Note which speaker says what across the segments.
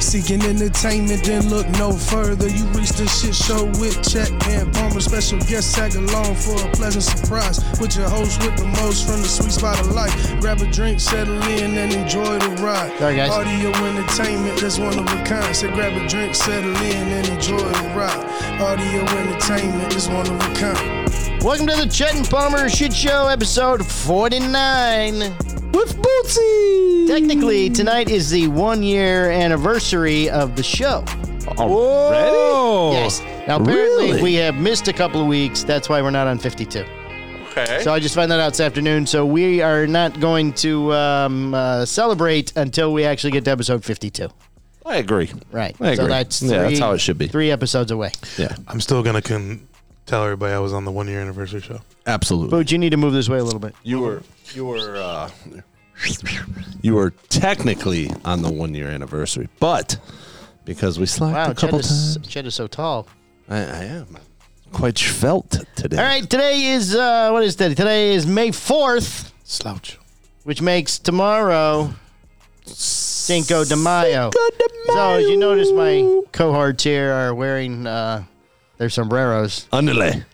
Speaker 1: seeking entertainment, then look no further. You reach the shit show with Chet and Palmer. Special guest tag along for a pleasant surprise. With your host with the most from the sweet spot of life. Grab a drink, settle in, and enjoy the ride.
Speaker 2: Sorry, guys.
Speaker 1: Audio entertainment, that's one of a kind. So grab a drink, settle in, and enjoy the ride. Audio entertainment, is one of a kind.
Speaker 2: Welcome to the Chet and Palmer Shit Show, episode 49.
Speaker 3: With Bootsy!
Speaker 2: Technically, tonight is the one year anniversary of the show.
Speaker 3: Whoa!
Speaker 2: Yes. Now, apparently,
Speaker 3: Oh, Really?
Speaker 2: we have missed a couple of weeks. That's why we're not on 52.
Speaker 4: Okay.
Speaker 2: So I just found that out this afternoon. So we are not going to um, uh, celebrate until we actually get to episode 52.
Speaker 3: I agree.
Speaker 2: Right.
Speaker 3: I
Speaker 2: So
Speaker 3: agree.
Speaker 2: that's three,
Speaker 3: Yeah, that's how it should be.
Speaker 2: Three episodes away.
Speaker 3: Yeah,
Speaker 5: I'm still gonna con- tell everybody I was on the one year anniversary show.
Speaker 3: absolutely.
Speaker 2: Boots, you need to move this way a little bit.
Speaker 3: you were, you were, uh, you were technically on the one year anniversary, but because we slacked
Speaker 2: Wow,
Speaker 3: a couple
Speaker 2: Chet is,
Speaker 3: times,
Speaker 2: Chet is so tall.
Speaker 3: I, I am quite felt today.
Speaker 2: All right, today is, uh, what is today? Today is May 4th.
Speaker 5: Slouch.
Speaker 2: which makes tomorrow Cinco de Mayo. So as you notice, my cohorts here are wearing uh, their sombreros.
Speaker 3: underlay.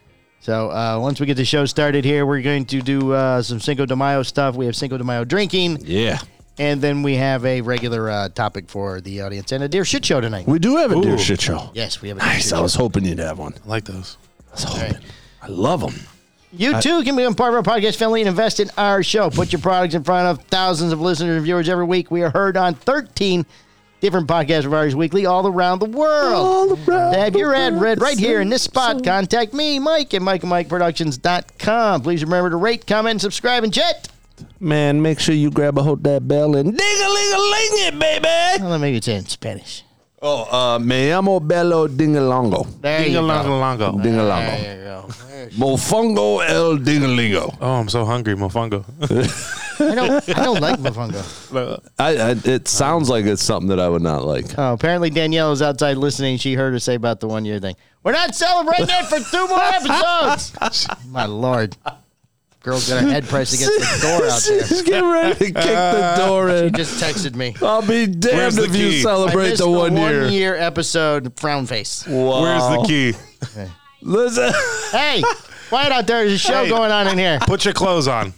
Speaker 2: So uh, once we get the show started here, we're going to do uh, some Cinco de Mayo stuff. We have Cinco de Mayo drinking,
Speaker 3: Yeah,
Speaker 2: and then we have a regular uh, topic for the audience and a dear shit show tonight.
Speaker 3: we do have a deer shit show.
Speaker 2: Yes, we have a dear shit
Speaker 3: Nice. I
Speaker 2: show.
Speaker 3: was hoping you'd have one.
Speaker 5: I like those.
Speaker 3: I was hoping. I love them.
Speaker 2: You too can become part of our podcast family and invest in our show. Put your products in front of thousands of listeners and viewers every week. We are heard on 13 different podcast providers weekly all around the world. to have your ad read right here in this spot, contact me, Mike, at Mike MikeProductions.com. Please remember to rate, comment, subscribe, and chat.
Speaker 3: Man, make sure you grab a hold of that bell and ding a ling a ling it, baby.
Speaker 2: Well, maybe it's in Spanish.
Speaker 3: Oh, uh, me llamo Bello Dingalongo.
Speaker 2: There you go.
Speaker 5: Dingalongalongo.
Speaker 3: Dingalongo.
Speaker 2: There you go.
Speaker 3: Mofongo el Dingalingo.
Speaker 5: Oh, I'm so hungry, mofongo.
Speaker 2: I don't, I don't like mofongo.
Speaker 3: I, I, it sounds like it's something that I would not like.
Speaker 2: Oh, apparently Danielle is outside listening. She heard her say about the one year thing. We're not celebrating that for two more episodes. My lord. Girl's got her head pressed against the door out there.
Speaker 3: She's getting ready to kick the door
Speaker 2: She
Speaker 3: in.
Speaker 2: just texted me.
Speaker 3: I'll be damned
Speaker 5: Where's the
Speaker 3: if you
Speaker 5: key?
Speaker 2: I
Speaker 3: celebrate
Speaker 2: missed
Speaker 3: the one year.
Speaker 2: episode, frown face.
Speaker 3: Wow.
Speaker 5: Where's the key?
Speaker 3: Listen,
Speaker 2: Hey, quiet out there. There's a show
Speaker 5: Hey.
Speaker 2: going on in here.
Speaker 5: Put your clothes on.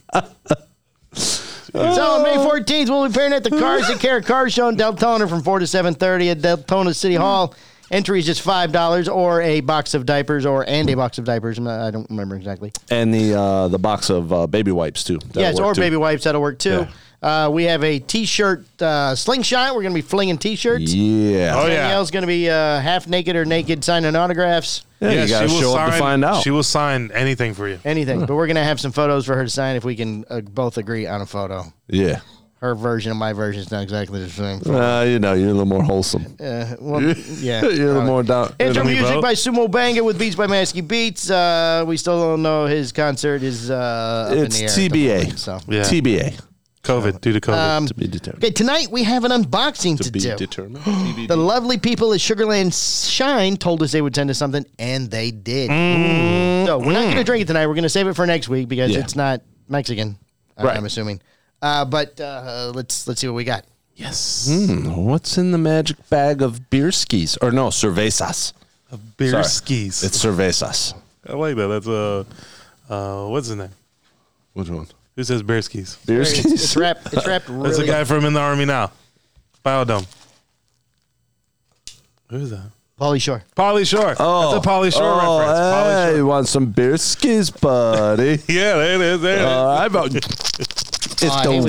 Speaker 2: So on May 14th, we'll be appearing at the Cars and Care Car Show in Deltona from 4 to 7.30 at Deltona City Hall. Entry is just $5 or a box of diapers or and a box of diapers. I'm not- I don't remember exactly.
Speaker 3: and the uh, the box of uh, baby wipes too. That'll
Speaker 2: yes,
Speaker 3: work,
Speaker 2: or
Speaker 3: too.
Speaker 2: baby wipes. That'll work too. Uh, we have a t-shirt uh, slingshot. We're going to be flinging t-shirts.
Speaker 3: Yeah.
Speaker 5: Oh yeah.
Speaker 2: Danielle's going to be uh, half naked or naked signing autographs,
Speaker 3: yeah,
Speaker 5: Yeah,
Speaker 3: you gotta
Speaker 5: she will
Speaker 3: show up to
Speaker 5: sign-
Speaker 3: find out.
Speaker 5: She will sign anything for you.
Speaker 2: anything. But we're going to have some photos for her to sign if we can uh, both agree on a photo.
Speaker 3: yeah.
Speaker 2: Her version and my version is not exactly the same.
Speaker 3: Uh, you know, you're a little more wholesome.
Speaker 2: Uh, well, yeah.
Speaker 3: you're a little
Speaker 2: probably.
Speaker 3: more down.
Speaker 2: Intro
Speaker 5: It'll be
Speaker 2: music
Speaker 5: vote.
Speaker 2: by Sumo Banga with beats by Masky Beats. Uh, we still don't know his concert is uh, up
Speaker 3: It's
Speaker 2: in the air
Speaker 3: TBA.
Speaker 2: at the moment, so
Speaker 5: Yeah.
Speaker 3: TBA.
Speaker 5: COVID due to COVID.
Speaker 2: um,
Speaker 3: To be determined.
Speaker 2: okay, tonight we have an unboxing to,
Speaker 3: To be
Speaker 2: do.
Speaker 3: determined.
Speaker 2: the lovely people at Sugarland Shine told us they would send us something, and they did.
Speaker 5: Mm-hmm.
Speaker 2: So we're not going to drink it tonight. We're going to save it for next week because
Speaker 3: Yeah.
Speaker 2: it's not Mexican. I-
Speaker 3: Right.
Speaker 2: I'm assuming. Uh, but uh, let's let's see what we got.
Speaker 3: Yes. Hmm, what's in the magic bag of beerskis? Or no, cervezas.
Speaker 5: Beer
Speaker 3: sorry.
Speaker 5: skis.
Speaker 3: It's cervezas.
Speaker 5: I like that. That's uh, uh, what's his name?
Speaker 3: Which one?
Speaker 5: Who says beer skis?
Speaker 2: It's,
Speaker 3: Beerskis.
Speaker 2: it's wrapped. It's wrapped really.
Speaker 5: That's a guy from in the army now. Biodome. Who's that?
Speaker 2: Pauly Shore.
Speaker 5: Polly Shore.
Speaker 3: Oh,
Speaker 5: That's a Polly Shore
Speaker 3: oh,
Speaker 5: reference. Pauly
Speaker 3: Hey,
Speaker 5: Shore.
Speaker 3: you want some beerskis, buddy?
Speaker 5: Yeah, there it is. There it is.
Speaker 3: uh, I about
Speaker 2: I
Speaker 3: it's
Speaker 2: Oh, hate when
Speaker 3: the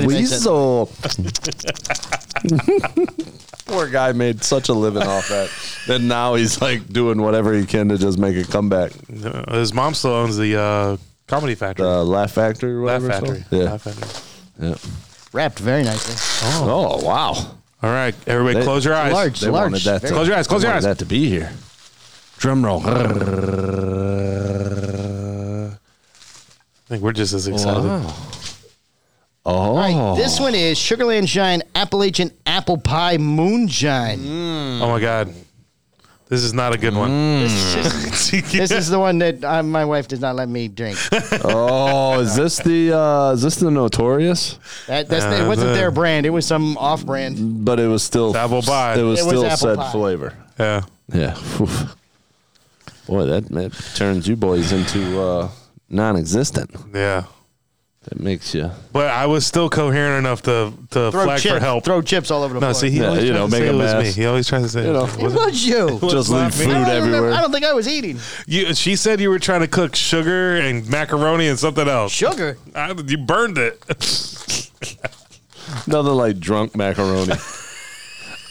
Speaker 2: it makes
Speaker 3: weasel. Poor guy made such a living off that, and now he's like doing whatever he can to just make a comeback.
Speaker 5: Uh, his mom still owns the uh, comedy factory.
Speaker 3: Uh, Laugh Factory, or
Speaker 5: Laugh
Speaker 3: whatever. it's
Speaker 5: factory.
Speaker 3: called? Yeah.
Speaker 5: Laugh factory.
Speaker 3: yeah.
Speaker 2: Wrapped very nicely.
Speaker 3: Oh. wow!
Speaker 5: All right, everybody,
Speaker 3: They-
Speaker 5: close your eyes.
Speaker 2: large.
Speaker 3: They wanted that. To,
Speaker 5: Close your eyes, close
Speaker 3: they
Speaker 5: your
Speaker 3: wanted
Speaker 5: eyes.
Speaker 3: That to be here. Drum roll.
Speaker 5: I think we're just as excited.
Speaker 3: Oh,
Speaker 2: All right, this one is
Speaker 5: Mm.
Speaker 2: Sugarland Shine Appalachian Apple Pie Moonshine.
Speaker 5: Oh my God, This is not a good
Speaker 3: Mm.
Speaker 5: one.
Speaker 2: This is the one that uh, my wife does not let me drink.
Speaker 3: Oh, is this the uh, is this the notorious?
Speaker 2: That, that's, it
Speaker 5: Uh,
Speaker 2: wasn't
Speaker 5: the- Mm,
Speaker 2: their brand. It was some off brand.
Speaker 3: But it was still
Speaker 5: Apple pie.
Speaker 3: It was
Speaker 2: It was
Speaker 3: still
Speaker 2: apple
Speaker 3: said
Speaker 2: pie.
Speaker 3: flavor.
Speaker 5: yeah.
Speaker 3: Yeah. Oof. Boy, that, that turns you boys into uh, non-existent.
Speaker 5: Yeah.
Speaker 3: That makes you.
Speaker 5: But I was still coherent enough to, to
Speaker 2: Throw,
Speaker 5: flag
Speaker 2: chip,
Speaker 5: for help.
Speaker 2: throw chips all over the
Speaker 5: no,
Speaker 2: floor.
Speaker 5: see, he
Speaker 3: Yeah,
Speaker 5: always
Speaker 3: you
Speaker 5: tries
Speaker 3: know,
Speaker 5: to
Speaker 3: make
Speaker 5: say
Speaker 3: a
Speaker 5: it was
Speaker 3: mess.
Speaker 5: me. He always tries to say,
Speaker 3: You know.
Speaker 2: it was you.
Speaker 3: Just leave
Speaker 5: not me.
Speaker 3: food
Speaker 2: I don't, remember-
Speaker 3: everywhere.
Speaker 2: I don't think I was eating
Speaker 5: you, she said you were trying to cook sugar and macaroni and something else.
Speaker 2: sugar.
Speaker 5: I, you burned it.
Speaker 3: Nothing like drunk macaroni.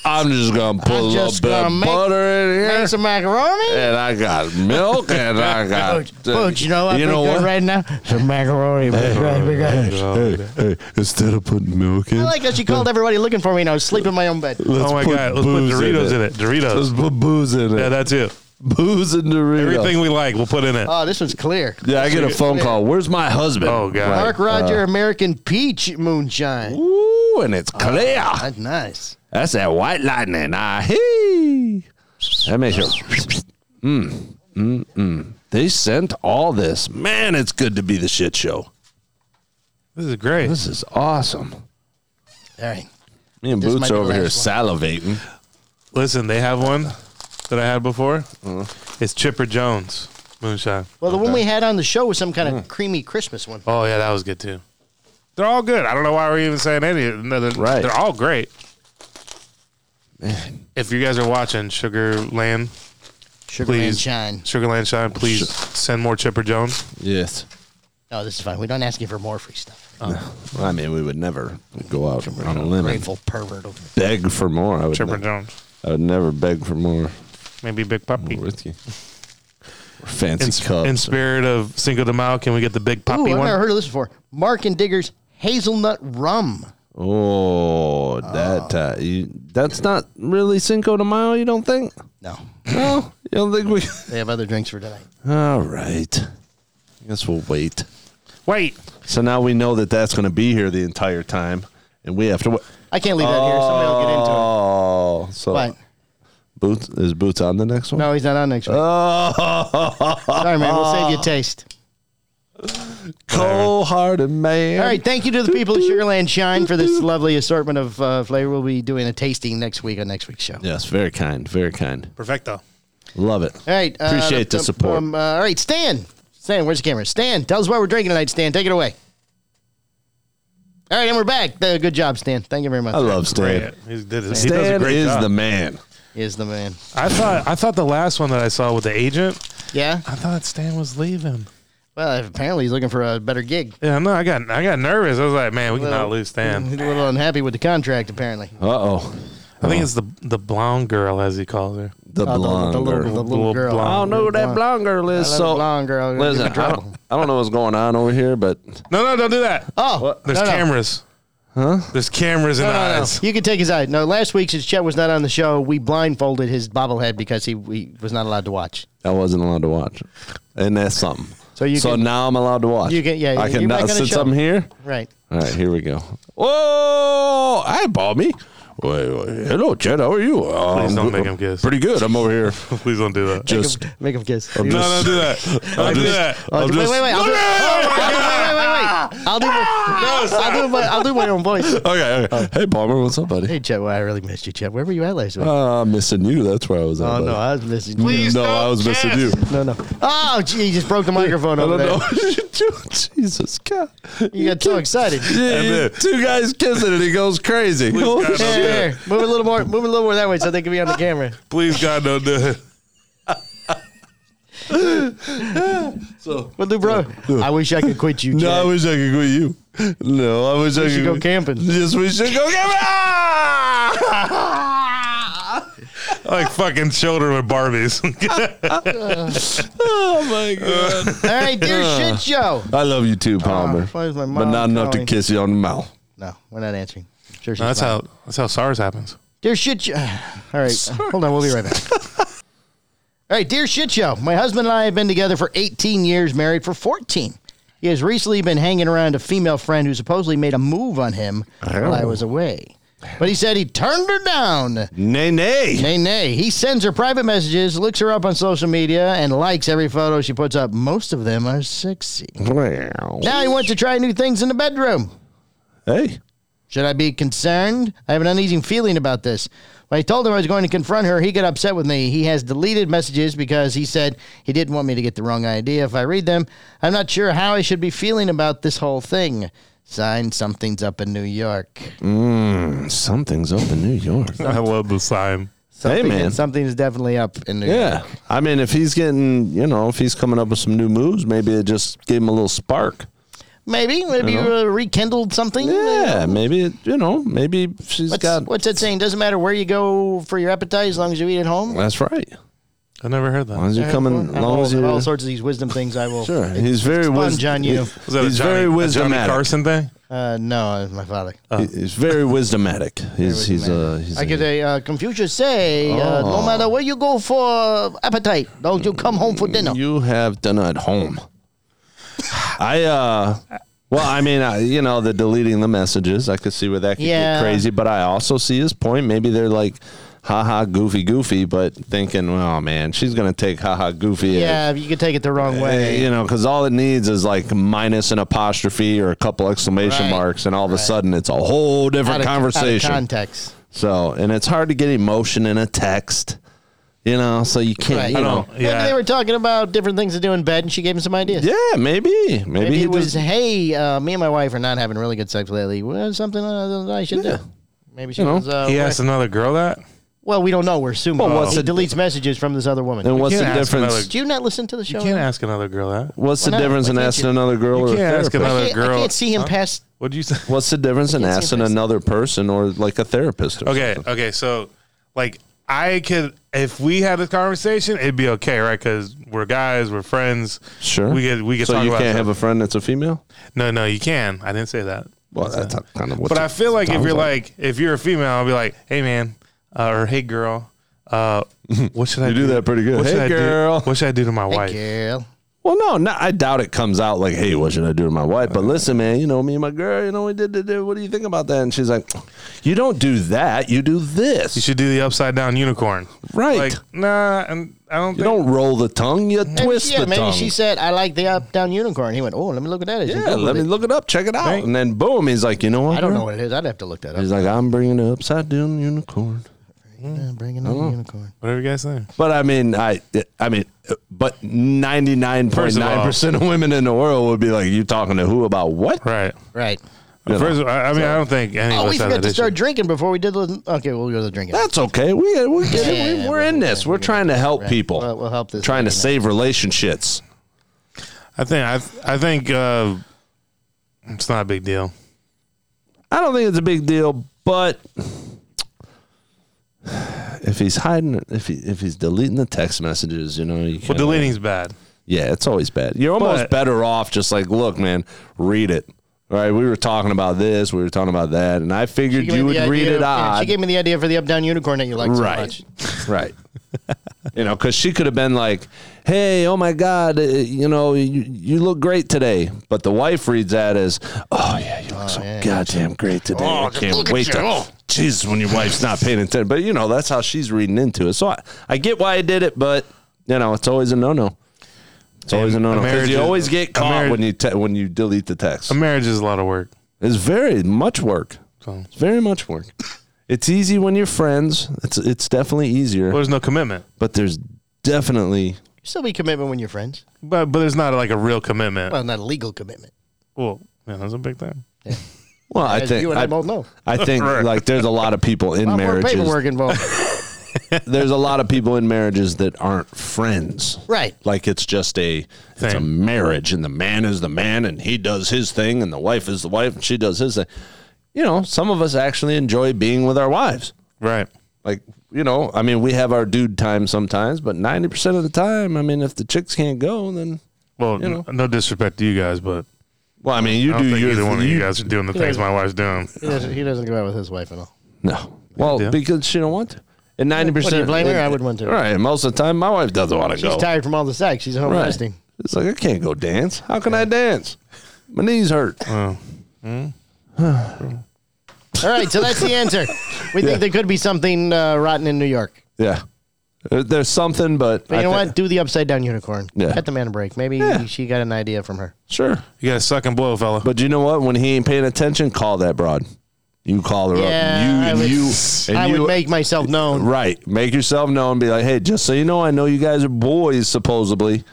Speaker 3: I'm just gonna put
Speaker 2: I'm
Speaker 3: a little
Speaker 2: just
Speaker 3: bit
Speaker 2: gonna
Speaker 3: of
Speaker 2: make-
Speaker 3: butter in here,
Speaker 2: Make some macaroni.
Speaker 3: and I got milk, and I got. uh,
Speaker 2: Coach, Coach, you know what?
Speaker 3: You know
Speaker 2: good
Speaker 3: what?
Speaker 2: right now? Some macaroni. Hey,
Speaker 3: hey, hey, instead of putting milk in,
Speaker 2: I like how she called everybody looking for me and I was sleeping in my own bed.
Speaker 5: oh my
Speaker 3: put
Speaker 5: God. Let's put
Speaker 3: booze in
Speaker 5: Doritos
Speaker 3: it.
Speaker 5: in it. Doritos.
Speaker 3: let's put booze in it.
Speaker 5: Yeah, that's it.
Speaker 3: booze and Doritos.
Speaker 5: Everything we like, we'll put in it.
Speaker 2: Oh, this one's clear.
Speaker 3: Yeah, Uh, I get a phone call. Where's my husband?
Speaker 5: Oh, God.
Speaker 2: Mark Roger American Peach Moonshine.
Speaker 3: Ooh, and it's clear.
Speaker 2: That's nice.
Speaker 3: That's that white lightning. Ah, hey. That makes it. Mm, mm, mm. They sent all this. Man, it's good to be the shit show.
Speaker 5: This is great.
Speaker 3: This is awesome.
Speaker 2: All right.
Speaker 3: Me and
Speaker 2: This might
Speaker 3: Boots
Speaker 2: be
Speaker 3: are
Speaker 2: the
Speaker 3: over here
Speaker 2: last
Speaker 3: salivating.
Speaker 5: Listen, they have one that I had before. It's Chipper Jones moonshine.
Speaker 2: Well, the one we had on the show was some kind
Speaker 3: Hmm.
Speaker 2: of creamy Christmas one.
Speaker 5: Oh yeah, that was good too. They're all good. I don't know why we're even saying any. No, they're,
Speaker 3: Right.
Speaker 5: They're all great. If you guys are watching Sugar Land,
Speaker 2: Sugar
Speaker 5: please
Speaker 2: and Shine.
Speaker 5: Sugar Land Shine, please send more Chipper Jones.
Speaker 3: Yes.
Speaker 2: No, this is fine. We don't ask you for more free stuff.
Speaker 3: I mean, we would never go out on a limb and
Speaker 2: Grateful pervert over there.
Speaker 3: beg for more. I would,
Speaker 5: Chipper
Speaker 3: ne-
Speaker 5: Jones,
Speaker 3: I would never beg for more
Speaker 5: maybe Big Puppy.
Speaker 3: whiskey. Or fancy
Speaker 5: In,
Speaker 3: cups.
Speaker 5: in spirit of Cinco de Mayo, can we get the Big
Speaker 2: Ooh,
Speaker 5: Puppy
Speaker 2: I've
Speaker 5: one?
Speaker 2: never heard of this before. Mark and Digger's Hazelnut Rum.
Speaker 3: Oh, that uh, you, that's not really Cinco de Mayo. You don't think?
Speaker 2: No,
Speaker 3: No, you don't think we?
Speaker 2: they have other drinks for tonight.
Speaker 3: All right, I guess we'll wait.
Speaker 5: Wait,
Speaker 3: So now we know that that's going to be here the entire time, and we have to. Wait.
Speaker 2: I can't leave that here. Somebody will get into it.
Speaker 3: Oh, so
Speaker 2: But
Speaker 3: boots is boots on the next one? Oh,
Speaker 2: no, he's not on next week. Sorry, man. We'll save you a taste.
Speaker 3: cold-hearted man.
Speaker 2: All right, thank you to the people at Sugarland Shine for this lovely assortment of uh, flavor. We'll be doing a tasting next week on next week's show.
Speaker 3: Yes, very kind, very kind.
Speaker 5: perfecto.
Speaker 3: Love it.
Speaker 2: All right, uh,
Speaker 3: Appreciate the
Speaker 2: um,
Speaker 3: support.
Speaker 2: um, uh, all right, Stan, Stan, where's the camera? Stan, tell us what we're drinking tonight. Stan, take it away. All right, and we're back. Uh, good job, Stan. Thank you very much.
Speaker 3: I love
Speaker 5: Great.
Speaker 3: Stan.
Speaker 5: He did it. He does a
Speaker 3: Stan
Speaker 5: great
Speaker 3: is
Speaker 5: job.
Speaker 3: the man.
Speaker 2: Is the man?
Speaker 5: I thought I thought the last one that I saw with the agent,
Speaker 2: Yeah.
Speaker 5: I thought Stan was leaving.
Speaker 2: Well, apparently he's looking for a better gig.
Speaker 5: Yeah, no, I got I got nervous. I was like, man, we cannot
Speaker 2: Well-
Speaker 5: lose
Speaker 2: He's
Speaker 5: Stan.
Speaker 2: a little unhappy with the contract, apparently.
Speaker 3: Uh oh,
Speaker 5: I think it's the the blonde girl as he calls her.
Speaker 3: the
Speaker 2: Oh, the-
Speaker 3: blonde.
Speaker 2: the, little,
Speaker 3: girl.
Speaker 2: the little
Speaker 5: Little
Speaker 2: girl.
Speaker 5: blonde.
Speaker 3: I don't know who that blonde girl is.
Speaker 2: That
Speaker 3: So
Speaker 2: little blonde girl.
Speaker 3: listen, I
Speaker 2: Give me trouble.
Speaker 3: don't, I don't know what's going on over here, but
Speaker 5: No, no, don't do that.
Speaker 2: Oh,
Speaker 5: There's
Speaker 2: no, no.
Speaker 5: cameras. Huh? There's cameras in the
Speaker 2: No, no, no.
Speaker 5: eyes.
Speaker 2: You can take his eye. No, last week since Chet was not on the show, we blindfolded his bobblehead because he we was not allowed to watch.
Speaker 3: I wasn't allowed to watch, and that's something.
Speaker 2: So you can-
Speaker 3: now I'm allowed to watch.
Speaker 2: You can- yeah,
Speaker 3: I
Speaker 2: you're
Speaker 3: can
Speaker 2: back
Speaker 3: now
Speaker 2: on the
Speaker 3: since
Speaker 2: show.
Speaker 3: I'm here.
Speaker 2: Right.
Speaker 3: All right, here we go. Oh, eyeball me. Wait, wait, hello, Chad. How are you? Uh,
Speaker 5: Please
Speaker 3: I'm
Speaker 5: don't
Speaker 3: good-
Speaker 5: make him kiss.
Speaker 3: Pretty good. I'm over here.
Speaker 5: Please don't do that.
Speaker 3: Just
Speaker 2: Make him kiss.
Speaker 5: no, don't do that. Don't do that.
Speaker 2: Oh, wait, wait, wait. I'll do,
Speaker 5: No,
Speaker 2: wait, wait, wait. I'll do, my, I'll, do my, I'll do my own voice.
Speaker 3: okay. okay. Hey, Palmer, what's up, buddy?
Speaker 2: Uh, Hey, Chet, well, I really missed you, Chet. Where were you at last week?
Speaker 3: Uh, missing you. That's where I was at. buddy. Mm,
Speaker 2: oh, no, I was missing you.
Speaker 3: no, I was missing you.
Speaker 2: No, no. Oh, gee, you just broke the microphone
Speaker 3: I don't
Speaker 2: over there.
Speaker 3: know what you do. Jesus God.
Speaker 2: You got so excited.
Speaker 3: Yeah, two guys kissing and he goes crazy. Oh,
Speaker 5: God,
Speaker 3: shit.
Speaker 2: Here, here. Move a little more. Move a little more that way so they can be on the camera.
Speaker 5: Please, God, don't do it.
Speaker 2: Well, do bro. I wish I could quit you. Chet.
Speaker 3: No, I wish I could go with you. No, I wish I
Speaker 2: We
Speaker 3: could
Speaker 2: should go camping.
Speaker 3: Yes, we should go camping. Ah!
Speaker 5: Like fucking children with Barbies.
Speaker 3: oh my god!
Speaker 2: All right, dear shit show.
Speaker 3: I love you too, Palmer,
Speaker 2: Ah, why is my
Speaker 3: but
Speaker 2: mom
Speaker 3: not enough to
Speaker 2: calling?
Speaker 3: kiss you on the mouth.
Speaker 2: No, we're not answering. I'm Sure, she's
Speaker 5: that's
Speaker 2: fine.
Speaker 5: how that's how SARS happens.
Speaker 2: Dear shit show. All right, hold on. We'll be right back. All right, dear shit show. My husband and I have been together for 18 years, married for 14. He has recently been hanging around a female friend who supposedly made a move on him while I was away. But he said he turned her down.
Speaker 6: Nay, nay.
Speaker 2: Nay, nay. He sends her private messages, looks her up on social media, and likes every photo she puts up. Most of them are sexy. Now he wants to try new things in the bedroom.
Speaker 6: Hey.
Speaker 2: Should I be concerned? I have an uneasy feeling about this. When I told him I was going to confront her, he got upset with me. He has deleted messages because he said he didn't want me to get the wrong idea if I read them. I'm not sure how I should be feeling about this whole thing. Sign something's up in New York.
Speaker 3: Mm,
Speaker 6: Something's up in New York.
Speaker 5: I love the sign.
Speaker 6: hey,
Speaker 2: Something-
Speaker 6: man.
Speaker 2: Something's definitely up in New York.
Speaker 3: Yeah. I mean, if he's getting, you know, if he's coming up with some new moves, maybe it just gave him a little spark.
Speaker 2: Maybe. Maybe you uh, rekindled something. Uh,
Speaker 3: Yeah. Maybe, it, you know, maybe she's
Speaker 2: What's,
Speaker 3: got.
Speaker 2: what's that saying? Doesn't matter where you go for your appetite as long as you eat at home. Uh,
Speaker 3: That's right.
Speaker 5: I never heard
Speaker 3: As long
Speaker 5: that.
Speaker 3: as you're coming, as
Speaker 2: all,
Speaker 3: long as you.
Speaker 2: all sorts of these wisdom things, I will.
Speaker 3: Sure. He's very
Speaker 2: sponge
Speaker 3: wisdom.
Speaker 2: on you.
Speaker 5: Was that
Speaker 3: he's
Speaker 5: a Johnny,
Speaker 3: very
Speaker 5: a Johnny
Speaker 3: wisdomatic.
Speaker 5: Carson thing?
Speaker 2: Uh, no, it's my father.
Speaker 3: He- He's very wisdomatic. He's he's uh he's
Speaker 2: I get a uh, Confucius say, uh, no matter where you go for appetite, don't you come home for dinner.
Speaker 3: You have dinner at home. I uh well, I mean, I, you know, the deleting the messages, I could see where that could
Speaker 2: Yeah.
Speaker 3: get crazy, but I also see his point. Maybe they're like haha goofy goofy, but thinking, "Oh man, she's going to take haha goofy." as-
Speaker 2: yeah, you could take it the wrong way.
Speaker 3: You know, because all it needs is like minus an apostrophe or a couple exclamation
Speaker 2: Right.
Speaker 3: marks, and all of a sudden it's a whole
Speaker 2: Out
Speaker 3: different
Speaker 2: of-
Speaker 3: conversation.
Speaker 2: Out of context.
Speaker 3: So, and it's hard to get emotion in a text, you know. So you can't,
Speaker 2: Right.
Speaker 3: you
Speaker 2: I
Speaker 3: know.
Speaker 5: don't-
Speaker 2: Maybe
Speaker 5: Yeah.
Speaker 2: they were talking about different things to do in bed, and she gave him some ideas.
Speaker 3: Yeah, maybe, maybe,
Speaker 2: Maybe,
Speaker 3: he
Speaker 2: it was,
Speaker 3: just-
Speaker 2: hey, uh, me and my wife are not having really good sex lately. Well, something uh, that I should
Speaker 3: Yeah.
Speaker 2: do. Maybe she
Speaker 3: know,
Speaker 2: was. Uh,
Speaker 5: He
Speaker 2: wa-
Speaker 5: asked another girl that?
Speaker 2: Well, we don't know. We're assuming.
Speaker 3: Well, what's
Speaker 2: he
Speaker 3: the-
Speaker 2: deletes messages from this other woman.
Speaker 3: And what's the
Speaker 5: can't ask
Speaker 3: difference?
Speaker 5: another-
Speaker 2: Do you not listen to the show?
Speaker 5: You can't ask another girl that.
Speaker 3: What's the
Speaker 2: Why not?
Speaker 3: difference
Speaker 2: Why
Speaker 3: in
Speaker 2: can't
Speaker 3: asking
Speaker 2: you-
Speaker 3: another girl? or a
Speaker 5: can't ask
Speaker 3: therapist?
Speaker 2: I
Speaker 5: another
Speaker 2: can't, I
Speaker 5: girl.
Speaker 2: can't see him
Speaker 5: Huh?
Speaker 2: past.
Speaker 5: What'd you say?
Speaker 3: What's the difference in
Speaker 2: can't see a
Speaker 3: asking
Speaker 2: person.
Speaker 3: another person or like a therapist? Or
Speaker 5: Okay,
Speaker 3: something?
Speaker 5: okay. So, like, I could, if we had a conversation, it'd be okay, right? Because we're guys, we're friends.
Speaker 3: sure.
Speaker 5: We could, we could
Speaker 3: so
Speaker 5: talk
Speaker 3: you
Speaker 5: about
Speaker 3: can't have
Speaker 5: stuff.
Speaker 3: a friend that's a female.
Speaker 5: No, no, you can. I didn't say that.
Speaker 3: Well, that's not kind of what.
Speaker 5: But I feel like if
Speaker 3: sounds
Speaker 5: you're
Speaker 3: like-
Speaker 5: like, if you're a female, I'll be like, hey, man, uh, or hey, girl. Uh, what should I
Speaker 3: You
Speaker 5: do?
Speaker 3: do that pretty good.
Speaker 5: What
Speaker 3: Hey,
Speaker 5: should I do-
Speaker 3: girl.
Speaker 5: what should I do to my wife?
Speaker 2: Girl.
Speaker 3: well, no, no, I doubt it comes out like, "Hey, what should I do to my wife?" But listen, man, you know me and my girl. You know we did, did, did. What do you think about that? And she's like, "You don't do that. You do this."
Speaker 5: You should do the upside down unicorn.
Speaker 3: Right.
Speaker 5: Like, nah, and I don't
Speaker 3: You
Speaker 5: think.
Speaker 3: don't roll the tongue, you
Speaker 2: Maybe,
Speaker 3: twist
Speaker 2: yeah,
Speaker 3: the
Speaker 2: maybe
Speaker 3: tongue.
Speaker 2: she said, "I like the up down unicorn." He went, "Oh, let me look at that."
Speaker 3: yeah, let me look it up, check it out.
Speaker 5: Right.
Speaker 3: And then boom, he's like, you know what?
Speaker 2: I don't
Speaker 3: bro?
Speaker 2: know what it is. I'd have to look that up.
Speaker 3: He's like, I'm bringing an upside down unicorn.
Speaker 2: Yeah, bringing in
Speaker 3: Uh-huh.
Speaker 2: the unicorn.
Speaker 5: Whatever you guys think.
Speaker 3: But I mean, I, I mean, but 99.9% of, women in the world would be like, you talking to who about what?
Speaker 5: Right.
Speaker 2: Right.
Speaker 3: You
Speaker 5: First,
Speaker 3: know?
Speaker 5: of all, I I mean, I don't think any of
Speaker 2: Oh,
Speaker 5: us
Speaker 2: we
Speaker 5: have
Speaker 2: forgot
Speaker 5: that
Speaker 2: to
Speaker 5: issue.
Speaker 2: start drinking before we did. the- Okay, we'll go to the drinking.
Speaker 3: That's okay. We, we get it.
Speaker 2: Yeah,
Speaker 3: We, we're in
Speaker 2: we're-
Speaker 3: this. We're trying to help people.
Speaker 2: We'll, we'll help this.
Speaker 3: Trying to
Speaker 2: lady
Speaker 3: save relationships.
Speaker 5: I think I I think uh, it's not a big deal.
Speaker 3: I don't think it's a big deal, but if he's hiding, if he if he's deleting the text messages, you know, you
Speaker 5: Well,
Speaker 3: kinda-
Speaker 5: deleting's bad.
Speaker 3: yeah, it's always bad. You're almost
Speaker 5: But-
Speaker 3: better off just like, look, man, read it. All right, we were talking about this, we were talking about that, and I
Speaker 2: She
Speaker 3: figured
Speaker 2: gave me
Speaker 3: you would
Speaker 2: the
Speaker 3: read
Speaker 2: idea-
Speaker 3: it
Speaker 2: yeah,
Speaker 3: odd,
Speaker 2: She gave me the idea for the up down unicorn that you like so
Speaker 3: Right.
Speaker 2: much.
Speaker 3: right? you know, because she could have been like, "Hey, oh my God, uh, you know, you, you look great today," but the wife reads that as, "Oh yeah, you look so
Speaker 2: yeah, Oh,
Speaker 3: goddamn great today. I can't wait to." Jesus, when your wife's not paying attention. But you know, that's how she's reading into it. So I, I get why I did it, but you know, it's always a no no. It's always a
Speaker 5: And
Speaker 3: no no
Speaker 5: a marriage
Speaker 3: because you
Speaker 5: is-
Speaker 3: always
Speaker 5: a
Speaker 3: get caught
Speaker 5: marriage-
Speaker 3: when you te- when you delete the text.
Speaker 5: A marriage is a lot of work.
Speaker 3: It's very much work.
Speaker 5: So
Speaker 3: It's very much work. It's easy when you're friends. It's it's definitely easier,
Speaker 5: well, there's no commitment,
Speaker 3: but there's definitely
Speaker 2: You still be commitment when you're friends.
Speaker 5: but but there's not like a real commitment.
Speaker 2: Well, not a legal commitment.
Speaker 5: Well, yeah, that's a big thing.
Speaker 3: well, I
Speaker 2: As
Speaker 3: think
Speaker 2: you and I,
Speaker 3: I,
Speaker 2: both know.
Speaker 3: I think like there's a lot of people in
Speaker 2: A lot more
Speaker 3: marriages.
Speaker 2: paperwork involved.
Speaker 3: There's a lot of people in marriages that aren't friends.
Speaker 2: right.
Speaker 3: like it's just a it's a
Speaker 5: Thing.
Speaker 3: marriage and the man is the man and he does his thing and the wife is the wife and she does his thing you know some of us actually enjoy being with our wives
Speaker 5: Right.
Speaker 3: like you know i mean we have our dude time sometimes but 90% of the time i mean if the chicks can't go then
Speaker 5: Well,
Speaker 3: You know.
Speaker 5: n- no disrespect to you guys, but
Speaker 3: well i mean you
Speaker 5: I don't
Speaker 3: do
Speaker 5: think
Speaker 3: your
Speaker 5: either one of you
Speaker 3: you-
Speaker 5: guys are doing the things my wife's doing.
Speaker 2: He doesn't, he doesn't go out with his wife at all.
Speaker 3: no well
Speaker 5: do.
Speaker 3: because she don't want to and 90%
Speaker 2: What, do you blame her?
Speaker 3: and-
Speaker 2: I wouldn't want to.
Speaker 3: right most of the time my wife doesn't want to
Speaker 2: She's
Speaker 3: go
Speaker 2: tired from all the sex. She's at home
Speaker 3: Right.
Speaker 2: resting.
Speaker 3: It's like I can't go dance. How can I dance? My knees hurt.
Speaker 2: All right, so that's the answer. We think there could be something uh, rotten in New York.
Speaker 3: Yeah. There- There's something, but,
Speaker 2: But you
Speaker 3: I
Speaker 2: know
Speaker 3: thi-
Speaker 2: what? Do the upside down unicorn.
Speaker 3: Yeah.
Speaker 2: Cut the man a break. Maybe she got an idea from her.
Speaker 3: Sure.
Speaker 5: You got to suck and blow, fella.
Speaker 3: But you know what? When he ain't paying attention, call that broad. You call her
Speaker 2: Yeah, I
Speaker 3: up. You
Speaker 2: would-
Speaker 3: and you and
Speaker 2: I
Speaker 3: you
Speaker 2: would make myself known.
Speaker 3: right. Make yourself known. Be like, hey, just so you know, I know you guys are boys supposedly,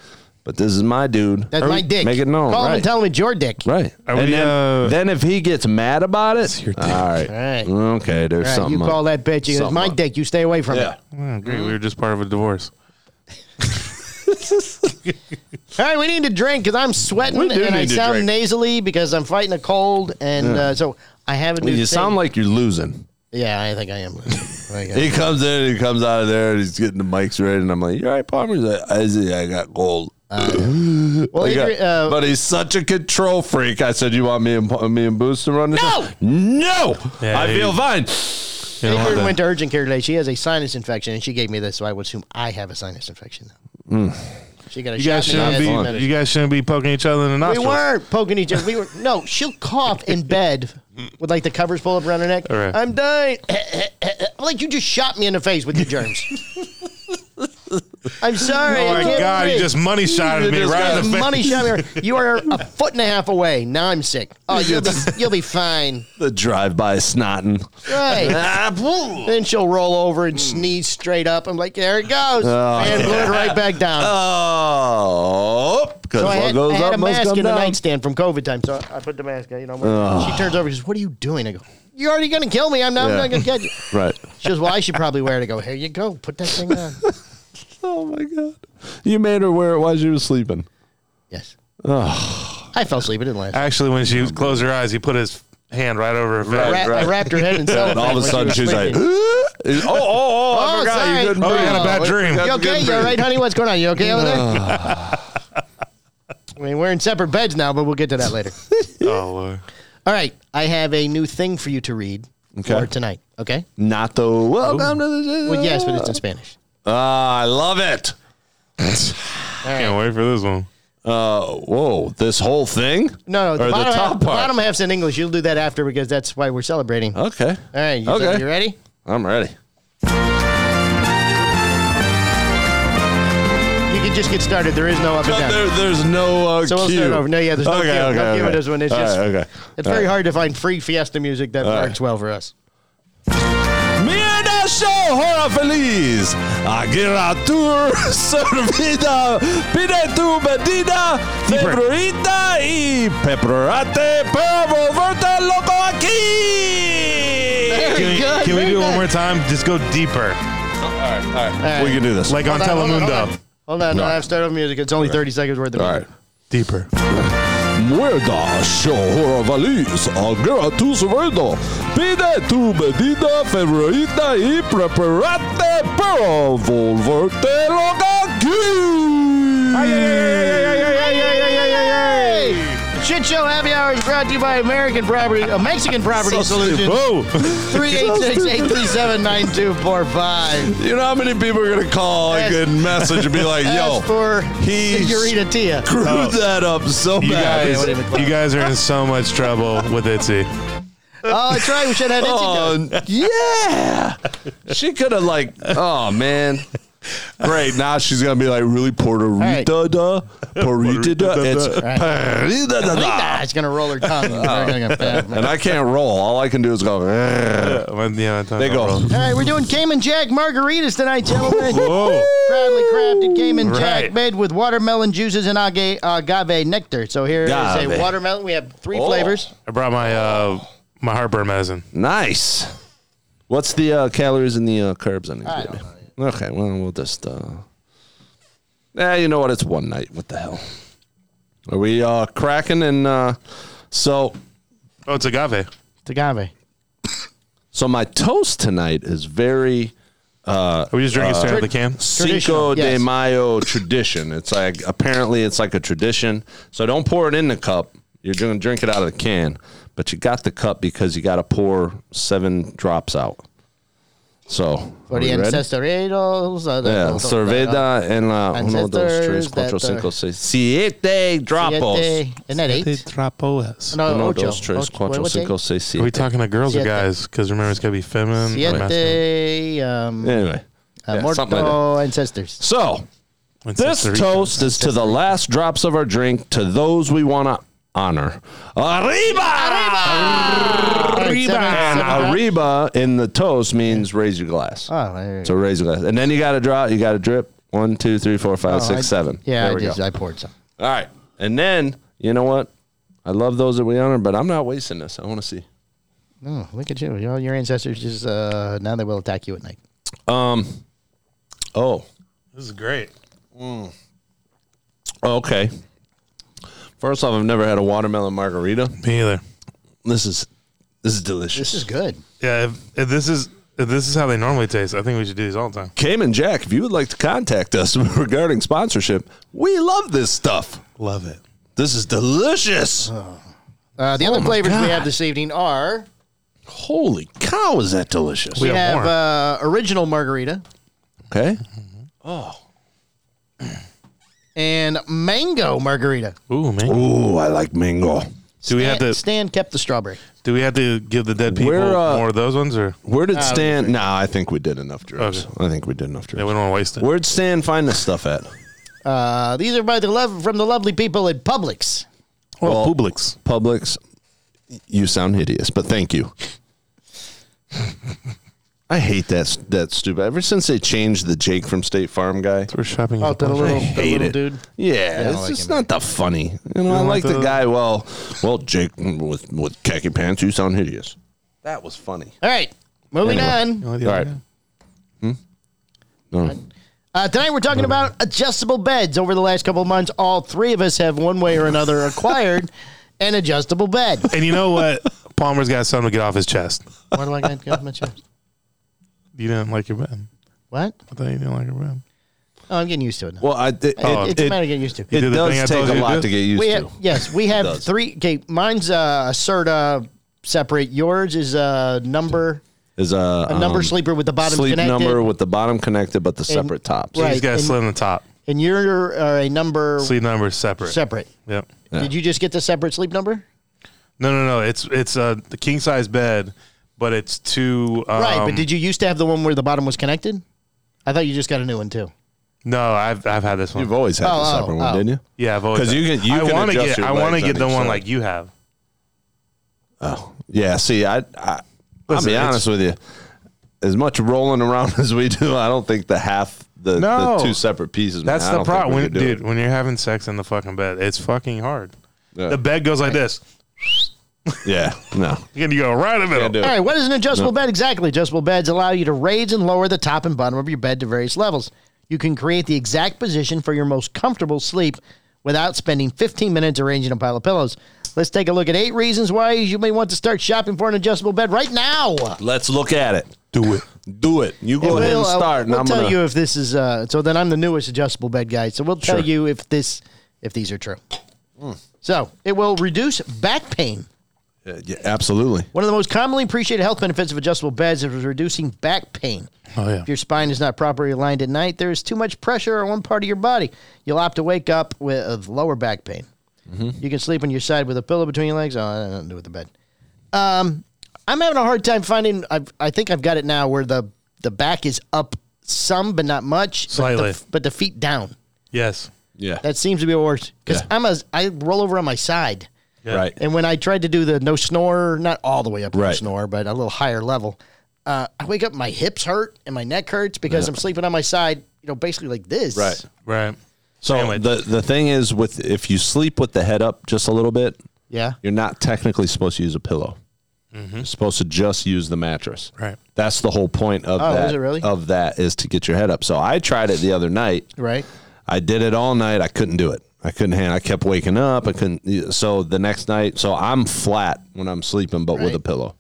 Speaker 3: but this is my dude.
Speaker 2: That's my dick.
Speaker 3: Make it known.
Speaker 2: Call him
Speaker 3: right.
Speaker 2: and tell him it's your dick.
Speaker 3: right.
Speaker 5: Are
Speaker 3: and
Speaker 5: we,
Speaker 3: then,
Speaker 5: uh,
Speaker 3: then if he gets mad about it, all right.
Speaker 2: Right.
Speaker 3: Okay. There's
Speaker 2: All right,
Speaker 3: something.
Speaker 2: you call
Speaker 3: up.
Speaker 2: that bitch. It's
Speaker 3: Something
Speaker 2: my
Speaker 3: up.
Speaker 2: dick. You stay away from
Speaker 3: Yeah.
Speaker 2: it.
Speaker 5: I agree. We were just part of a divorce.
Speaker 2: All right, we need to drink because I'm sweating
Speaker 3: We do
Speaker 2: and I
Speaker 3: need to
Speaker 2: sound
Speaker 3: drink.
Speaker 2: nasally because I'm fighting a cold. And uh, so I have a new
Speaker 3: You
Speaker 2: thing.
Speaker 3: sound like you're losing.
Speaker 2: Yeah, I think I am. Like, uh,
Speaker 3: He comes in, he comes out of there, and he's getting the mics ready. And I'm like, "You all right, Palmer?" He's like, "I see, I got cold."
Speaker 2: well,
Speaker 3: Like,
Speaker 2: either,
Speaker 3: uh,
Speaker 2: uh,
Speaker 3: but he's such a control freak. I said, "You want me and Pa- me and Boots to run this?" No, no.
Speaker 5: Yeah,
Speaker 3: I
Speaker 5: he-
Speaker 3: feel fine.
Speaker 5: You don't
Speaker 2: Ingrid
Speaker 5: want
Speaker 2: went to urgent care today. She has a sinus infection, and she gave me this, so I would assume I have a sinus infection. now.
Speaker 3: Hmm.
Speaker 2: She got a
Speaker 5: You
Speaker 2: shot
Speaker 5: guys
Speaker 2: in the
Speaker 5: shouldn't
Speaker 2: head
Speaker 5: be.
Speaker 2: and medicine.
Speaker 5: You guys shouldn't be poking each other in the
Speaker 2: We
Speaker 5: nostrils.
Speaker 2: weren't poking each other. We were no. She'll cough in bed with like the covers pulled up around her neck.
Speaker 5: All right.
Speaker 2: I'm dying. like you just shot me in the face with your germs. I'm sorry.
Speaker 5: Oh
Speaker 2: I
Speaker 5: my
Speaker 2: can't
Speaker 5: God! You
Speaker 2: breathe.
Speaker 5: just money shot at me
Speaker 3: just
Speaker 5: right in the face.
Speaker 2: money shot me. right- You are a foot and a half away. Now I'm sick. Oh, you'll be you'll be fine.
Speaker 3: The drive-by snotting.
Speaker 2: Right.
Speaker 3: Ah, poo.
Speaker 2: then she'll roll over and sneeze straight up. I'm like, there it goes,
Speaker 5: Oh,
Speaker 2: and blew it right back down.
Speaker 3: Oh, because
Speaker 2: So I
Speaker 3: what
Speaker 2: had,
Speaker 3: goes
Speaker 2: I had
Speaker 3: up
Speaker 2: a
Speaker 3: must
Speaker 2: mask
Speaker 3: come
Speaker 2: in the
Speaker 3: down.
Speaker 2: nightstand from COVID time, so I put the mask. on, You know, she turns over, and says, "What are you doing?" I go, "You're already gonna kill me. I'm not,
Speaker 3: Yeah.
Speaker 2: I'm not gonna get you."
Speaker 3: Right.
Speaker 2: She goes, "Well, I should probably wear it." I go, "Here you go. Put that thing on."
Speaker 3: Oh my god, you made her wear it while she was sleeping.
Speaker 2: yes. I fell asleep. It didn't last.
Speaker 5: Actually, when she closed her eyes, he put his hand right over her face.
Speaker 2: I, wra- I wrapped her head in cellophane.
Speaker 3: And all of a
Speaker 2: when she
Speaker 3: sudden,
Speaker 2: was
Speaker 3: she's like,
Speaker 2: sleeping.
Speaker 3: "Oh, oh, oh! I
Speaker 2: Oh,
Speaker 3: forgot
Speaker 2: sorry.
Speaker 3: you couldn't
Speaker 5: Oh, you
Speaker 3: breathe."
Speaker 5: had a bad dream.
Speaker 3: You
Speaker 2: "You okay?
Speaker 3: couldn't
Speaker 2: You all
Speaker 3: breathe.
Speaker 2: right, honey? What's going on? You okay over there?" I mean, we're in separate beds now, but we'll get to that later.
Speaker 5: Oh, Lord.
Speaker 2: All right, I have a new thing for you to read
Speaker 3: Okay.
Speaker 2: for tonight. Okay.
Speaker 3: Not the welcome to the.
Speaker 2: Well, yes, but it's in Spanish.
Speaker 3: Ah, I love it.
Speaker 5: can't wait for this one.
Speaker 3: Uh, Whoa, this whole thing?
Speaker 2: No, no. The,
Speaker 3: Or the
Speaker 2: bottom,
Speaker 3: top
Speaker 2: half, the
Speaker 3: part.
Speaker 2: bottom half's in English. You'll do that after because that's why we're celebrating. All
Speaker 3: Okay.
Speaker 2: right. You,
Speaker 3: Okay.
Speaker 2: you ready?
Speaker 3: I'm ready.
Speaker 2: You can just get started. There is no up and down.
Speaker 3: There, there's no uh,
Speaker 2: So we'll
Speaker 3: cue.
Speaker 2: start over. No, yeah, there's no
Speaker 3: okay,
Speaker 2: cue.
Speaker 3: Okay,
Speaker 2: No cue
Speaker 3: okay.
Speaker 2: in this one. It's
Speaker 3: All
Speaker 2: just-
Speaker 3: right, okay.
Speaker 2: It's very hard to find free fiesta music that
Speaker 3: right.
Speaker 2: works well for us.
Speaker 3: Mierda show hora feliz. Aguirre tour servida. Pide tu medida. Februita y pepperate. Pero verte loco aquí.
Speaker 5: Can we,
Speaker 2: good,
Speaker 5: can we
Speaker 2: very
Speaker 5: do it one
Speaker 2: good.
Speaker 5: more time? Just go deeper,
Speaker 2: right.
Speaker 3: We can do this.
Speaker 5: like on
Speaker 2: Hold on, hold on, Hold
Speaker 5: Telemundo.
Speaker 2: on, hold on. I have to start over music. It's only 30 seconds worth of
Speaker 3: All
Speaker 2: music.
Speaker 3: right.
Speaker 5: Deeper.
Speaker 3: Muerda, Shohora Valis, Aguera tu sobrino, pide tu medida favorita y prepárate para volverte loca aquí.
Speaker 2: Shit Show Happy Hour is brought to you by American Property, uh, Mexican Property Solutions.
Speaker 5: Whoa!
Speaker 2: 386-837-9245.
Speaker 3: You know how many people are gonna call and
Speaker 2: Yes.
Speaker 3: can message and be like,
Speaker 2: As
Speaker 3: "Yo,
Speaker 2: for
Speaker 3: he's-
Speaker 2: Senorita Tia.
Speaker 3: screw that up so
Speaker 5: Oh. You
Speaker 3: bad."
Speaker 5: guys,
Speaker 2: whatever cloud.
Speaker 5: you guys are in so much trouble with Itzy.
Speaker 2: Oh, that's right. We should have had Itzy
Speaker 3: Oh, yeah. She could have like, oh man. Great. Now she's gonna be like really Puerto
Speaker 2: right.
Speaker 3: Rita da Puerita da. It's
Speaker 2: right.
Speaker 3: Parita da da.
Speaker 2: Nah, it's going to roll her tongue. All
Speaker 3: Oh. And I can't roll. All I can do is go. "Rrr."
Speaker 5: When- yeah,
Speaker 3: They go.
Speaker 2: right, we're doing Cayman Jack margaritas tonight, gentlemen.
Speaker 5: Whoa!
Speaker 2: Proudly crafted Cayman Jack
Speaker 5: Right.
Speaker 2: made with watermelon juices and agave, agave nectar. So here is
Speaker 3: Agave.
Speaker 2: a watermelon. We have three
Speaker 3: Oh.
Speaker 2: flavors.
Speaker 5: I brought my uh my heartburn medicine.
Speaker 3: Nice. What's the uh, calories and the uh, carbs on these?
Speaker 2: I
Speaker 3: baby? Okay. Well, we'll just. Uh... Yeah, you know what? It's one night. What the hell? Are we uh, cracking? And uh, so
Speaker 5: Oh, it's agave.
Speaker 2: It's agave.
Speaker 3: So my toast tonight is very
Speaker 5: Are we just drinking straight out of the can?
Speaker 3: Cinco de
Speaker 2: yes.
Speaker 3: Mayo tradition. It's like apparently it's like a tradition. So don't pour it in the cup. You're gonna drink it out of the can, but you got the cup because you got to pour seven drops out. So,
Speaker 2: For the ancestreros. uh, the-
Speaker 3: Yeah,
Speaker 2: the-
Speaker 3: Cerveda en la uno, dos, tres,
Speaker 2: Ancestors
Speaker 3: cuatro,
Speaker 2: that are-
Speaker 3: cinco, seis, siete dropos.
Speaker 2: Siete- Isn't that
Speaker 5: They
Speaker 2: eight?
Speaker 5: drop OS.
Speaker 2: No,
Speaker 3: Uno,
Speaker 2: ocho.
Speaker 3: dos, tres,
Speaker 2: Ocho.
Speaker 3: cuatro,
Speaker 2: What's
Speaker 3: cinco,
Speaker 2: eight?
Speaker 3: seis, siete.
Speaker 5: Are we talking to girls or
Speaker 2: Siete.
Speaker 5: guys? Because remember, it's got to be feminine. or masculine.
Speaker 2: Siete, um,
Speaker 3: Anyway,
Speaker 2: uh,
Speaker 3: yeah,
Speaker 2: morto
Speaker 3: something like that.
Speaker 2: ancestors.
Speaker 3: So,
Speaker 5: And
Speaker 3: This
Speaker 5: Cesarito.
Speaker 3: toast is to the last drops of our drink to those we want to honor. Arriba!
Speaker 2: All right, seven-
Speaker 3: And
Speaker 2: seven drops?
Speaker 3: arriba in the toast means raise your glass.
Speaker 2: Oh, there you
Speaker 3: So raise your glass. And then you got to draw, you got to drip. One, two, three, four, five,
Speaker 2: Oh, I-
Speaker 3: six, seven.
Speaker 2: Yeah,
Speaker 3: There
Speaker 2: I
Speaker 3: we
Speaker 2: just
Speaker 3: go.
Speaker 2: I poured some.
Speaker 3: All right. And then, you know what? I love those that we honor, but I'm not wasting this. I want to see.
Speaker 2: Oh, look at you! You know, your ancestors just uh, now they will attack you at night.
Speaker 3: Oh,
Speaker 5: This is great.
Speaker 3: okay. First off, I've never had a watermelon margarita.
Speaker 5: Me either.
Speaker 3: This is this is delicious.
Speaker 2: This is good.
Speaker 5: Yeah, if, if this is if this is how they normally taste, I think we should do these all the time.
Speaker 3: Cayman Jack, if you would like to contact us regarding sponsorship, we love this stuff.
Speaker 5: Love it.
Speaker 3: This is delicious.
Speaker 2: Uh, the other flavors we have this evening are
Speaker 3: Holy cow, is that delicious?
Speaker 2: we
Speaker 5: have
Speaker 2: have
Speaker 5: more.
Speaker 2: uh, original margarita
Speaker 3: Okay.
Speaker 2: and mango margarita.
Speaker 5: Ooh man.
Speaker 3: Ooh, I like mango.
Speaker 5: Do we have
Speaker 2: Stan,
Speaker 5: to
Speaker 2: Stan kept the strawberry.
Speaker 5: do we have to give the dead people
Speaker 3: We're, uh,
Speaker 5: more of those ones or
Speaker 3: Where did Stan? No, I think we did enough drinks.
Speaker 5: Ah, Okay.
Speaker 3: I think we did enough
Speaker 5: yeah,
Speaker 3: drinks.
Speaker 5: we don't want to waste it.
Speaker 3: Where'd Stan find this stuff at?
Speaker 2: Uh, these are by the love from the lovely people at Publix.
Speaker 5: well,
Speaker 3: well-
Speaker 5: Publix.
Speaker 3: Publix. You sound hideous, but thank you. I hate that s- that stupid. Ever since they changed the Jake from State Farm guy,
Speaker 5: We're shopping.
Speaker 2: Oh, the little, the
Speaker 3: hate
Speaker 2: little
Speaker 3: it.
Speaker 2: dude.
Speaker 3: Yeah,
Speaker 2: don't
Speaker 3: it's
Speaker 2: like
Speaker 3: just
Speaker 2: him
Speaker 3: not that funny. You know, I
Speaker 5: don't
Speaker 3: like
Speaker 5: like
Speaker 3: the
Speaker 5: the-
Speaker 3: guy. Well, well, Jake with with khaki pants. You sound hideous. That was funny.
Speaker 2: All right, moving on.
Speaker 5: All
Speaker 3: All right. Hmm?
Speaker 2: Uh, tonight we're talking about adjustable beds. Over the last couple of months, all three of us have one way or another acquired an adjustable bed.
Speaker 5: And you know what? Palmer's got something to get off his chest.
Speaker 2: Why do I got to my chest?
Speaker 5: You didn't like your bed.
Speaker 2: What?
Speaker 5: I thought you didn't like your bed.
Speaker 2: Oh, I'm getting used to it now.
Speaker 3: Well, I did.
Speaker 2: It-
Speaker 3: it,
Speaker 2: it's a
Speaker 3: it,
Speaker 2: matter of getting used to.
Speaker 3: it
Speaker 5: did the thing I
Speaker 3: does
Speaker 5: told
Speaker 3: take a
Speaker 5: you to
Speaker 3: lot
Speaker 5: do?
Speaker 3: to get used
Speaker 2: we
Speaker 3: to.
Speaker 2: have, yes, we have
Speaker 3: does.
Speaker 2: three. Okay, mine's uh, Serta separate. Yours is a number
Speaker 3: Is a,
Speaker 2: a number
Speaker 3: um,
Speaker 2: sleeper with the bottom
Speaker 3: sleep
Speaker 2: connected,
Speaker 3: number with the bottom connected, but the separate tops.
Speaker 2: Right,
Speaker 5: He's got to
Speaker 2: and-
Speaker 5: slit on the top.
Speaker 2: and you're are a number
Speaker 5: Sleep numbers separate.
Speaker 2: separate.
Speaker 5: Yep.
Speaker 2: Did you just get the separate sleep number?
Speaker 5: No, no, no. It's it's uh, the king size bed, but it's two. Um,
Speaker 2: right, but did you used to have the one where the bottom was connected? I thought you just got a new one too.
Speaker 5: No, I've I've had this one.
Speaker 3: You've always had
Speaker 2: Oh,
Speaker 3: the
Speaker 2: oh,
Speaker 3: separate one,
Speaker 2: oh.
Speaker 3: didn't you?
Speaker 5: yeah, I've always.
Speaker 3: 'Cause
Speaker 5: had-
Speaker 3: you can- you
Speaker 5: I
Speaker 3: can
Speaker 5: wanna
Speaker 3: adjust
Speaker 5: get
Speaker 3: your
Speaker 5: I want to
Speaker 3: legs on
Speaker 5: get the
Speaker 3: each
Speaker 5: one
Speaker 3: side.
Speaker 5: like you have.
Speaker 3: Yeah. See, I, I I'll
Speaker 5: Listen,
Speaker 3: be
Speaker 5: it's-
Speaker 3: honest with you. As much rolling around as we do, I don't think the half the,
Speaker 5: No.
Speaker 3: the two separate pieces. man,
Speaker 5: That's
Speaker 3: I
Speaker 5: the
Speaker 3: don't think
Speaker 5: problem,
Speaker 3: we
Speaker 5: when,
Speaker 3: could do it.
Speaker 5: dude. When you're having sex in the fucking bed, it's fucking hard.
Speaker 3: Yeah.
Speaker 5: The bed goes like this,
Speaker 3: Yeah. No.
Speaker 5: and you go right in the
Speaker 3: Can't do
Speaker 5: middle.
Speaker 3: it.
Speaker 2: All right, what is an adjustable bed exactly? Adjustable beds allow you to raise and lower the top and bottom of your bed to various levels. You can create the exact position for your most comfortable sleep without spending 15 minutes arranging a pile of pillows. Let's take a look at eight reasons why you may want to start shopping for an adjustable bed right now.
Speaker 3: Let's look at it.
Speaker 5: Do it.
Speaker 3: Do it. You go ahead
Speaker 2: We'll,
Speaker 3: and
Speaker 2: uh,
Speaker 3: start, and
Speaker 2: we'll
Speaker 3: I'm
Speaker 2: tell
Speaker 3: gonna.
Speaker 2: you if this is uh, so. Then I'm the newest adjustable bed guy, so we'll tell
Speaker 3: Sure. Hmm.
Speaker 2: you if this if these are true. So it will reduce back pain.
Speaker 3: Uh, yeah, absolutely.
Speaker 2: One of the most commonly appreciated health benefits of adjustable beds is reducing back pain.
Speaker 5: Oh yeah.
Speaker 2: If your spine is not properly aligned at night, there is too much pressure on one part of your body. You'll opt to wake up with lower back pain.
Speaker 5: Mm-hmm.
Speaker 2: You can sleep on your side with a pillow between your legs. Oh, I don't do with the bed. Um, I'm having a hard time finding. I've, I think I've got it now where the, the back is up some, but not much.
Speaker 5: Slightly.
Speaker 2: But the, but the feet down.
Speaker 5: Yes.
Speaker 3: Yeah.
Speaker 2: That seems to be what works. Because
Speaker 3: Yeah.
Speaker 2: I'm a, I roll over on my side.
Speaker 3: Right.
Speaker 2: And when I tried to do the no snore, not all the way up to no
Speaker 3: Right.
Speaker 2: snore, but a little higher level, uh, I wake up, my hips hurt and my neck hurts because I'm sleeping on my side, you know, basically like this.
Speaker 3: Right.
Speaker 5: Right.
Speaker 3: So
Speaker 5: Sandwich.
Speaker 3: the the thing is, with if you sleep with the head up just a little bit,
Speaker 2: Yeah. Mm-hmm.
Speaker 3: you're not technically supposed to use a pillow. You're supposed to just use the mattress.
Speaker 5: Right.
Speaker 3: That's the whole point of
Speaker 2: Oh,
Speaker 3: that.
Speaker 2: is it really?
Speaker 3: Of that is to get your head up. So I tried it the other night.
Speaker 2: Right.
Speaker 3: I did it all night. I couldn't do it. I couldn't hand. I kept waking up. I couldn't. So the next night, so I'm flat when I'm sleeping, but with
Speaker 2: Right.
Speaker 3: a pillow.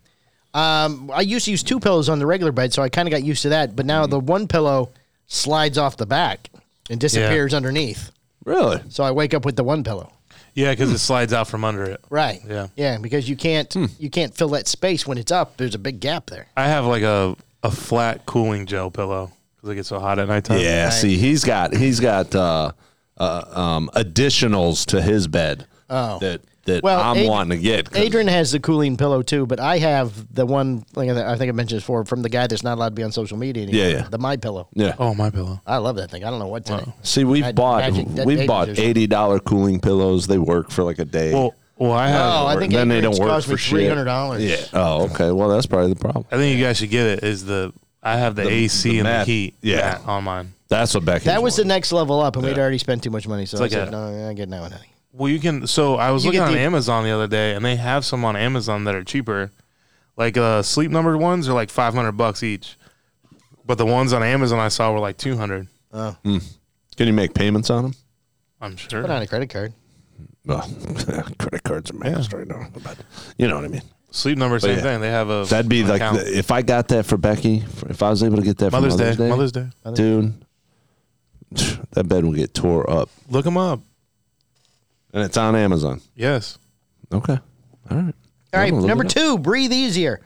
Speaker 2: Um, I used to use two pillows on the regular bed, so I kind of got used to that. But
Speaker 3: Mm-hmm.
Speaker 2: now the one pillow slides off the back and disappears underneath.
Speaker 3: Really?
Speaker 2: So I wake up with the one pillow.
Speaker 5: Yeah, because it slides out from under it.
Speaker 2: Right.
Speaker 5: Yeah.
Speaker 3: Hmm.
Speaker 2: Yeah, because you can't you can't fill that space when it's up. There's a big gap there.
Speaker 5: I have like a, a a flat cooling gel pillow because it gets so hot at nighttime.
Speaker 3: Yeah, see, he's got he's got uh, uh, um, additionals to his bed
Speaker 2: Oh.
Speaker 3: that that
Speaker 2: Well,
Speaker 3: I'm
Speaker 2: Adri-
Speaker 3: wanting to get. 'cause-
Speaker 2: Adrian has the cooling pillow too, but I have the one thing that I think I mentioned before from the guy that's not allowed to be on social media anymore.
Speaker 3: Yeah, yeah.
Speaker 2: The My Pillow.
Speaker 3: yeah.
Speaker 5: Oh, my pillow.
Speaker 2: I love that thing. I don't know what to.
Speaker 3: See, we've
Speaker 2: That
Speaker 3: bought
Speaker 2: magic- that
Speaker 3: we've
Speaker 2: Adrian's
Speaker 3: bought
Speaker 2: is-
Speaker 3: eighty dollar cooling pillows. They work for like a day.
Speaker 5: Well, well, I have.
Speaker 2: Oh, I think
Speaker 3: then they
Speaker 2: Adrian's
Speaker 3: don't work
Speaker 2: cost me
Speaker 3: for shit.
Speaker 2: three hundred dollars.
Speaker 3: yeah. Oh, okay. Well, that's probably the problem.
Speaker 5: I think you guys should get it. Is the I have the, AC
Speaker 3: the
Speaker 5: and
Speaker 3: mat.
Speaker 5: the heat.
Speaker 3: Yeah.
Speaker 5: mat on mine.
Speaker 3: That's what Becky.
Speaker 2: That was the next level up, and we'd already spent too much money. So
Speaker 5: like
Speaker 2: I said,
Speaker 5: a-
Speaker 2: no, I get that one, honey.
Speaker 5: Well, you can. So I was
Speaker 2: You
Speaker 5: looking
Speaker 2: get
Speaker 5: on
Speaker 2: the-
Speaker 5: Amazon the other day, and they have some on Amazon that are cheaper. Like uh, sleep numbered ones are like five hundred bucks each, but the ones on Amazon I saw were like two hundred.
Speaker 3: Can you make payments on them?
Speaker 5: I'm sure.
Speaker 2: Put on a credit card.
Speaker 3: Well, credit cards are maxed right now, but you know what I mean.
Speaker 5: Sleep number, same
Speaker 3: yeah.
Speaker 5: thing. They have a
Speaker 3: That'd be
Speaker 5: an
Speaker 3: like
Speaker 5: account.
Speaker 3: the, if I got that for Becky, if I was able to get that
Speaker 5: Mother's,
Speaker 3: for Mother's
Speaker 5: Day.
Speaker 3: Day,
Speaker 5: Mother's Day.
Speaker 3: dude, that bed will get tore up,
Speaker 5: Look them up.
Speaker 3: and it's on Amazon.
Speaker 5: Yes.
Speaker 3: Okay, all right.
Speaker 2: All right,
Speaker 3: I'm gonna look
Speaker 2: number
Speaker 3: it up.
Speaker 2: two, breathe easier.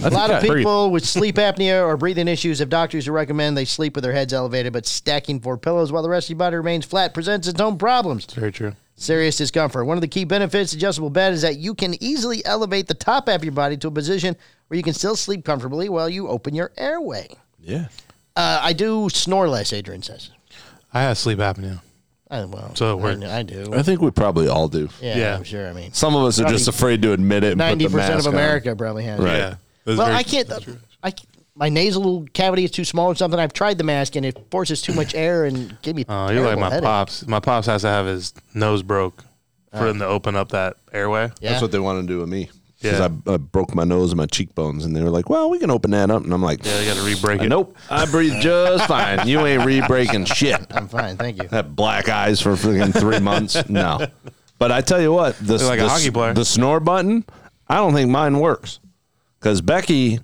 Speaker 3: I
Speaker 2: A lot of
Speaker 3: think I-
Speaker 2: people with sleep apnea or breathing issues have doctors who recommend they sleep with their heads elevated, but stacking four pillows while the rest of your body remains flat presents its own problems.
Speaker 5: Very true.
Speaker 2: Serious discomfort. One of the key benefits of adjustable bed is that you can easily elevate the top half of your body to a position where you can still sleep comfortably while you open your airway.
Speaker 3: Yeah.
Speaker 2: Uh, I do snore less, Adrian says.
Speaker 5: I have sleep apnea.
Speaker 2: I, well,
Speaker 5: So it
Speaker 2: I,
Speaker 5: worked.
Speaker 2: kn- I do.
Speaker 3: I think we probably all do.
Speaker 2: Yeah,
Speaker 5: Yeah.
Speaker 2: I'm sure. I mean,
Speaker 3: Some of us are just afraid to admit it. and put the
Speaker 2: ninety percent
Speaker 3: mask
Speaker 2: of
Speaker 3: on.
Speaker 2: America probably has.
Speaker 3: Right.
Speaker 5: Yeah. That's
Speaker 2: Well,
Speaker 5: very-
Speaker 2: I can't. I c- my nasal cavity is too small or something. I've tried the mask and it forces too much air and gave me.
Speaker 5: Uh, you're like
Speaker 2: terrible
Speaker 5: my
Speaker 2: headache.
Speaker 5: pops. My pops has to have his nose broke for him to open up that airway.
Speaker 2: Yeah.
Speaker 3: That's what they want to do with me. Because
Speaker 5: Yeah.
Speaker 3: I, I broke my nose and my cheekbones, and they were like, "Well, we can open that up," and I'm like,
Speaker 5: Yeah, you got to re-break it.
Speaker 3: Uh, "Nope, I breathe just fine. You ain't re-breaking shit."
Speaker 2: I'm fine, thank you.
Speaker 3: Had black eyes for freaking three months. No, but I tell you what, the
Speaker 5: like a
Speaker 3: the-
Speaker 5: hockey player.
Speaker 3: the snore button, I don't think mine works because Becky,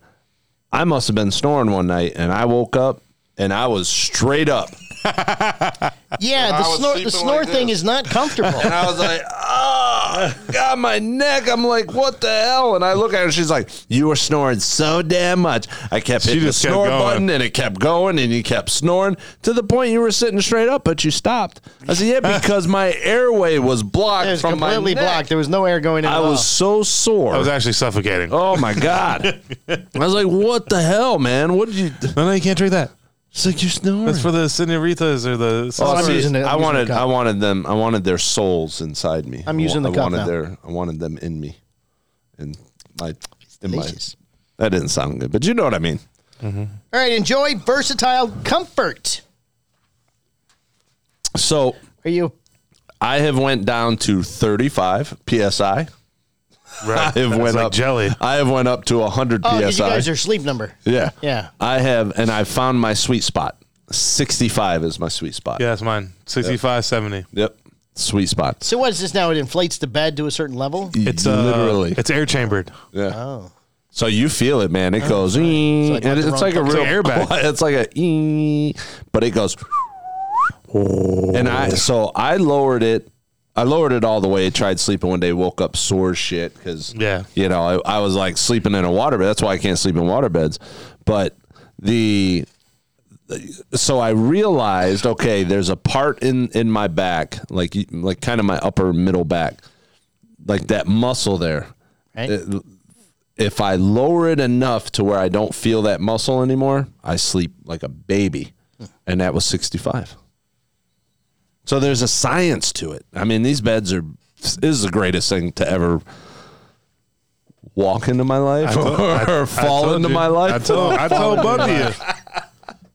Speaker 3: I must have been snoring one night, and I woke up and I was straight up.
Speaker 2: Yeah, the
Speaker 3: was
Speaker 2: snore, the
Speaker 3: sleeping
Speaker 2: snore
Speaker 3: like
Speaker 2: thing
Speaker 3: this.
Speaker 2: is not comfortable.
Speaker 3: And I was like, oh, got my neck. I'm like, what the hell? And I look at her, she's like, you were snoring so damn much. I kept hitting
Speaker 5: just
Speaker 3: the
Speaker 5: kept
Speaker 3: snore
Speaker 5: going.
Speaker 3: button and it kept going and you kept snoring to the point you were sitting straight up, but you stopped. I said, yeah, because my airway was blocked
Speaker 2: it was
Speaker 3: from my
Speaker 2: completely
Speaker 3: neck.
Speaker 2: blocked. There was no air going in.
Speaker 3: I
Speaker 2: at
Speaker 3: was so sore.
Speaker 5: I was actually suffocating.
Speaker 3: oh my God. I was like, what the hell, man? What did you.
Speaker 5: No, no, you can't drink that.
Speaker 3: It's like you're snoring.
Speaker 5: That's for the senoritas or the.
Speaker 3: Oh,
Speaker 2: I'm
Speaker 3: see,
Speaker 2: using it- I'm
Speaker 3: I
Speaker 2: using the
Speaker 3: wanted,
Speaker 2: cup.
Speaker 3: I wanted them, I wanted their souls inside me. I
Speaker 2: I'm
Speaker 3: wa-
Speaker 2: using the
Speaker 3: I
Speaker 2: cup
Speaker 3: wanted
Speaker 2: now.
Speaker 3: their, I wanted them in me, and my, in
Speaker 2: all.
Speaker 3: my.
Speaker 2: Delicious.
Speaker 3: That didn't sound good, but you know what I mean.
Speaker 2: All right, enjoy versatile comfort.
Speaker 3: So
Speaker 2: Are you?
Speaker 3: I have went down to 35 psi. I
Speaker 5: Right.
Speaker 3: have
Speaker 5: It's
Speaker 3: went
Speaker 5: like
Speaker 3: up
Speaker 5: jelly.
Speaker 3: I have went up to 100
Speaker 2: Oh, because you
Speaker 3: psi.
Speaker 2: guys are sleep number.
Speaker 3: yeah,
Speaker 2: Yeah.
Speaker 3: I have, and I found my sweet spot. 65 is my sweet spot.
Speaker 5: Yeah, that's mine. 65, 70.
Speaker 3: Yep. Sweet spot.
Speaker 2: So what is this now? It inflates the bed to a certain level.
Speaker 5: It's uh,
Speaker 3: literally.
Speaker 5: It's air chambered.
Speaker 3: yeah.
Speaker 2: Oh,
Speaker 3: So you feel it, man.
Speaker 5: Oh,
Speaker 3: It goes, "Ee,"
Speaker 2: like
Speaker 3: and
Speaker 2: what's
Speaker 3: it's
Speaker 2: wrong
Speaker 3: like a
Speaker 5: with
Speaker 3: real
Speaker 5: the airbag?
Speaker 3: quiet- It's like a, "Ee," but it goes.
Speaker 5: Oh.
Speaker 3: And I so I lowered it. I lowered it all the way. Tried sleeping one day. Woke up sore as shit because
Speaker 5: Yeah.
Speaker 3: you know I, I was like sleeping in a water bed. That's why I can't sleep in water beds. But the so I realized okay, there's a part in in my back, like like kind of my upper middle back, like that muscle there
Speaker 2: right.
Speaker 3: Uh, if I lower it enough to where I don't feel that muscle anymore, I sleep like a baby. And that was 65. So there's a science to it. I mean, these beds are this is the greatest thing to ever walk into my life
Speaker 5: told-
Speaker 3: or fall into my
Speaker 5: I
Speaker 3: life.
Speaker 5: told, I told both of you.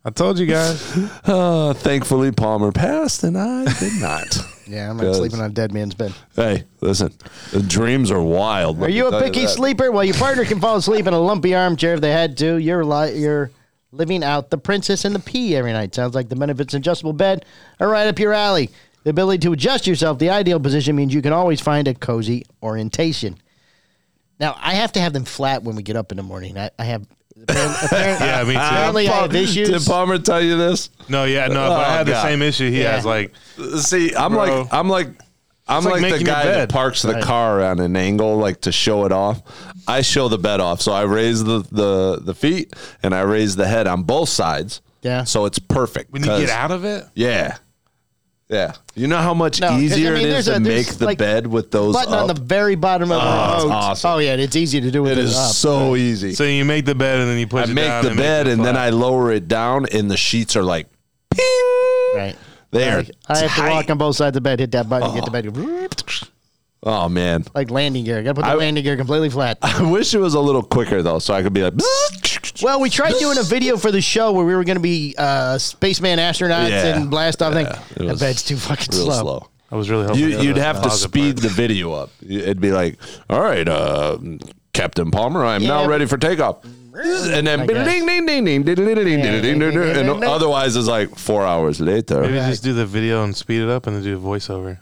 Speaker 5: I told you guys.
Speaker 3: Uh, thankfully, Palmer passed and I did not.
Speaker 2: yeah, I'm not
Speaker 3: Because-
Speaker 2: sleeping on a dead man's bed.
Speaker 3: hey, listen, the dreams are wild.
Speaker 2: Are you a picky sleeper? Well, your partner can fall asleep in a lumpy armchair if they had to. You're li- you're living out the princess and the pea every night. Sounds like the benefits of adjustable bed are right up your alley. The ability to adjust yourself, the ideal position means you can always find a cozy orientation. Now, I have to have them flat when we get up in the morning. I, I have apparently, apparently,
Speaker 5: Yeah, me too.
Speaker 2: apparently I have
Speaker 3: Did
Speaker 2: issues.
Speaker 3: Palmer tell you this?
Speaker 5: No, yeah, no, but I
Speaker 3: Oh,
Speaker 5: had the
Speaker 3: God.
Speaker 5: same issue he
Speaker 2: Yeah.
Speaker 5: has. Like,
Speaker 3: See, I'm
Speaker 5: Bro.
Speaker 3: like I'm like I'm
Speaker 5: like
Speaker 3: like, the
Speaker 5: making your
Speaker 3: guy that
Speaker 5: bed.
Speaker 3: parks the car on an angle, like to show it off. I show the bed off, so I raise the the, the feet and I raise the head on both sides.
Speaker 2: Yeah.
Speaker 3: So it's perfect.
Speaker 5: When you get
Speaker 3: 'cause-
Speaker 5: out of it,
Speaker 3: Yeah. Yeah. You know how much
Speaker 2: No, 'cause, I
Speaker 3: easier
Speaker 2: mean,
Speaker 3: it is
Speaker 2: there's a-
Speaker 3: to
Speaker 2: there's,
Speaker 3: make the
Speaker 2: like,
Speaker 3: bed with those
Speaker 2: Button
Speaker 3: up.
Speaker 2: on the very bottom of
Speaker 3: Oh,
Speaker 2: it.
Speaker 3: it's
Speaker 2: Oh,
Speaker 3: awesome.
Speaker 2: oh, yeah, it's easy to do with
Speaker 3: it
Speaker 2: it
Speaker 3: is
Speaker 2: up.
Speaker 3: so easy.
Speaker 5: so you make the bed and then you push
Speaker 3: I
Speaker 5: it
Speaker 3: make
Speaker 5: down
Speaker 3: the
Speaker 5: and make
Speaker 3: bed
Speaker 5: it
Speaker 3: and then
Speaker 5: flat.
Speaker 3: I lower it down and the sheets are like
Speaker 2: right.
Speaker 3: they are
Speaker 2: I have
Speaker 3: tight.
Speaker 2: to
Speaker 3: Ah.
Speaker 2: walk on both sides of the bed, hit that button, get the bed, go,
Speaker 3: Oh man.
Speaker 2: like landing gear. Got to put the landing gear completely flat.
Speaker 3: I wish it was a little quicker though, so I could be like
Speaker 2: Well, we tried doing a video for the show where we were going to be uh, spaceman astronauts
Speaker 3: Yeah.
Speaker 2: and blast off
Speaker 3: Yeah, it
Speaker 2: thing. The
Speaker 3: was
Speaker 2: bed's too fucking
Speaker 3: real
Speaker 2: slow.
Speaker 3: slow.
Speaker 5: I was really hoping
Speaker 3: You,
Speaker 5: the other
Speaker 3: you'd have to
Speaker 5: closet
Speaker 3: speed
Speaker 5: part.
Speaker 3: the video up. It'd be like, all right, uh, Captain Palmer, I am
Speaker 2: Yeah,
Speaker 3: now
Speaker 2: but-
Speaker 3: ready for takeoff. And then
Speaker 2: I guess.
Speaker 3: ding ding ding ding ding ding ding ding ding ding ding. And otherwise, it's like four hours
Speaker 5: Maybe
Speaker 3: later.
Speaker 5: just do the video and speed it up and then do a voiceover.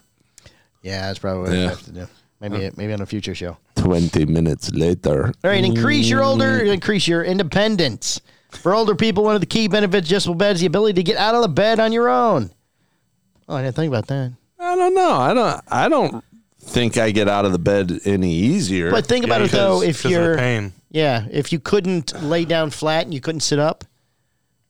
Speaker 2: Yeah, that's probably what we
Speaker 3: Yeah.
Speaker 2: have to do. Maybe maybe on a future show.
Speaker 3: Twenty minutes later.
Speaker 2: All right, increase your older,
Speaker 3: Mm.
Speaker 2: increase your independence. For older people, one of the key benefits of adjustable beds is the ability to get out of the bed on your own. Oh, I didn't think about that.
Speaker 3: I don't know. I don't. I don't think I get out of the bed any easier.
Speaker 2: But think about
Speaker 5: Yeah,
Speaker 2: it though,
Speaker 5: 'cause-
Speaker 2: if
Speaker 5: 'cause of the
Speaker 2: you're
Speaker 5: pain.
Speaker 2: yeah, if you couldn't lay down flat and you couldn't sit up,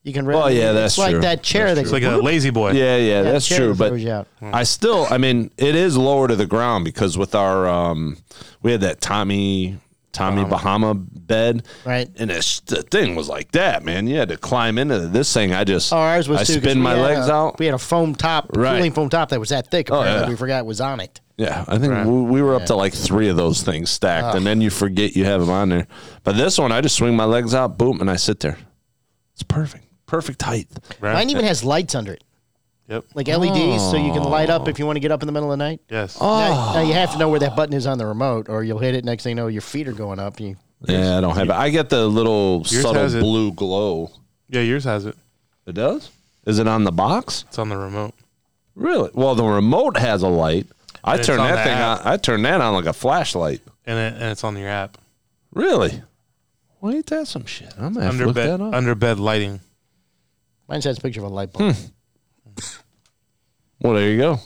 Speaker 2: you can.
Speaker 3: Oh, yeah, that's
Speaker 2: it's like
Speaker 3: true.
Speaker 2: that chair
Speaker 5: It's
Speaker 2: that
Speaker 5: like a lazy boy.
Speaker 3: Yeah, yeah,
Speaker 2: Yeah,
Speaker 3: that's
Speaker 2: chair
Speaker 3: true.
Speaker 2: that
Speaker 3: But
Speaker 2: throws you out.
Speaker 5: Hmm.
Speaker 3: I still, I mean, it is lower to the ground because with our, um, we had that Tommy, Tommy Bahama, bed,
Speaker 2: Right.
Speaker 3: And it's, the thing was like that, man. You had to climb into this thing. I just,
Speaker 2: Oh, ours was
Speaker 3: I
Speaker 2: too. 'cause
Speaker 3: spin
Speaker 2: we
Speaker 3: my
Speaker 2: had
Speaker 3: legs
Speaker 2: a-
Speaker 3: out.
Speaker 2: We had a foam top,
Speaker 3: Right. Oh,
Speaker 2: cooling foam top that was that thick. Apparently,
Speaker 3: yeah.
Speaker 2: we forgot was on it.
Speaker 3: Yeah, I think we, we were up to like three of those things stacked,
Speaker 2: Ah.
Speaker 3: and then you forget you have them on there. But this one, I just swing my legs out, boom, and I sit there. It's perfect, perfect height.
Speaker 5: Right?
Speaker 2: Mine even has lights under it,
Speaker 5: Yep.
Speaker 2: like LEDs, so you can
Speaker 3: Oh.
Speaker 2: light up if you want to get up in the middle of the night.
Speaker 5: Yes.
Speaker 2: Now, now you have to know where that button is on the remote, or you'll hit it. Next thing you know, your feet are going up. You
Speaker 3: Yeah, I don't have it. I get the little
Speaker 5: Yours
Speaker 3: subtle
Speaker 5: has it.
Speaker 3: blue glow.
Speaker 5: Yeah, yours has it.
Speaker 3: It does. Is it on the box?
Speaker 5: It's on the remote.
Speaker 3: Really? Well, the remote has a light. I
Speaker 5: And it's
Speaker 3: turn
Speaker 5: on
Speaker 3: that
Speaker 5: the
Speaker 3: thing
Speaker 5: app.
Speaker 3: on. I turn that on like a flashlight.
Speaker 5: And it, and it's on your app.
Speaker 3: Really? Why ain't that some shit? I'm gonna have to
Speaker 5: Under
Speaker 3: look
Speaker 5: bed
Speaker 3: that up.
Speaker 5: under bed lighting.
Speaker 2: mine says picture of a light bulb.
Speaker 3: well, there you go.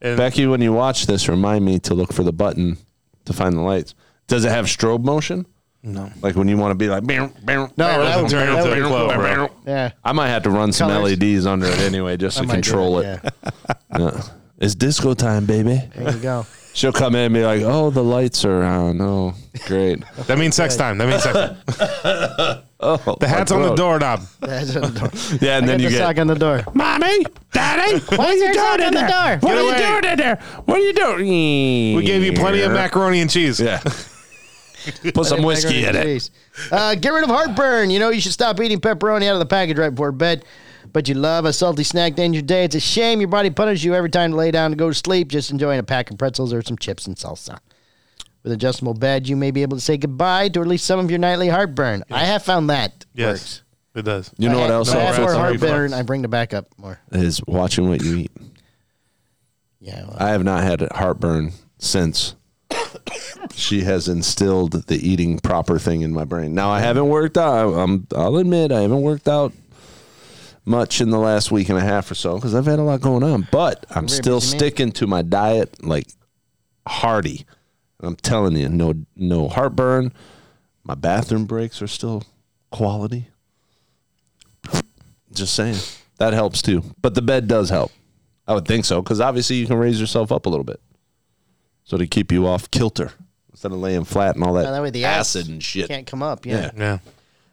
Speaker 5: And
Speaker 3: Becky, when you watch this, remind me to look for the button to find the lights. Does it have strobe motion?
Speaker 5: no.
Speaker 3: Like when you want to be like, no,
Speaker 2: that would-
Speaker 5: turn it
Speaker 2: that
Speaker 5: to
Speaker 2: would-
Speaker 5: 12, bro.
Speaker 2: Yeah.
Speaker 3: I might have to run some
Speaker 2: Colours.
Speaker 3: LEDs under it anyway, just
Speaker 2: I
Speaker 3: to
Speaker 2: might do
Speaker 3: control
Speaker 2: that,
Speaker 3: it. Yeah. It's disco time, baby.
Speaker 2: yeah. There you go.
Speaker 3: She'll come in and be like, "Oh, the lights are on. Oh, great.
Speaker 5: That means sex time. That means sex time.
Speaker 3: Oh,
Speaker 5: The hat's
Speaker 3: my
Speaker 5: on the
Speaker 3: throat.
Speaker 5: doorknob.
Speaker 2: That's on the door.
Speaker 3: Yeah, and then
Speaker 2: I got
Speaker 3: you
Speaker 2: the
Speaker 3: get
Speaker 2: sock on the door.
Speaker 3: Mommy, Daddy, what are
Speaker 2: is
Speaker 3: you
Speaker 2: there a sock
Speaker 3: doing
Speaker 2: on
Speaker 3: in
Speaker 2: the
Speaker 3: there? What
Speaker 2: door?
Speaker 5: Get
Speaker 3: are you
Speaker 5: away.
Speaker 3: doing in there? What are you doing?
Speaker 5: We gave you plenty of macaroni and cheese.
Speaker 3: Yeah. Put some whiskey in it.
Speaker 2: Jeez. Uh, get rid of heartburn. You know, you should stop eating pepperoni out of the package right before bed. But you love a salty snack to end your day. It's a shame your body punishes you every time to lay down to go to sleep, just enjoying a pack of pretzels or some chips and salsa. With an adjustable bed, you may be able to say goodbye to at least some of your nightly heartburn. I have found that
Speaker 5: Yes.
Speaker 2: works.
Speaker 5: It does.
Speaker 3: You know
Speaker 2: I
Speaker 3: what
Speaker 2: have-
Speaker 3: else
Speaker 2: I have
Speaker 3: helps
Speaker 5: right,
Speaker 2: more
Speaker 5: it's a
Speaker 2: heartburn.
Speaker 5: reflex.
Speaker 2: I bring the back up more.
Speaker 3: is watching what you eat.
Speaker 2: Yeah. Well,
Speaker 3: I have not had heartburn since she has instilled the eating proper thing in my brain. Now I haven't worked out. I'm, I'll admit I haven't worked out much in the last week and a half or so because I've had a lot going on. But I'm
Speaker 2: Very
Speaker 3: still
Speaker 2: busy man.
Speaker 3: sticking to my diet like hearty. I'm telling you, no no heartburn. My bathroom breaks are still quality. Just saying. That helps too. But the bed does help. I would think so because obviously you can raise yourself up a little bit. So to keep you off kilter instead of laying flat and all that,
Speaker 2: that way the ass
Speaker 3: acid and shit.
Speaker 2: can't come up.
Speaker 3: Yeah.
Speaker 2: Yeah.
Speaker 5: Yeah.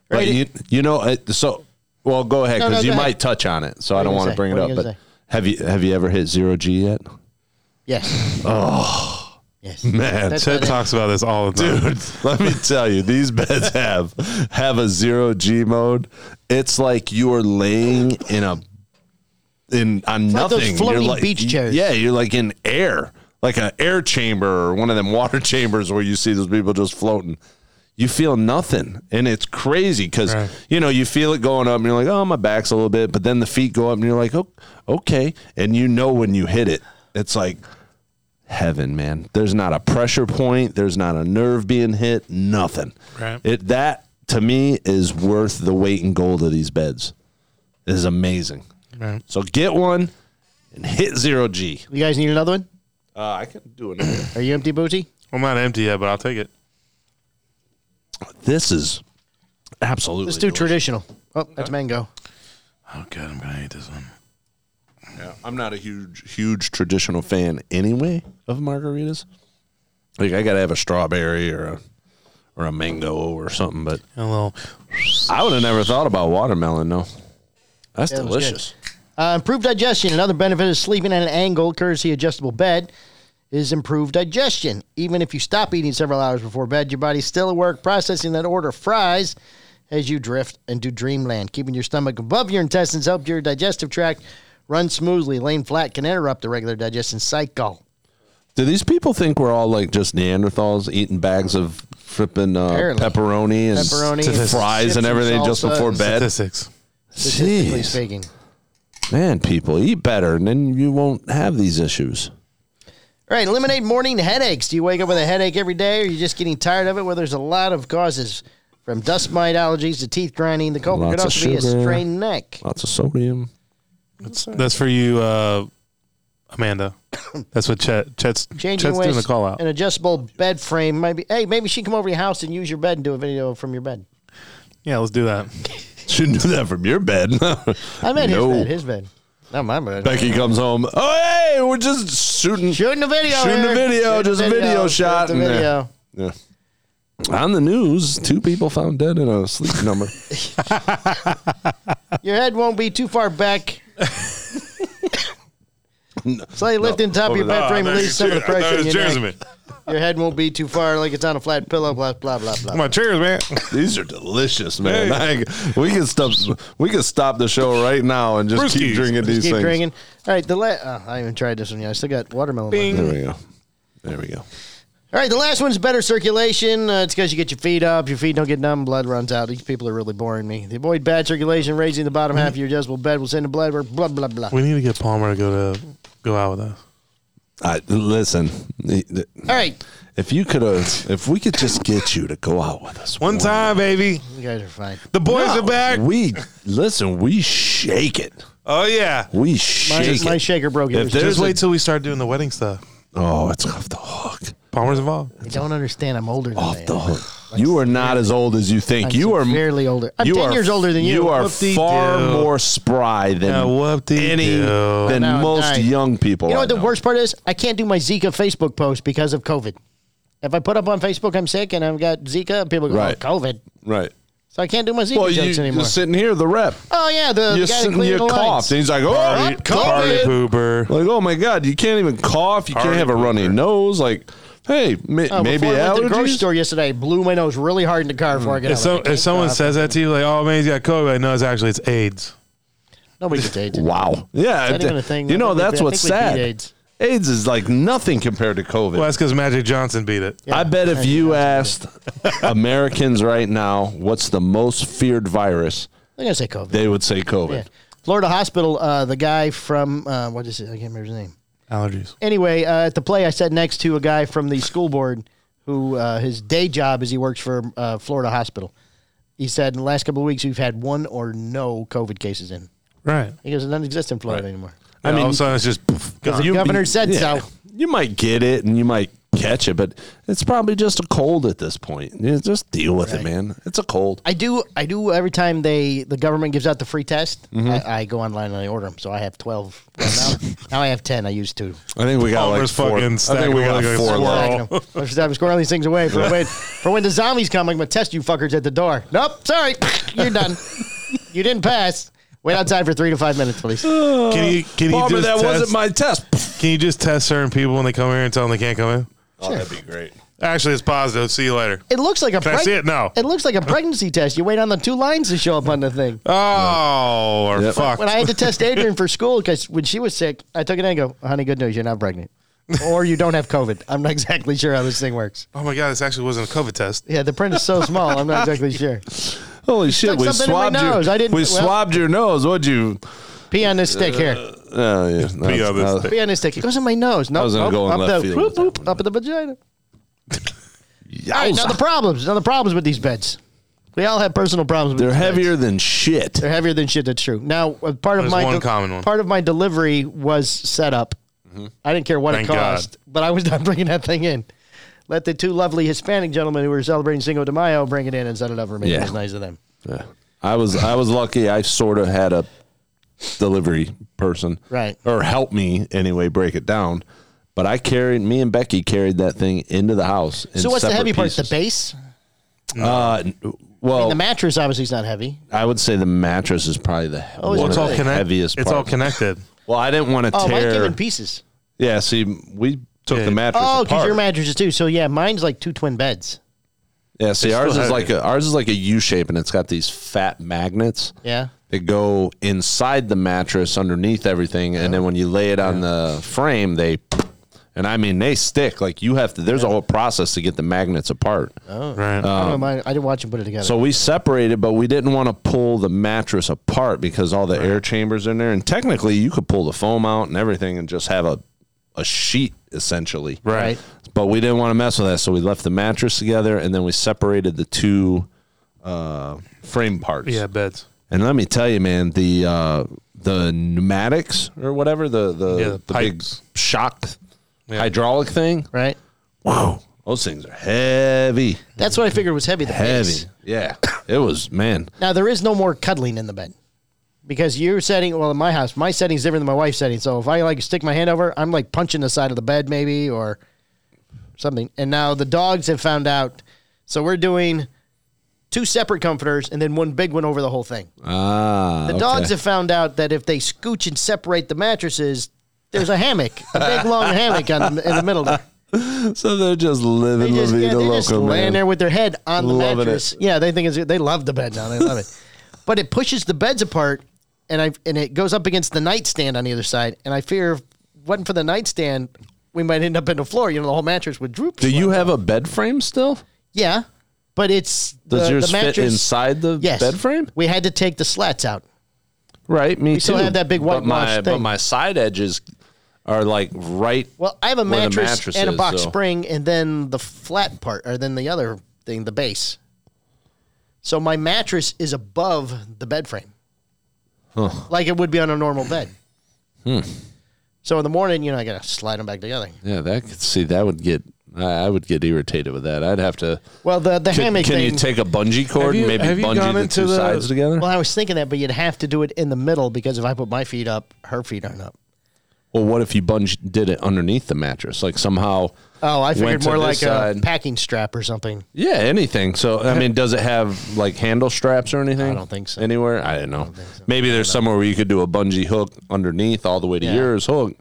Speaker 3: But you, you know, uh, so well, go ahead
Speaker 2: No,
Speaker 3: because
Speaker 2: no,
Speaker 3: you
Speaker 2: go ahead.
Speaker 3: might touch on it. So I
Speaker 2: are
Speaker 3: don't
Speaker 2: you
Speaker 3: want
Speaker 2: gonna
Speaker 3: to bring
Speaker 2: say?
Speaker 3: it
Speaker 2: What are
Speaker 3: up.
Speaker 2: you
Speaker 3: But
Speaker 2: gonna
Speaker 3: have you have you ever hit zero G yet?
Speaker 2: Yes. Yes.
Speaker 3: Oh. Man,
Speaker 2: That's
Speaker 5: Ted
Speaker 2: why they-
Speaker 5: talks about this all the time.
Speaker 3: dude, let me tell you, these beds have have a zero G mode. It's like you're laying in a in on
Speaker 2: like
Speaker 3: nothing.
Speaker 2: those floating
Speaker 3: you're like,
Speaker 2: beach chairs.
Speaker 3: Yeah, you're like in air, like an air chamber or one of them water chambers where you see those people just floating. You feel nothing, and it's crazy because
Speaker 5: Right.
Speaker 3: you know you feel it going up, and you're like, "Oh, my back's a little bit," but then the feet go up, and you're like, "Oh, okay," and you know when you hit it, it's like heaven, man. There's not a pressure point. There's not a nerve being hit. Nothing.
Speaker 5: Right.
Speaker 3: It that to me is worth the weight and gold of these beds. It is amazing.
Speaker 5: Right.
Speaker 3: So get one and hit zero G.
Speaker 2: You guys need another one?
Speaker 3: Uh, I can do it.
Speaker 2: Are you empty, Booty?
Speaker 5: I'm not empty yet, but I'll take it.
Speaker 3: this is absolutely.
Speaker 2: Let's do traditional. Oh, that's mango.
Speaker 5: Oh god, I'm gonna hate this one.
Speaker 3: Yeah, I'm not a huge, huge traditional fan anyway of margaritas. Like I gotta have a strawberry or a or a mango or something. But
Speaker 5: Hello.
Speaker 3: I would have never thought about watermelon. No, that's
Speaker 2: it was good.
Speaker 3: delicious.
Speaker 2: Uh, improved digestion. Another benefit of sleeping at an angle, courtesy adjustable bed, is improved digestion. Even if you stop eating several hours before bed, your body's still at work processing that order of fries as you drift into dreamland. Keeping your stomach above your intestines helps your digestive tract run smoothly. Laying flat can interrupt the regular digestion cycle.
Speaker 3: Do these people think we're all like just Neanderthals eating bags of flipping uh,
Speaker 2: Apparently.
Speaker 3: pepperoni and
Speaker 2: Pepperoni
Speaker 3: s-
Speaker 2: and
Speaker 3: fries
Speaker 2: chips
Speaker 3: and
Speaker 2: and
Speaker 3: everything just
Speaker 2: salsa
Speaker 3: before
Speaker 2: and-
Speaker 3: bed?
Speaker 5: Statistics.
Speaker 2: Statistically
Speaker 3: Jeez,
Speaker 2: speaking.
Speaker 3: man, people eat better, and then you won't have these issues.
Speaker 2: All right, eliminate morning headaches. Do you wake up with a headache every day, or are you just getting tired of it? Well, there's a lot of causes, from dust mite allergies to teeth grinding. The culprit could
Speaker 3: Lots of
Speaker 2: also be a
Speaker 3: sugar.
Speaker 2: strained neck.
Speaker 3: Lots of sodium.
Speaker 5: That's for you, uh, Amanda. That's what Chet Chet's
Speaker 2: Changing
Speaker 5: Chet's
Speaker 2: waist,
Speaker 5: doing the call out.
Speaker 2: an adjustable bed frame. Maybe, hey, maybe she come over to your house and use your bed and do a video from your bed.
Speaker 5: Yeah, let's do that.
Speaker 3: Shouldn't do that from your bed.
Speaker 2: I meant
Speaker 3: No.
Speaker 2: his bed, his bed, not my bed.
Speaker 3: Becky comes home. Oh, hey, we're just shooting.
Speaker 2: Shooting a video.
Speaker 3: Shooting a
Speaker 2: Eric.
Speaker 3: video,
Speaker 2: Shooting
Speaker 3: just a video
Speaker 2: Shooting
Speaker 3: shot
Speaker 2: The
Speaker 3: and, uh,
Speaker 2: video.
Speaker 3: Yeah. On the news, two people found dead in a sleep number.
Speaker 2: Your head won't be too far back. Slightly lifting top of your bed frame release some of the pressure. in your neck. Your head won't be too far, like it's on a flat pillow. Blah blah blah blah.
Speaker 5: My cheers, man.
Speaker 3: These are delicious, man. I- we can stop. We can stop the show right now and just keep
Speaker 5: Brewskis.
Speaker 3: drinking these
Speaker 2: Keep
Speaker 3: things.
Speaker 2: drinking. All right, the la- oh, I haven't tried this one yet. I still got watermelon. left.
Speaker 3: There we go. There we go.
Speaker 2: All right, the last one's better circulation. Uh, it's because you get your feet up, your feet don't get numb, blood runs out. These people are really boring me. They avoid bad circulation, raising the
Speaker 3: Mm.
Speaker 2: bottom half of your adjustable bed will send the blood. work, Blah blah blah. All
Speaker 5: We need to get Palmer to go to go out with us.
Speaker 3: I listen.
Speaker 2: right,
Speaker 3: If you could have, if we could just get you to go out with us
Speaker 5: One time, baby.
Speaker 2: you guys are fine.
Speaker 5: The boys are back.
Speaker 3: We listen. We shake it.
Speaker 5: Oh yeah.
Speaker 3: We
Speaker 2: My,
Speaker 3: shake
Speaker 2: my
Speaker 3: it.
Speaker 2: shaker broke. It
Speaker 3: If
Speaker 2: was
Speaker 3: there's
Speaker 5: Just
Speaker 2: just-
Speaker 5: wait till we start doing the wedding stuff.
Speaker 3: oh, it's off the hook.
Speaker 5: Palmer's involved.
Speaker 2: I don't understand. I'm older than
Speaker 3: Off
Speaker 2: they
Speaker 3: the
Speaker 2: are.
Speaker 3: hook. You are not as old as you think.
Speaker 2: I'm
Speaker 3: you are
Speaker 2: severely older. I'm
Speaker 3: you
Speaker 2: ten
Speaker 3: are-
Speaker 2: years older than you.
Speaker 3: You are
Speaker 5: Whoop-dee-doo.
Speaker 3: far more spry than
Speaker 5: Yeah, whoop-dee-doo.
Speaker 3: any
Speaker 5: I
Speaker 3: than
Speaker 2: know, I'm
Speaker 3: most
Speaker 2: dying.
Speaker 3: young people.
Speaker 2: You
Speaker 3: I
Speaker 2: know what the worst part is? I can't do my Zika Facebook post because of COVID. If I put up on Facebook I'm sick and I've got Zika, people go,
Speaker 3: Right.
Speaker 2: oh, COVID.
Speaker 3: Right.
Speaker 2: So I can't do my Zika
Speaker 3: Well, you,
Speaker 2: jokes
Speaker 3: you're
Speaker 2: anymore.
Speaker 3: sitting here, the rep.
Speaker 2: oh, yeah, the, the
Speaker 3: You're
Speaker 2: guy that
Speaker 3: sitting,
Speaker 2: cleaned
Speaker 3: you
Speaker 2: the
Speaker 3: coughed.
Speaker 2: lights.
Speaker 3: And he's like, oh,
Speaker 5: Party,
Speaker 3: I'm
Speaker 5: party
Speaker 3: COVID.
Speaker 5: pooper.
Speaker 3: Like, oh my God, you can't even cough. You can't
Speaker 5: Party
Speaker 3: have a runny
Speaker 5: pooper.
Speaker 3: nose. Like, hey, ma-
Speaker 2: Oh,
Speaker 3: maybe
Speaker 2: before I went to the grocery
Speaker 3: allergies.
Speaker 2: store yesterday, I blew my nose really hard in the car before I got
Speaker 5: If,
Speaker 2: out.
Speaker 5: so,
Speaker 2: Like,
Speaker 5: if someone says that to you, like, oh man, he's got COVID, no, it's actually it's AIDS.
Speaker 2: Nobody gets AIDS.
Speaker 3: Wow. Yeah.
Speaker 2: not
Speaker 3: it-
Speaker 2: even a thing.
Speaker 3: You
Speaker 2: I
Speaker 3: know,
Speaker 2: think we-
Speaker 3: that's
Speaker 2: I
Speaker 3: what's
Speaker 2: think we beat
Speaker 3: sad. AIDS.
Speaker 2: AIDS.
Speaker 3: is like nothing compared to COVID.
Speaker 5: Well, that's because Magic Johnson beat it.
Speaker 3: I bet if you asked Americans right now what's the most feared virus,
Speaker 2: They're going to say COVID.
Speaker 3: they would say COVID.
Speaker 2: Yeah. Florida Hospital, uh, the guy from, uh, what is it? I can't remember his name.
Speaker 5: Allergies.
Speaker 2: anyway, uh, at the play, I sat next to a guy from the school board who uh, his day job is he works for uh, Florida Hospital. He said in the last couple of weeks we've had one or no COVID cases in.
Speaker 5: Right.
Speaker 2: He goes, it doesn't exist in Florida anymore.
Speaker 5: I
Speaker 3: mean-
Speaker 5: all of a sudden it's just poof, gone.
Speaker 2: The governor said so.
Speaker 3: You might get it and you might catch it, but it's probably just a cold at this point. Yeah, just deal with it, man. It's a cold.
Speaker 2: I do. I do every time they the government gives out the free test. I, I go online and I order them. So I have twelve now. now I have ten. I used two.
Speaker 3: I think we got like
Speaker 5: Palmer's
Speaker 3: four. I
Speaker 5: fucking
Speaker 3: think
Speaker 5: stacking
Speaker 3: we got
Speaker 5: like a
Speaker 3: four
Speaker 5: squirrel.
Speaker 3: left.
Speaker 5: Oh.
Speaker 2: Stacking 'em. First time squirreling these things away for when for when the zombies come. I'm gonna test you fuckers at the door. Nope, sorry, you're done. you didn't pass. Wait outside for three to five minutes, please.
Speaker 5: Can you can you
Speaker 3: Palmer,
Speaker 5: just
Speaker 3: that
Speaker 5: test,
Speaker 3: wasn't my test.
Speaker 5: Can you just test certain people when they come here and tell them they can't come in?
Speaker 3: Oh, that'd be great.
Speaker 5: Actually, it's positive. See you later.
Speaker 2: It looks like a.
Speaker 5: Can I see it now?
Speaker 2: It looks like a pregnancy test. You wait on the two lines to show up on the thing.
Speaker 5: Oh, or
Speaker 3: Yep.
Speaker 5: fuck.
Speaker 2: When I had to test Adrian for school because when she was sick, I took it and I go, "Honey, good news, you're not pregnant, or you don't have COVID." I'm not exactly sure how this thing works.
Speaker 5: oh my god, this actually wasn't a COVID test.
Speaker 2: Yeah, the print is so small. I'm not exactly sure.
Speaker 3: Holy shit,
Speaker 2: stuck
Speaker 3: we
Speaker 2: something in my
Speaker 3: swabbed
Speaker 2: nose.
Speaker 3: your
Speaker 2: I didn't-
Speaker 3: we
Speaker 2: well-
Speaker 3: swabbed your nose. What'd you?
Speaker 2: Pee on this stick here.
Speaker 3: Oh yeah, that's,
Speaker 5: on this
Speaker 3: that's-
Speaker 5: thing.
Speaker 2: Pee on this stick. It goes in my nose. No,
Speaker 3: was gonna
Speaker 2: nope,
Speaker 3: go in
Speaker 2: up
Speaker 3: left
Speaker 2: the
Speaker 3: field with
Speaker 2: whoop,
Speaker 3: that
Speaker 2: whoop,
Speaker 3: one.
Speaker 2: up in the vagina. All right, now the problems. Now the problems with these beds. We all have personal problems. With
Speaker 3: They're
Speaker 2: these beds.
Speaker 3: heavier than shit.
Speaker 2: They're heavier than shit. That's true. Now, uh, part of
Speaker 5: There's
Speaker 2: my
Speaker 5: one common one.
Speaker 2: part of my delivery was set up
Speaker 3: Mm-hmm.
Speaker 2: I didn't care what
Speaker 5: Thank
Speaker 2: it cost, but I was not bringing that thing in. Let the two lovely Hispanic gentlemen who were celebrating Cinco de Mayo bring it in and set it up for me. It
Speaker 3: Yeah.
Speaker 2: was nice of them.
Speaker 3: Yeah. I was I was lucky. I sort of had a delivery person,
Speaker 2: Right.
Speaker 3: or help me anyway break it down. But I carried me and Becky carried that thing into the house. in
Speaker 2: so what's the
Speaker 3: separate
Speaker 2: heavy part? The
Speaker 3: pieces.
Speaker 2: base?
Speaker 3: Uh, n- well,
Speaker 2: The mattress obviously is not heavy.
Speaker 3: I would say the mattress is probably the,
Speaker 2: is
Speaker 3: one
Speaker 2: it
Speaker 3: of
Speaker 5: It's all
Speaker 3: the
Speaker 5: connected.
Speaker 3: heaviest.
Speaker 5: It's all
Speaker 3: part.
Speaker 5: connected.
Speaker 3: Well, I didn't want to
Speaker 2: Oh, mine came
Speaker 3: tear.
Speaker 2: in pieces.
Speaker 3: yeah, see, we took
Speaker 5: Yeah.
Speaker 3: the mattress
Speaker 2: Oh, because
Speaker 3: apart.
Speaker 2: your mattress is too. So yeah, mine's like two twin beds.
Speaker 3: yeah, see,
Speaker 5: It's
Speaker 3: ours
Speaker 5: still
Speaker 3: is like
Speaker 5: heavy.
Speaker 3: a ours is like a U shape, and it's got these fat magnets.
Speaker 2: Yeah.
Speaker 3: They go inside the mattress underneath everything and then when you lay it on the frame they and i mean they stick like you have to there's a whole process to get the magnets apart
Speaker 5: right.
Speaker 3: Uh,
Speaker 2: I don't know. Mine, I didn't watch him put it together.
Speaker 3: Um, so we separated but we didn't want to pull the mattress apart because all the air chambers in there and technically you could pull the foam out and everything and just have a a sheet essentially
Speaker 5: right.
Speaker 3: but we didn't want to mess with that so we left the mattress together and then we separated the two uh frame parts
Speaker 5: Yeah, beds.
Speaker 3: and let me tell you, man, the uh, the pneumatics or whatever the the,
Speaker 5: Yeah, the
Speaker 3: the, big
Speaker 5: pipes.
Speaker 3: shock
Speaker 5: Yeah.
Speaker 3: hydraulic thing.
Speaker 2: right.
Speaker 3: Whoa, those things are heavy,
Speaker 2: That's what I figured was heavy. The
Speaker 3: heavy.
Speaker 2: base.
Speaker 3: Yeah, it was man.
Speaker 2: Now there is no more cuddling in the bed. Because your setting, well, in my house, my setting's different than my wife's setting. So if I like stick my hand over, I'm like punching the side of the bed maybe or something. And now the dogs have found out. So we're doing two separate comforters and then one big one over the whole thing.
Speaker 3: Ah,
Speaker 2: The dogs have found out that if they scooch and separate the mattresses, there's a hammock, a big long hammock on the, in the middle. There.
Speaker 3: so they're just living
Speaker 2: They just,
Speaker 3: La
Speaker 2: yeah,
Speaker 3: Vida
Speaker 2: they just
Speaker 3: Loca,
Speaker 2: laying
Speaker 3: man.
Speaker 2: there with their head on the
Speaker 3: Loving it.
Speaker 2: mattress. Yeah, they think it's they love the bed now. They love it, but it pushes the beds apart, and I and it goes up against the nightstand on the other side. And I fear, if it wasn't for the nightstand, we might end up in the floor. You know, the whole mattress would droop.
Speaker 3: Do you have a bed frame still?
Speaker 2: Yeah, but it's
Speaker 3: Does
Speaker 2: the,
Speaker 3: yours
Speaker 2: the mattress,
Speaker 3: fit inside the
Speaker 2: yes.
Speaker 3: bed frame?
Speaker 2: We had to take the slats out.
Speaker 3: Right, me too.
Speaker 2: still have that big
Speaker 3: but my,
Speaker 2: whitewashed
Speaker 3: But
Speaker 2: thing.
Speaker 3: my side edges are like right.
Speaker 2: Well, I have a
Speaker 3: where the
Speaker 2: mattress,
Speaker 3: mattress
Speaker 2: and a
Speaker 3: is,
Speaker 2: box
Speaker 3: so-
Speaker 2: spring, and then the flat part, or then the other thing, the base. So my mattress is above the bed frame, like it would be on a normal bed. Hmm. So in the morning, you know, I gotta slide them back together.
Speaker 3: Yeah, that could see that would get. I I would get irritated with that. I'd have to.
Speaker 2: Well, the the
Speaker 3: Can,
Speaker 2: hammock
Speaker 3: can
Speaker 2: thing.
Speaker 3: you take a bungee cord
Speaker 5: you-
Speaker 3: and maybe
Speaker 5: have you
Speaker 3: bungee
Speaker 5: gone
Speaker 3: the
Speaker 5: into
Speaker 3: two
Speaker 5: the-
Speaker 3: sides together?
Speaker 2: well, I was thinking that, but you'd have to do it in the middle because if I put my feet up, her feet aren't up.
Speaker 3: Well, what if you bungee did it underneath the mattress? Like somehow.
Speaker 2: Oh, I
Speaker 3: went
Speaker 2: figured
Speaker 3: to
Speaker 2: more
Speaker 3: this
Speaker 2: like a
Speaker 3: side.
Speaker 2: packing strap or something.
Speaker 3: Yeah, anything. So I mean, does it have like handle straps or anything?
Speaker 2: I don't think so.
Speaker 3: Anywhere? I don't know. Maybe there's somewhere where you could do a bungee hook underneath all the way to
Speaker 2: Yeah.
Speaker 3: yours hook.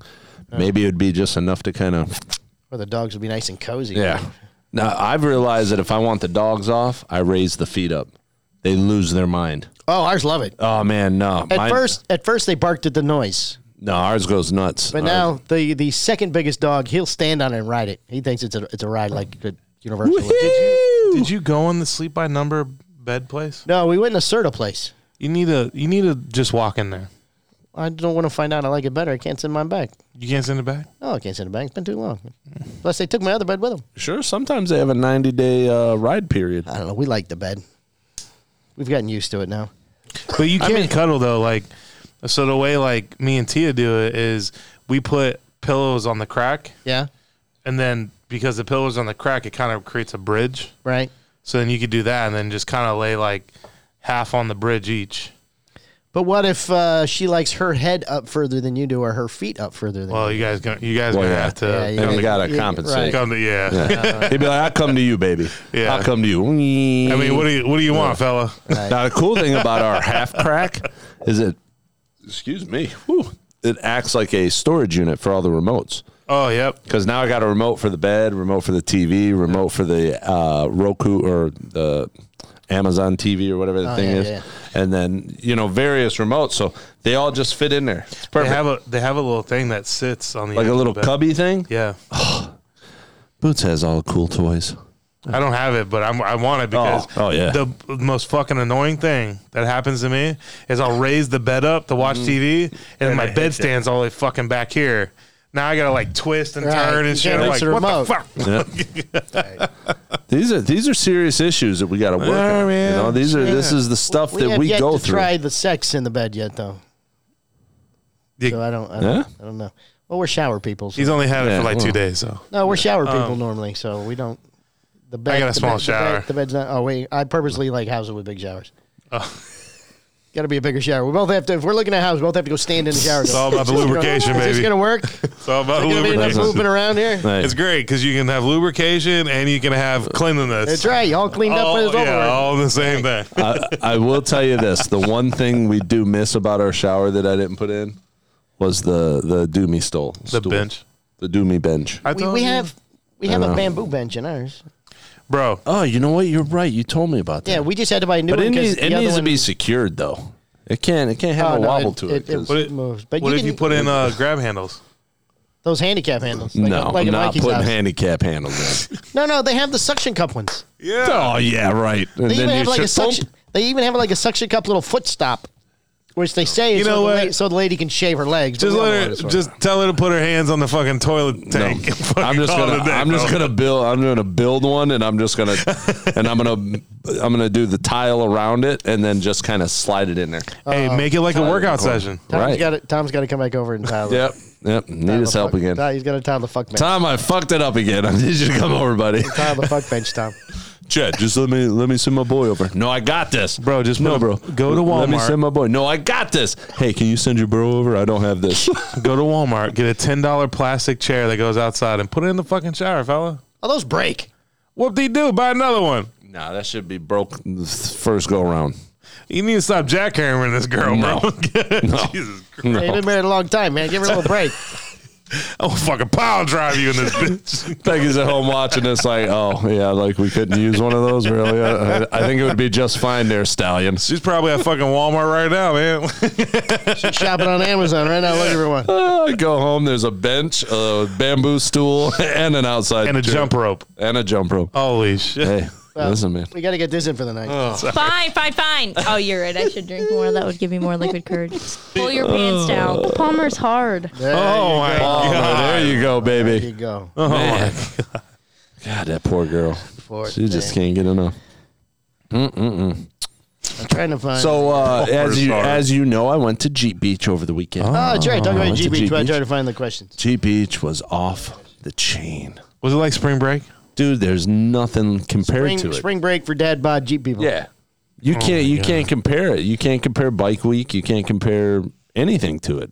Speaker 3: Maybe it would be just enough to kind of
Speaker 2: Or the dogs would be nice and cozy.
Speaker 3: yeah. Now I've realized that if I want the dogs off, I raise the feet up. They lose their mind.
Speaker 2: Oh, ours love it.
Speaker 3: Oh man, no.
Speaker 2: At
Speaker 3: Mine-
Speaker 2: first, at first they barked at the noise.
Speaker 3: no, ours goes nuts.
Speaker 2: But
Speaker 3: Ours-
Speaker 2: now the the second biggest dog, he'll stand on it and ride it. He thinks it's a it's a ride like the Universal.
Speaker 5: Did you go in the sleep by number bed place?
Speaker 2: no, we went in a Serta place.
Speaker 5: You need to. You need to just walk in there.
Speaker 2: I don't want to find out. I like it better. I can't send mine back.
Speaker 5: You can't send it back.
Speaker 2: Oh, I can't send it back. It's been too long. Plus, they took my other bed with them.
Speaker 3: Sure, sometimes they have a 90 day uh, ride period.
Speaker 2: I don't know. We like the bed. We've gotten used to it now.
Speaker 5: But you can't cuddle though. Like, so the way like me and Tia do it is we put pillows on the crack,
Speaker 2: Yeah.
Speaker 5: and then because the pillows on the crack, it kind of creates a bridge.
Speaker 2: Right.
Speaker 5: So then you could do that, and then just kind of lay like half on the bridge each.
Speaker 2: But what if uh, she likes her head up further than you do, or her feet up further than?
Speaker 5: Well,
Speaker 2: you
Speaker 5: you guys gonna you guys
Speaker 3: Well,
Speaker 5: gonna
Speaker 3: yeah.
Speaker 5: have to
Speaker 2: Yeah, you
Speaker 5: come
Speaker 3: And
Speaker 5: to,
Speaker 3: you got to
Speaker 2: yeah,
Speaker 3: compensate.
Speaker 5: come to- yeah.
Speaker 3: He'd be like, I'll come to you, baby.
Speaker 5: Yeah.
Speaker 3: I'll come to you.
Speaker 5: I mean, what do you what do you want, fella?
Speaker 3: Now, the cool thing about our half crack is it, excuse me, whew, it acts like a storage unit for all the remotes.
Speaker 5: Oh, yep.
Speaker 3: Because now I got a remote for the bed, remote for the TV, remote for the uh, Roku or the Amazon TV or whatever the
Speaker 2: Oh,
Speaker 3: thing
Speaker 2: yeah,
Speaker 3: is.
Speaker 2: yeah.
Speaker 3: And then, you know, various remotes. So they all just fit in there. It's
Speaker 5: They
Speaker 3: perfect.
Speaker 5: have a they have a little thing that sits on the
Speaker 3: like
Speaker 5: end
Speaker 3: a
Speaker 5: of
Speaker 3: little
Speaker 5: the bed.
Speaker 3: cubby thing.
Speaker 5: Yeah,
Speaker 3: Boots has all the cool toys.
Speaker 5: I don't have it, but I'm, I want it because
Speaker 3: Oh, oh, yeah.
Speaker 5: the most fucking annoying thing that happens to me is I'll raise the bed up to
Speaker 3: Mm-hmm.
Speaker 5: watch TV, and my bed stands all the way fucking back here. Now I gotta like twist and
Speaker 2: Right,
Speaker 5: turn
Speaker 2: you
Speaker 5: and shit.
Speaker 2: can't
Speaker 5: I'm
Speaker 2: reach
Speaker 5: like,
Speaker 2: the
Speaker 5: what
Speaker 2: remote."
Speaker 5: the fuck?
Speaker 3: These are these are serious issues that we got to work
Speaker 5: Oh, Yeah,
Speaker 3: on.
Speaker 5: man.
Speaker 3: You know, these are this is the stuff
Speaker 2: we
Speaker 3: that
Speaker 2: have
Speaker 3: we
Speaker 2: yet
Speaker 3: go
Speaker 2: to
Speaker 3: through.
Speaker 2: try the sex in the bed yet, though.
Speaker 5: You-
Speaker 2: So I don't. I don't,
Speaker 3: Yeah?
Speaker 2: I don't know. Well, we're shower people. so-
Speaker 5: He's only had it
Speaker 3: Yeah,
Speaker 5: for like two
Speaker 3: well.
Speaker 5: days, so
Speaker 2: No, we're shower people normally, so we don't. The bed.
Speaker 5: um, got a
Speaker 2: the
Speaker 5: small
Speaker 2: bed- the bed-
Speaker 5: shower. Oh.
Speaker 2: The, bed's not. Oh wait, I purposely like house it with big showers. Got to be a bigger shower. We both have to. If we're looking at a house, we both have to go stand in the shower.
Speaker 5: it's all about the lubrication,
Speaker 2: Is this
Speaker 5: baby.
Speaker 2: gonna work? Is
Speaker 5: It's all about the
Speaker 2: there gonna be enough
Speaker 5: lubrication.
Speaker 2: movement around here?
Speaker 3: Right.
Speaker 5: It's great because you can have lubrication and you can have cleanliness.
Speaker 2: That's right. All cleaned up
Speaker 5: All,
Speaker 2: when it's over.
Speaker 5: Oh, yeah, all the same thing.
Speaker 3: I, I will tell you this: the one thing we do miss about our shower that I didn't put in was the the do me stole
Speaker 5: The
Speaker 3: stool.
Speaker 5: bench.
Speaker 3: the do me bench.
Speaker 5: I
Speaker 2: we,
Speaker 5: told
Speaker 2: we
Speaker 5: you.
Speaker 2: have we have a
Speaker 3: know.
Speaker 2: bamboo bench in ours.
Speaker 5: bro.
Speaker 3: Oh, you know what? You're right. You told me about that.
Speaker 2: Yeah, we just had to buy a new
Speaker 3: but
Speaker 2: one
Speaker 3: it
Speaker 2: because
Speaker 3: needs,
Speaker 2: the
Speaker 3: it
Speaker 2: other
Speaker 3: needs to
Speaker 2: one-
Speaker 3: be secured though. It can't it can't have
Speaker 2: Oh,
Speaker 3: a
Speaker 2: no,
Speaker 3: wobble
Speaker 2: it-
Speaker 3: to it.
Speaker 2: it- it-
Speaker 3: 'cause-
Speaker 5: What, it,
Speaker 2: Moves. But
Speaker 5: what
Speaker 2: you
Speaker 5: if
Speaker 2: can-
Speaker 5: you put in uh, grab handles?
Speaker 2: those handicap handles. Like,
Speaker 3: no,
Speaker 2: like
Speaker 3: I'm
Speaker 2: at
Speaker 3: not
Speaker 2: Mikey's
Speaker 3: putting
Speaker 2: house.
Speaker 3: handicap handles in.
Speaker 2: no, no, they have the suction cup ones.
Speaker 5: Yeah.
Speaker 3: oh yeah, right. And
Speaker 2: They even have like a
Speaker 3: should- boom.
Speaker 2: suction. They even have like a suction cup little foot stop, which they say is
Speaker 5: know
Speaker 2: so, the
Speaker 5: what?
Speaker 2: lady, so the lady can shave her legs. but
Speaker 5: Just
Speaker 2: we don't
Speaker 5: let
Speaker 2: know this
Speaker 5: her.
Speaker 2: one.
Speaker 5: Just tell her to put her hands on the fucking toilet
Speaker 3: No.
Speaker 5: tank. and fucking
Speaker 3: I'm just
Speaker 5: call it
Speaker 3: gonna
Speaker 5: a day,
Speaker 3: I'm just
Speaker 5: bro.
Speaker 3: gonna build I'm gonna build one and I'm just gonna and I'm gonna I'm gonna do the tile around it and then just kind of slide it in there.
Speaker 5: Hey, make it like a workout session.
Speaker 2: Tom's
Speaker 3: right.
Speaker 2: got to, Tom's got to come back over and tile. the-
Speaker 3: Yep. Yep. Need
Speaker 2: tile the
Speaker 3: his help
Speaker 2: fuck-
Speaker 3: again.
Speaker 2: tile- He's got to tile the fuck bench.
Speaker 3: Tom, I fucked it up again. I need you to come over, buddy.
Speaker 2: Tile the fuck bench, Tom.
Speaker 3: Chad, just let me let me send my boy over. No, I got this,
Speaker 5: Bro, just
Speaker 3: no,
Speaker 5: put-
Speaker 3: bro.
Speaker 5: go to
Speaker 3: Let me
Speaker 5: Walmart.
Speaker 3: send my boy. No, I got this. Hey, can you send your bro over? I don't have this.
Speaker 5: Go to Walmart, get a ten dollar plastic chair that goes outside, and put it in the fucking shower, fella.
Speaker 2: Oh, those break.
Speaker 5: Whoop de doo, buy another one.
Speaker 3: nah, that should be broke the first go around.
Speaker 5: You need to stop jackhammering this girl,
Speaker 3: No.
Speaker 5: bro.
Speaker 3: No.
Speaker 5: Jesus Christ.
Speaker 3: No.
Speaker 2: They've been married a long time, man. Give her a little break.
Speaker 5: I will fucking pile drive you in this bitch.
Speaker 3: Peggy's at home watching this, like, oh yeah, like we couldn't use one of those really. I, I- I think it would be just fine there, stallion.
Speaker 5: She's probably at fucking Walmart right now, man.
Speaker 2: She's shopping on Amazon right now. Look, everyone.
Speaker 3: Uh, I go home. There's a bench, a bamboo stool, and an outside
Speaker 5: and a
Speaker 3: chair.
Speaker 5: jump rope.
Speaker 3: and a jump rope.
Speaker 5: Holy shit.
Speaker 3: Hey, listen, man.
Speaker 2: We got to get this in for the night.
Speaker 3: Oh.
Speaker 7: Fine, fine, fine. Oh, you're right. I should drink more. That would give me more liquid courage. Pull your pants down. The Palmer's hard.
Speaker 2: There
Speaker 5: Oh my
Speaker 3: Oh,
Speaker 5: god.
Speaker 3: there you go,
Speaker 2: you
Speaker 3: baby.
Speaker 2: go.
Speaker 5: Oh my
Speaker 3: Man. God, that poor girl.
Speaker 2: Poor
Speaker 3: She just
Speaker 2: thing.
Speaker 3: can't get enough.
Speaker 2: I'm trying to find.
Speaker 3: So uh, as you
Speaker 5: sorry.
Speaker 3: as you know, I went to Jeep Beach over the weekend.
Speaker 2: Oh, that's right. Talk about
Speaker 3: went to
Speaker 2: G Beach.
Speaker 3: Jeep
Speaker 2: while I
Speaker 3: Beach.
Speaker 2: try to find the questions.
Speaker 3: Jeep Beach was off the chain,
Speaker 5: Was it like spring break?
Speaker 3: dude. There's nothing compared
Speaker 2: Spring,
Speaker 3: to it.
Speaker 2: spring break for dad bod Jeep people.
Speaker 3: Yeah, you can't you can't compare it. You can't compare Bike Week. You can't compare anything to it.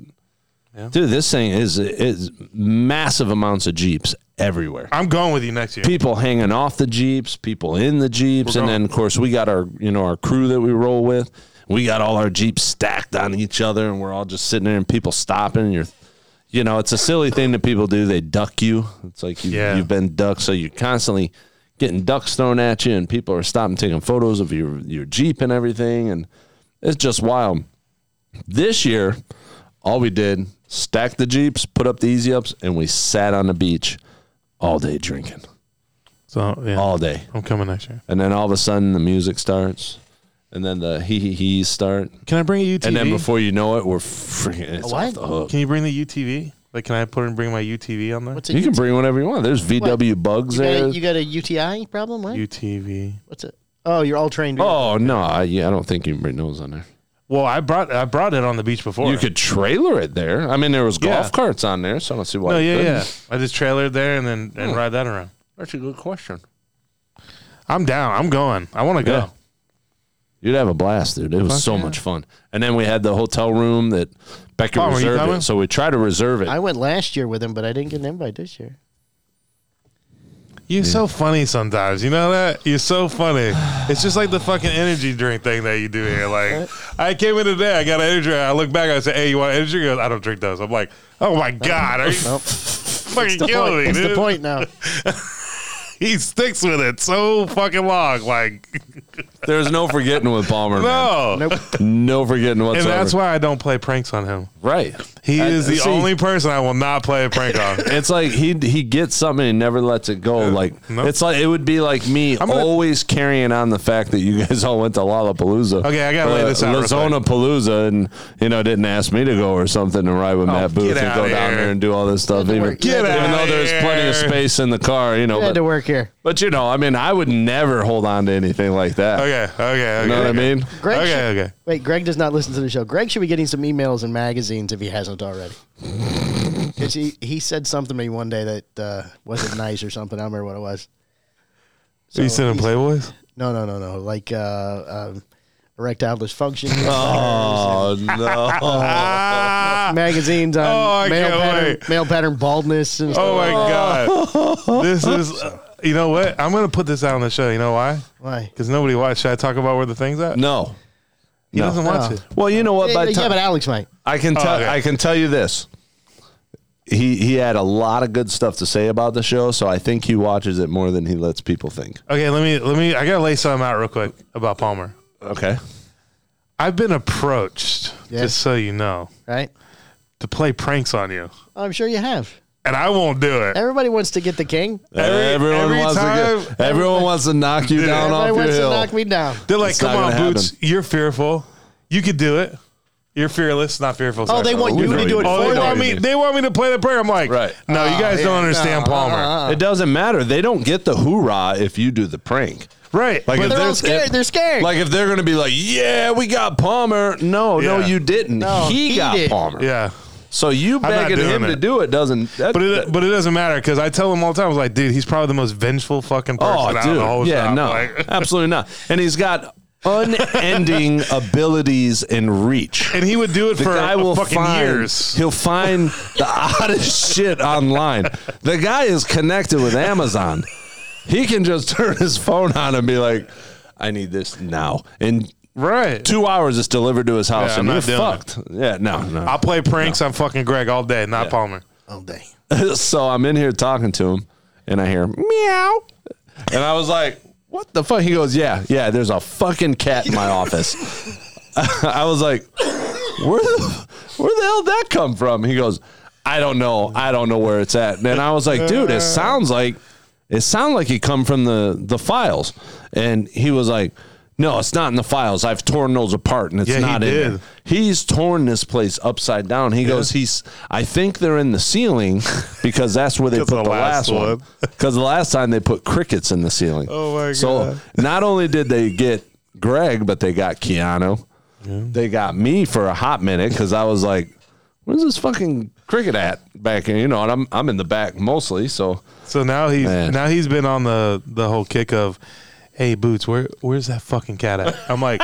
Speaker 3: Dude, this thing is is massive amounts of Jeeps everywhere.
Speaker 5: I'm going with you next year.
Speaker 3: people hanging off the jeeps, people in the jeeps,
Speaker 5: We're
Speaker 3: and
Speaker 5: going.
Speaker 3: then of course we got our you know our crew that we roll with. We got all our jeeps stacked on each other, and we're all just sitting there, and people stopping. And you're, you know, it's a silly thing that people do. They duck you. It's like you
Speaker 5: Yeah.
Speaker 3: you've been ducked, so you're constantly getting ducks thrown at you, and people are stopping, taking photos of your your jeep and everything, and it's just wild. This year, all we did stack the jeeps, put up the easy ups, and we sat on the beach all day drinking
Speaker 5: So yeah.
Speaker 3: all day.
Speaker 5: I'm coming next year.
Speaker 3: And then all of a sudden the music starts, and then the hee hee hees start,
Speaker 5: Can I bring a UTV?
Speaker 3: and then before you know it, we're freaking it's
Speaker 2: Oh, what?
Speaker 3: off the hook.
Speaker 5: Can you bring the UTV? Like can I put and bring my UTV on there?
Speaker 2: What's a
Speaker 3: You can
Speaker 2: UTI?
Speaker 3: bring whatever you want. There's VW bugs
Speaker 2: You got
Speaker 3: there.
Speaker 2: a, you got a UTI problem? What?
Speaker 5: UTV.
Speaker 2: What's it? Oh, you're all trained.
Speaker 3: oh no, I, yeah, I don't think you can bring those on there.
Speaker 5: Well, I brought I brought it on the beach before.
Speaker 3: You could trailer it there. I mean, there was golf
Speaker 5: Yeah.
Speaker 3: carts on there, so I don't see why.
Speaker 5: No,
Speaker 3: you
Speaker 5: yeah,
Speaker 3: couldn't.
Speaker 5: yeah. I just trailered there and then and ride that around.
Speaker 3: That's a good question.
Speaker 5: I'm down. I'm going. I want to go.
Speaker 3: Yeah. You'd have a blast, dude. It was so much fun. And then we had the hotel room that Becker
Speaker 5: Palmer, you
Speaker 3: reserved.
Speaker 5: coming?
Speaker 3: It, so we tried to reserve it.
Speaker 2: I went last year with him, but I didn't get an invite this year.
Speaker 5: You're so funny sometimes. You know that? You're so funny. It's just like the fucking energy drink thing that you do here. Like, I came in today, I got an energy drink. I look back, I say, hey, you want energy? He goes, I don't drink those. I'm like, oh my God, are you
Speaker 2: Nope. The
Speaker 5: fucking
Speaker 2: point-
Speaker 5: killing me,
Speaker 2: What's the
Speaker 5: dude?
Speaker 2: point now?
Speaker 5: He sticks with it so fucking long. Like,
Speaker 3: There's no forgetting with Palmer. man.
Speaker 5: no.
Speaker 2: Nope.
Speaker 3: No forgetting
Speaker 5: And
Speaker 3: whatsoever.
Speaker 5: that's why I don't play pranks on him.
Speaker 3: Right.
Speaker 5: He
Speaker 3: I-
Speaker 5: is the
Speaker 3: see,
Speaker 5: only person I will not play a prank on.
Speaker 3: It's like he he gets something and never lets it go. Like
Speaker 5: no.
Speaker 3: it's like it would be like me
Speaker 5: gonna-
Speaker 3: always carrying on the fact that you guys all went to Lollapalooza.
Speaker 5: Okay, I gotta lay this out real quick.
Speaker 3: Lazona Palooza, and you know didn't ask me to go or something and ride with Matt Booth
Speaker 5: Oh, get
Speaker 3: and
Speaker 5: outta
Speaker 3: go down
Speaker 5: here.
Speaker 3: there and do all this stuff. Even
Speaker 2: work. Get
Speaker 3: even
Speaker 5: outta
Speaker 3: though there's plenty of
Speaker 5: here.
Speaker 3: space in the car, you know.
Speaker 2: I had to
Speaker 3: But,
Speaker 2: work here.
Speaker 3: but you know, I mean, I would never hold on to anything like that.
Speaker 5: Okay, okay, okay.
Speaker 3: You know what I
Speaker 5: okay.
Speaker 3: mean?
Speaker 2: Greg
Speaker 5: Okay,
Speaker 2: should-
Speaker 5: okay.
Speaker 2: Wait, Greg does not listen to the show. Greg should be getting some emails and magazines if he hasn't already. Because he, he said something to me one day that uh, wasn't nice or something. I don't remember what it was.
Speaker 5: So you
Speaker 2: So
Speaker 5: sending
Speaker 2: he's-
Speaker 5: Playboys?
Speaker 2: No, no, no, no. Like uh, um, erectile dysfunction.
Speaker 3: Oh no!
Speaker 5: Ah!
Speaker 2: magazines on
Speaker 5: Oh, I
Speaker 2: male
Speaker 5: can't
Speaker 2: pattern,
Speaker 5: wait.
Speaker 2: male pattern baldness and stuff.
Speaker 5: Oh my
Speaker 2: Oh.
Speaker 5: god, this is. You know what? I'm gonna put this out on the show. You know why?
Speaker 2: Why?
Speaker 5: Because nobody watched. Should I talk about where the thing's at?
Speaker 3: no.
Speaker 5: he doesn't watch
Speaker 2: No.
Speaker 5: it.
Speaker 3: Well, you know what?
Speaker 2: Yeah,
Speaker 3: By the
Speaker 2: yeah,
Speaker 3: time,
Speaker 2: but Alex might.
Speaker 3: I can tell.
Speaker 5: okay.
Speaker 3: I can tell you this. He he had a lot of good stuff to say about the show, so I think he watches it more than he lets people think.
Speaker 5: Okay, let me let me. I gotta lay something out real quick about Palmer.
Speaker 3: Okay.
Speaker 5: I've been approached,
Speaker 2: Yes.
Speaker 5: just so you know,
Speaker 2: Right?
Speaker 5: to play pranks on you,
Speaker 2: I'm sure you have.
Speaker 5: and I won't do it.
Speaker 2: Everybody wants to get the king.
Speaker 5: Every-
Speaker 3: everyone
Speaker 5: every
Speaker 3: wants
Speaker 5: time-
Speaker 3: to get, everyone wants to knock you down
Speaker 2: Everybody
Speaker 3: off your
Speaker 2: wants to
Speaker 3: hill.
Speaker 2: knock me down.
Speaker 5: They're like,
Speaker 3: It's
Speaker 5: "Come
Speaker 3: not
Speaker 5: on,
Speaker 3: gonna
Speaker 5: Boots,
Speaker 3: happen."
Speaker 5: you're fearful. You could do it. You're fearless, not fearful."
Speaker 2: Oh, they
Speaker 5: sorry.
Speaker 2: want
Speaker 3: we
Speaker 2: you
Speaker 3: know
Speaker 2: to
Speaker 3: you
Speaker 2: do it
Speaker 3: do.
Speaker 5: Oh,
Speaker 2: for
Speaker 3: know
Speaker 5: they
Speaker 2: them. Ah,
Speaker 5: want
Speaker 3: you
Speaker 5: me.
Speaker 3: do.
Speaker 5: They want me to play the prayer. I'm like,
Speaker 3: Right.
Speaker 5: No, you guys don't understand Palmer.
Speaker 2: uh-uh.
Speaker 3: It doesn't matter. They don't get the hoorah if you do the prank.
Speaker 5: Right.
Speaker 3: Like
Speaker 5: But
Speaker 3: if
Speaker 2: They're all
Speaker 3: there's-
Speaker 2: scared.
Speaker 3: if-
Speaker 2: they're scared.
Speaker 3: Like if they're going to be like, "Yeah, we got Palmer." No, no,
Speaker 5: Yeah.
Speaker 3: you didn't.
Speaker 2: No,
Speaker 3: he,
Speaker 2: he
Speaker 3: got
Speaker 2: did.
Speaker 3: Palmer.
Speaker 5: Yeah.
Speaker 3: So you
Speaker 5: not
Speaker 3: begging
Speaker 5: doing
Speaker 3: him to
Speaker 5: it.
Speaker 3: do it doesn't. That,
Speaker 5: But it but it doesn't matter because I tell him all the time. I was like, dude, he's probably the most vengeful fucking person
Speaker 3: oh,
Speaker 5: out of
Speaker 3: dude,
Speaker 5: the whole
Speaker 3: yeah,
Speaker 5: shop.
Speaker 3: no,
Speaker 5: Like-
Speaker 3: absolutely not. And he's got unending abilities and reach.
Speaker 5: and he would do it
Speaker 3: The
Speaker 5: for
Speaker 3: guy
Speaker 5: a
Speaker 3: will
Speaker 5: fucking
Speaker 3: find
Speaker 5: years.
Speaker 3: he'll find the oddest shit online. The guy is connected with Amazon. He can just turn his phone on and be like, "I need this now." And
Speaker 5: Right.
Speaker 3: two hours it's delivered to his house,
Speaker 5: Yeah,
Speaker 3: and
Speaker 5: I'm
Speaker 3: you're
Speaker 5: not doing it.
Speaker 3: fucked. Yeah, no, no.
Speaker 5: I'll play pranks on fucking Greg all day, not Palmer.
Speaker 2: all day.
Speaker 3: so I'm in here talking to him, and I hear meow, and I was like, "What the fuck?" He goes, "Yeah, yeah. There's a fucking cat in my office." I was like, "Where the where the hell did that come from?" He goes, "I don't know. I don't know where it's at." And I was like, "Dude, it sounds like it sounded like it come from the the files," and he was like. No, it's not in the files. I've torn those apart, and it's
Speaker 5: Yeah, he
Speaker 3: not in
Speaker 5: did.
Speaker 3: there." He's torn this place upside down. He goes, he's. I think they're in the ceiling because that's where they put
Speaker 5: Because of
Speaker 3: the, last, one.
Speaker 5: one.
Speaker 3: Because the last time they put crickets in the ceiling.
Speaker 5: Oh, my
Speaker 3: So
Speaker 5: God.
Speaker 3: not only did they get Greg, but they got Keanu. They got me for a hot minute because I was like, "Where's this fucking cricket at?" Back in, you know, and I'm I'm in the back mostly. So
Speaker 5: So now he's
Speaker 3: Man.
Speaker 5: now he's been on the the whole kick of, hey Boots, where where's that fucking cat at? I'm like,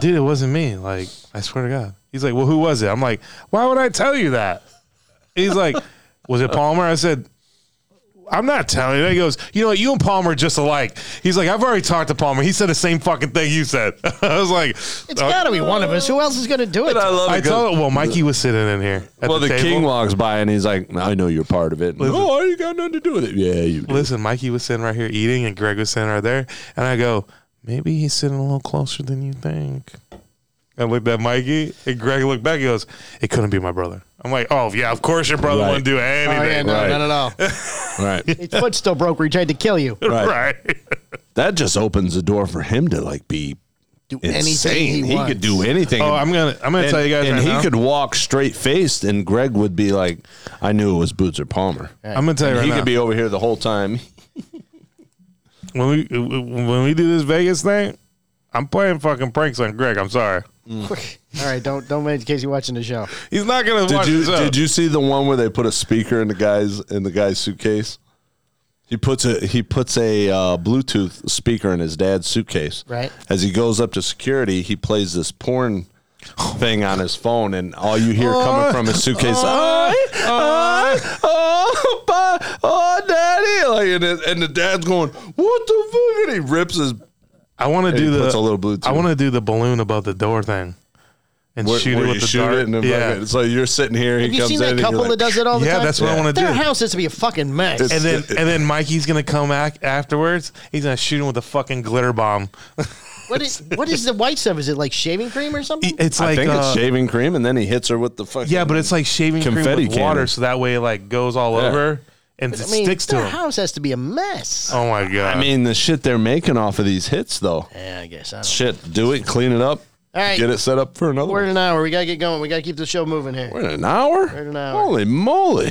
Speaker 5: dude, it wasn't me. Like I swear to God. He's like, well, who was it? I'm like, why would I tell you that? He's like, was it Palmer? I said. I'm not telling you. He goes, you know what? You and Palmer are just alike. He's like, I've already talked to Palmer. He said the same fucking thing you said. I was like,
Speaker 2: It's got to be one of us. Who else is going to do it?
Speaker 3: uh, love
Speaker 5: I told. Well, Mikey was sitting in here. at
Speaker 3: well, the,
Speaker 5: table.
Speaker 3: king walks by and he's like, "I know you're part of it." And, oh, you got nothing to do with it. Yeah, you. do."
Speaker 5: Listen, Mikey was sitting right here eating, and Greg was sitting right there. And I go, maybe he's sitting a little closer than you think. I looked at Mikey, and Greg looked back. He goes, "It couldn't be my brother." I'm like, "Oh yeah, of course your brother
Speaker 3: Right.
Speaker 5: wouldn't do
Speaker 2: oh, yeah,
Speaker 5: anything."
Speaker 2: no,
Speaker 3: Right.
Speaker 2: not at all.
Speaker 3: Right.
Speaker 2: His foot still broke where he tried to kill you.
Speaker 3: Right.
Speaker 5: right.
Speaker 3: that just opens the door for him to like be
Speaker 2: Do
Speaker 3: insane.
Speaker 2: anything he,
Speaker 3: He,
Speaker 2: wants.
Speaker 3: could do anything.
Speaker 5: oh, I'm gonna, I'm gonna
Speaker 3: and,
Speaker 5: tell you guys
Speaker 3: and
Speaker 5: right
Speaker 3: he
Speaker 5: now.
Speaker 3: could walk straight faced, and Greg would be like, "I knew it was Boots or Palmer."
Speaker 5: I'm gonna tell you
Speaker 3: And
Speaker 5: right
Speaker 3: he
Speaker 5: now.
Speaker 3: could be over here the whole time.
Speaker 5: when we, when we do this Vegas thing, I'm playing fucking pranks on Greg. I'm sorry,
Speaker 2: All right, don't don't make in case you're watching the show.
Speaker 5: he's not gonna watch this. up.
Speaker 3: you see the one where they put a speaker in the guy's in the guy's suitcase? He puts a he puts a uh, Bluetooth speaker in his dad's suitcase.
Speaker 2: Right.
Speaker 3: As he goes up to security, he plays this porn thing on his phone, and all you hear coming from his suitcase, oh, oh, oh, pa- oh, daddy, like, and, it, and the dad's going, what the fuck? And he rips his.
Speaker 5: I want to
Speaker 3: he
Speaker 5: do the
Speaker 3: puts a little Bluetooth.
Speaker 5: I want to do the balloon above the door thing, and
Speaker 3: Where,
Speaker 5: shoot
Speaker 3: where
Speaker 5: it with
Speaker 3: you
Speaker 5: the
Speaker 3: shoot
Speaker 5: dart.
Speaker 3: it, and then
Speaker 5: yeah,
Speaker 3: fucking- so you're sitting here. He
Speaker 2: Have you
Speaker 3: comes
Speaker 2: seen
Speaker 3: in,
Speaker 2: that
Speaker 3: and you're
Speaker 2: couple
Speaker 3: like,
Speaker 2: that does it all the
Speaker 5: yeah,
Speaker 2: time?
Speaker 5: that's what I want to do.
Speaker 2: Their house has to be a fucking mess.
Speaker 3: It's-
Speaker 5: and then and then Mikey's gonna come back afterwards. He's gonna shoot him with a fucking glitter bomb.
Speaker 2: what is what is the white stuff? Is it like shaving cream or something?
Speaker 5: It's
Speaker 3: I
Speaker 5: like
Speaker 3: think
Speaker 5: uh,
Speaker 3: it's shaving cream, and then he hits her with the fucking.
Speaker 5: yeah, but it's like shaving cream
Speaker 3: Confetti
Speaker 5: with water,
Speaker 3: cannon.
Speaker 5: so that way it like goes all
Speaker 3: Yeah.
Speaker 5: over and it
Speaker 2: I mean,
Speaker 5: sticks to
Speaker 2: their
Speaker 5: him.
Speaker 2: house has to be a mess.
Speaker 5: oh my god!
Speaker 3: I mean the shit they're making off of these hits, though.
Speaker 2: Yeah, I guess. I don't.
Speaker 3: Shit, do it, clean it up,
Speaker 2: All right.
Speaker 3: get it set up for another.
Speaker 2: We're
Speaker 3: one.
Speaker 2: in an hour. We gotta get going. We gotta keep the show moving here.
Speaker 3: We're in an hour.
Speaker 2: in an hour.
Speaker 3: Holy moly!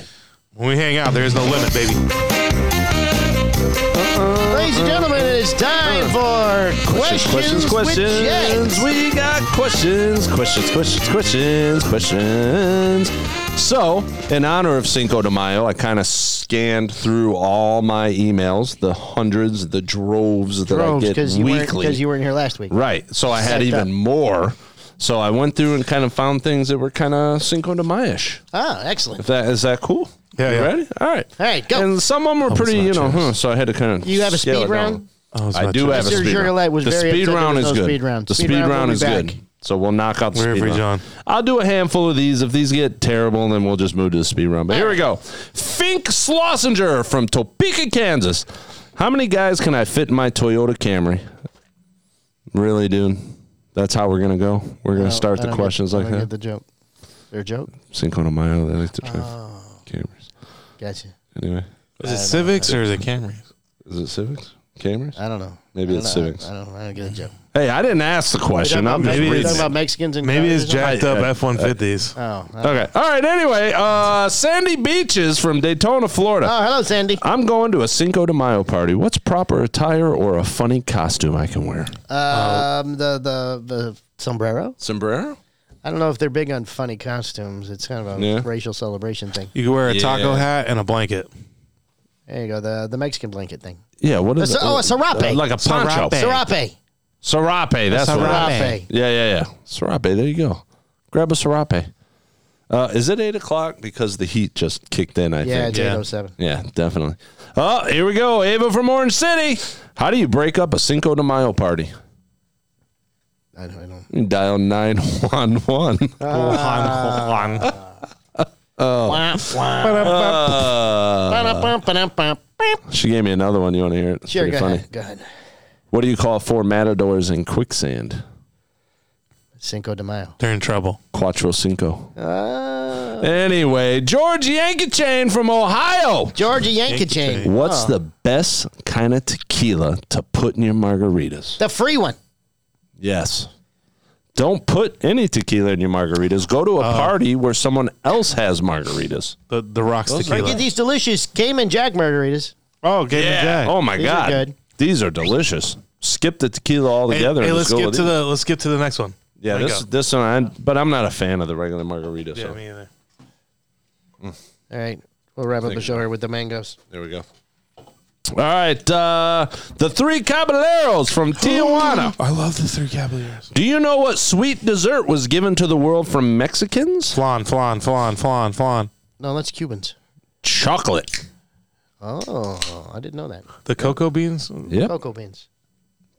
Speaker 5: when we hang out, there's no limit, baby.
Speaker 2: Ladies and gentlemen, it is time for
Speaker 3: questions,
Speaker 2: questions. With Jay.
Speaker 3: questions. We got questions, questions, questions, questions, questions. So, in honor of Cinco de Mayo, I kind of scanned through all my emails, the hundreds, the droves that
Speaker 2: Drones,
Speaker 3: I get
Speaker 2: because you, weren't-
Speaker 3: weekly.
Speaker 2: 'cause you weren't here last week.
Speaker 3: Right. So I had
Speaker 2: Psyched
Speaker 3: even
Speaker 2: up.
Speaker 3: more. So I went through and kind of found things that were kind of Cinco de Mayo-ish.
Speaker 2: Ah, excellent.
Speaker 3: If that is that cool?
Speaker 5: Yeah,
Speaker 3: You
Speaker 5: yeah.
Speaker 3: ready? All right.
Speaker 2: All right, go.
Speaker 3: And some of them were pretty,
Speaker 5: not
Speaker 3: you know,
Speaker 5: yours.
Speaker 3: huh, so I had to kind of.
Speaker 2: You have a speed round?
Speaker 5: Oh, it's
Speaker 3: I
Speaker 5: not
Speaker 3: do
Speaker 5: yours.
Speaker 3: have a
Speaker 2: Mr.
Speaker 3: speed
Speaker 2: Joliet
Speaker 3: round.
Speaker 2: was
Speaker 3: the
Speaker 2: very
Speaker 3: speed
Speaker 2: upset there
Speaker 3: round
Speaker 2: was
Speaker 3: is
Speaker 2: no
Speaker 3: good.
Speaker 2: speed round.
Speaker 3: The
Speaker 2: Speed
Speaker 3: speed,
Speaker 2: round
Speaker 3: round,
Speaker 2: will be
Speaker 3: is
Speaker 2: back.
Speaker 3: good. So we'll knock out the
Speaker 5: We're
Speaker 3: speed
Speaker 5: every
Speaker 3: round.
Speaker 5: John.
Speaker 3: I'll do a handful of these. If these get terrible, then we'll just move to the speed round. But here we go. Fink Slossinger from Topeka, Kansas. How many guys can I fit in my Toyota Camry? Really, dude? That's how we're gonna go. We're gonna
Speaker 2: No,
Speaker 3: start
Speaker 2: Oh, I
Speaker 3: the
Speaker 2: don't
Speaker 3: questions
Speaker 2: get, I
Speaker 3: like
Speaker 2: don't
Speaker 3: that.
Speaker 2: Get the joke. Is there a joke?
Speaker 3: Cinco de Mayo. They like to drive
Speaker 2: Oh.
Speaker 3: Camrys.
Speaker 2: Gotcha.
Speaker 3: Anyway,
Speaker 5: Is it Civics or is it Camry?
Speaker 3: is it Civics? Camrys?
Speaker 2: I don't know.
Speaker 3: Maybe
Speaker 2: I don't
Speaker 3: it's
Speaker 2: know.
Speaker 3: civics.
Speaker 2: I don't. I don't get a joke.
Speaker 3: Hey, I didn't ask the question. I'm just
Speaker 5: Maybe
Speaker 2: We're
Speaker 3: reading.
Speaker 2: talking
Speaker 5: it's-
Speaker 3: it.
Speaker 2: about Mexicans and
Speaker 5: Maybe it's
Speaker 2: cars or something?
Speaker 5: jacked up F one fifties.
Speaker 2: Oh, I-
Speaker 3: Okay. All right. Anyway, uh, Sandy Beaches from Daytona, Florida.
Speaker 2: oh, hello, Sandy.
Speaker 3: I'm going to a Cinco de Mayo party. What's proper attire or a funny costume I can wear? Uh,
Speaker 2: Um, the the the sombrero.
Speaker 3: Sombrero?
Speaker 2: I don't know if they're big on funny costumes. It's kind of a
Speaker 3: Yeah.
Speaker 2: racial celebration thing.
Speaker 5: You can wear a
Speaker 3: Yeah.
Speaker 5: taco hat and a blanket.
Speaker 2: There you go. The the Mexican blanket thing.
Speaker 3: Yeah. What is
Speaker 2: A-
Speaker 3: it?
Speaker 2: oh, a serape.
Speaker 3: like a poncho.
Speaker 5: Serape.
Speaker 2: Serape.
Speaker 3: Serape. That's what it is.
Speaker 2: Serape.
Speaker 3: Yeah, yeah, yeah. Serape. There you go. Grab a serape. Uh, is it eight o'clock? Because the heat just kicked in. I
Speaker 2: Yeah,
Speaker 3: think.
Speaker 2: it's
Speaker 5: Yeah.
Speaker 2: eight oh seven.
Speaker 3: Yeah, definitely. Oh, here we go. Ava from Orange City. How do you break up a Cinco de Mayo party?
Speaker 2: I don't. I don't.
Speaker 3: You dial nine one one.
Speaker 2: Uh. Ba-da-bum-ba-dum-bum.
Speaker 3: She gave me another one. You want to hear it? It's
Speaker 2: Sure,
Speaker 3: pretty
Speaker 2: go
Speaker 3: funny.
Speaker 2: ahead. Go ahead.
Speaker 3: What do you call four matadors in quicksand?
Speaker 2: Cinco de Mayo.
Speaker 5: They're in trouble.
Speaker 3: Quattro Cinco.
Speaker 2: Uh.
Speaker 3: Anyway, George Yankachain from Ohio.
Speaker 2: Georgia Yankee
Speaker 3: What's the best kind of tequila to put in your margaritas?
Speaker 2: The free one.
Speaker 3: Yes. Don't put any tequila in your margaritas. Go to a
Speaker 2: Uh.
Speaker 3: party where someone else has margaritas.
Speaker 5: The the rocks
Speaker 2: Get
Speaker 5: tequila.
Speaker 2: these delicious Cayman Jack margaritas.
Speaker 5: Oh, Game and Jack.
Speaker 3: Oh my
Speaker 2: These are
Speaker 3: god.
Speaker 2: good.
Speaker 3: These are delicious. Skip the tequila altogether.
Speaker 5: Hey,
Speaker 3: and
Speaker 5: let's
Speaker 3: just go
Speaker 5: skip
Speaker 3: with
Speaker 5: to
Speaker 3: these.
Speaker 5: the let's skip to the next one.
Speaker 3: Yeah,
Speaker 5: There you
Speaker 3: this
Speaker 5: go.
Speaker 3: this one, I, but I'm not a fan of the regular margarita.
Speaker 5: yeah,
Speaker 3: so
Speaker 5: me either.
Speaker 2: All right. We'll wrap up the show here with the mangoes.
Speaker 3: there we go. All right, uh, the three caballeros from Tijuana.
Speaker 5: I love the three Cavaliers.
Speaker 3: Do you know what sweet dessert was given to the world from Mexicans?
Speaker 5: Flan, flan, flan, flan, flan.
Speaker 2: No, that's Cubans.
Speaker 3: Chocolate.
Speaker 2: Oh, I didn't know that.
Speaker 5: The cocoa beans?
Speaker 3: Yep.
Speaker 2: Cocoa beans.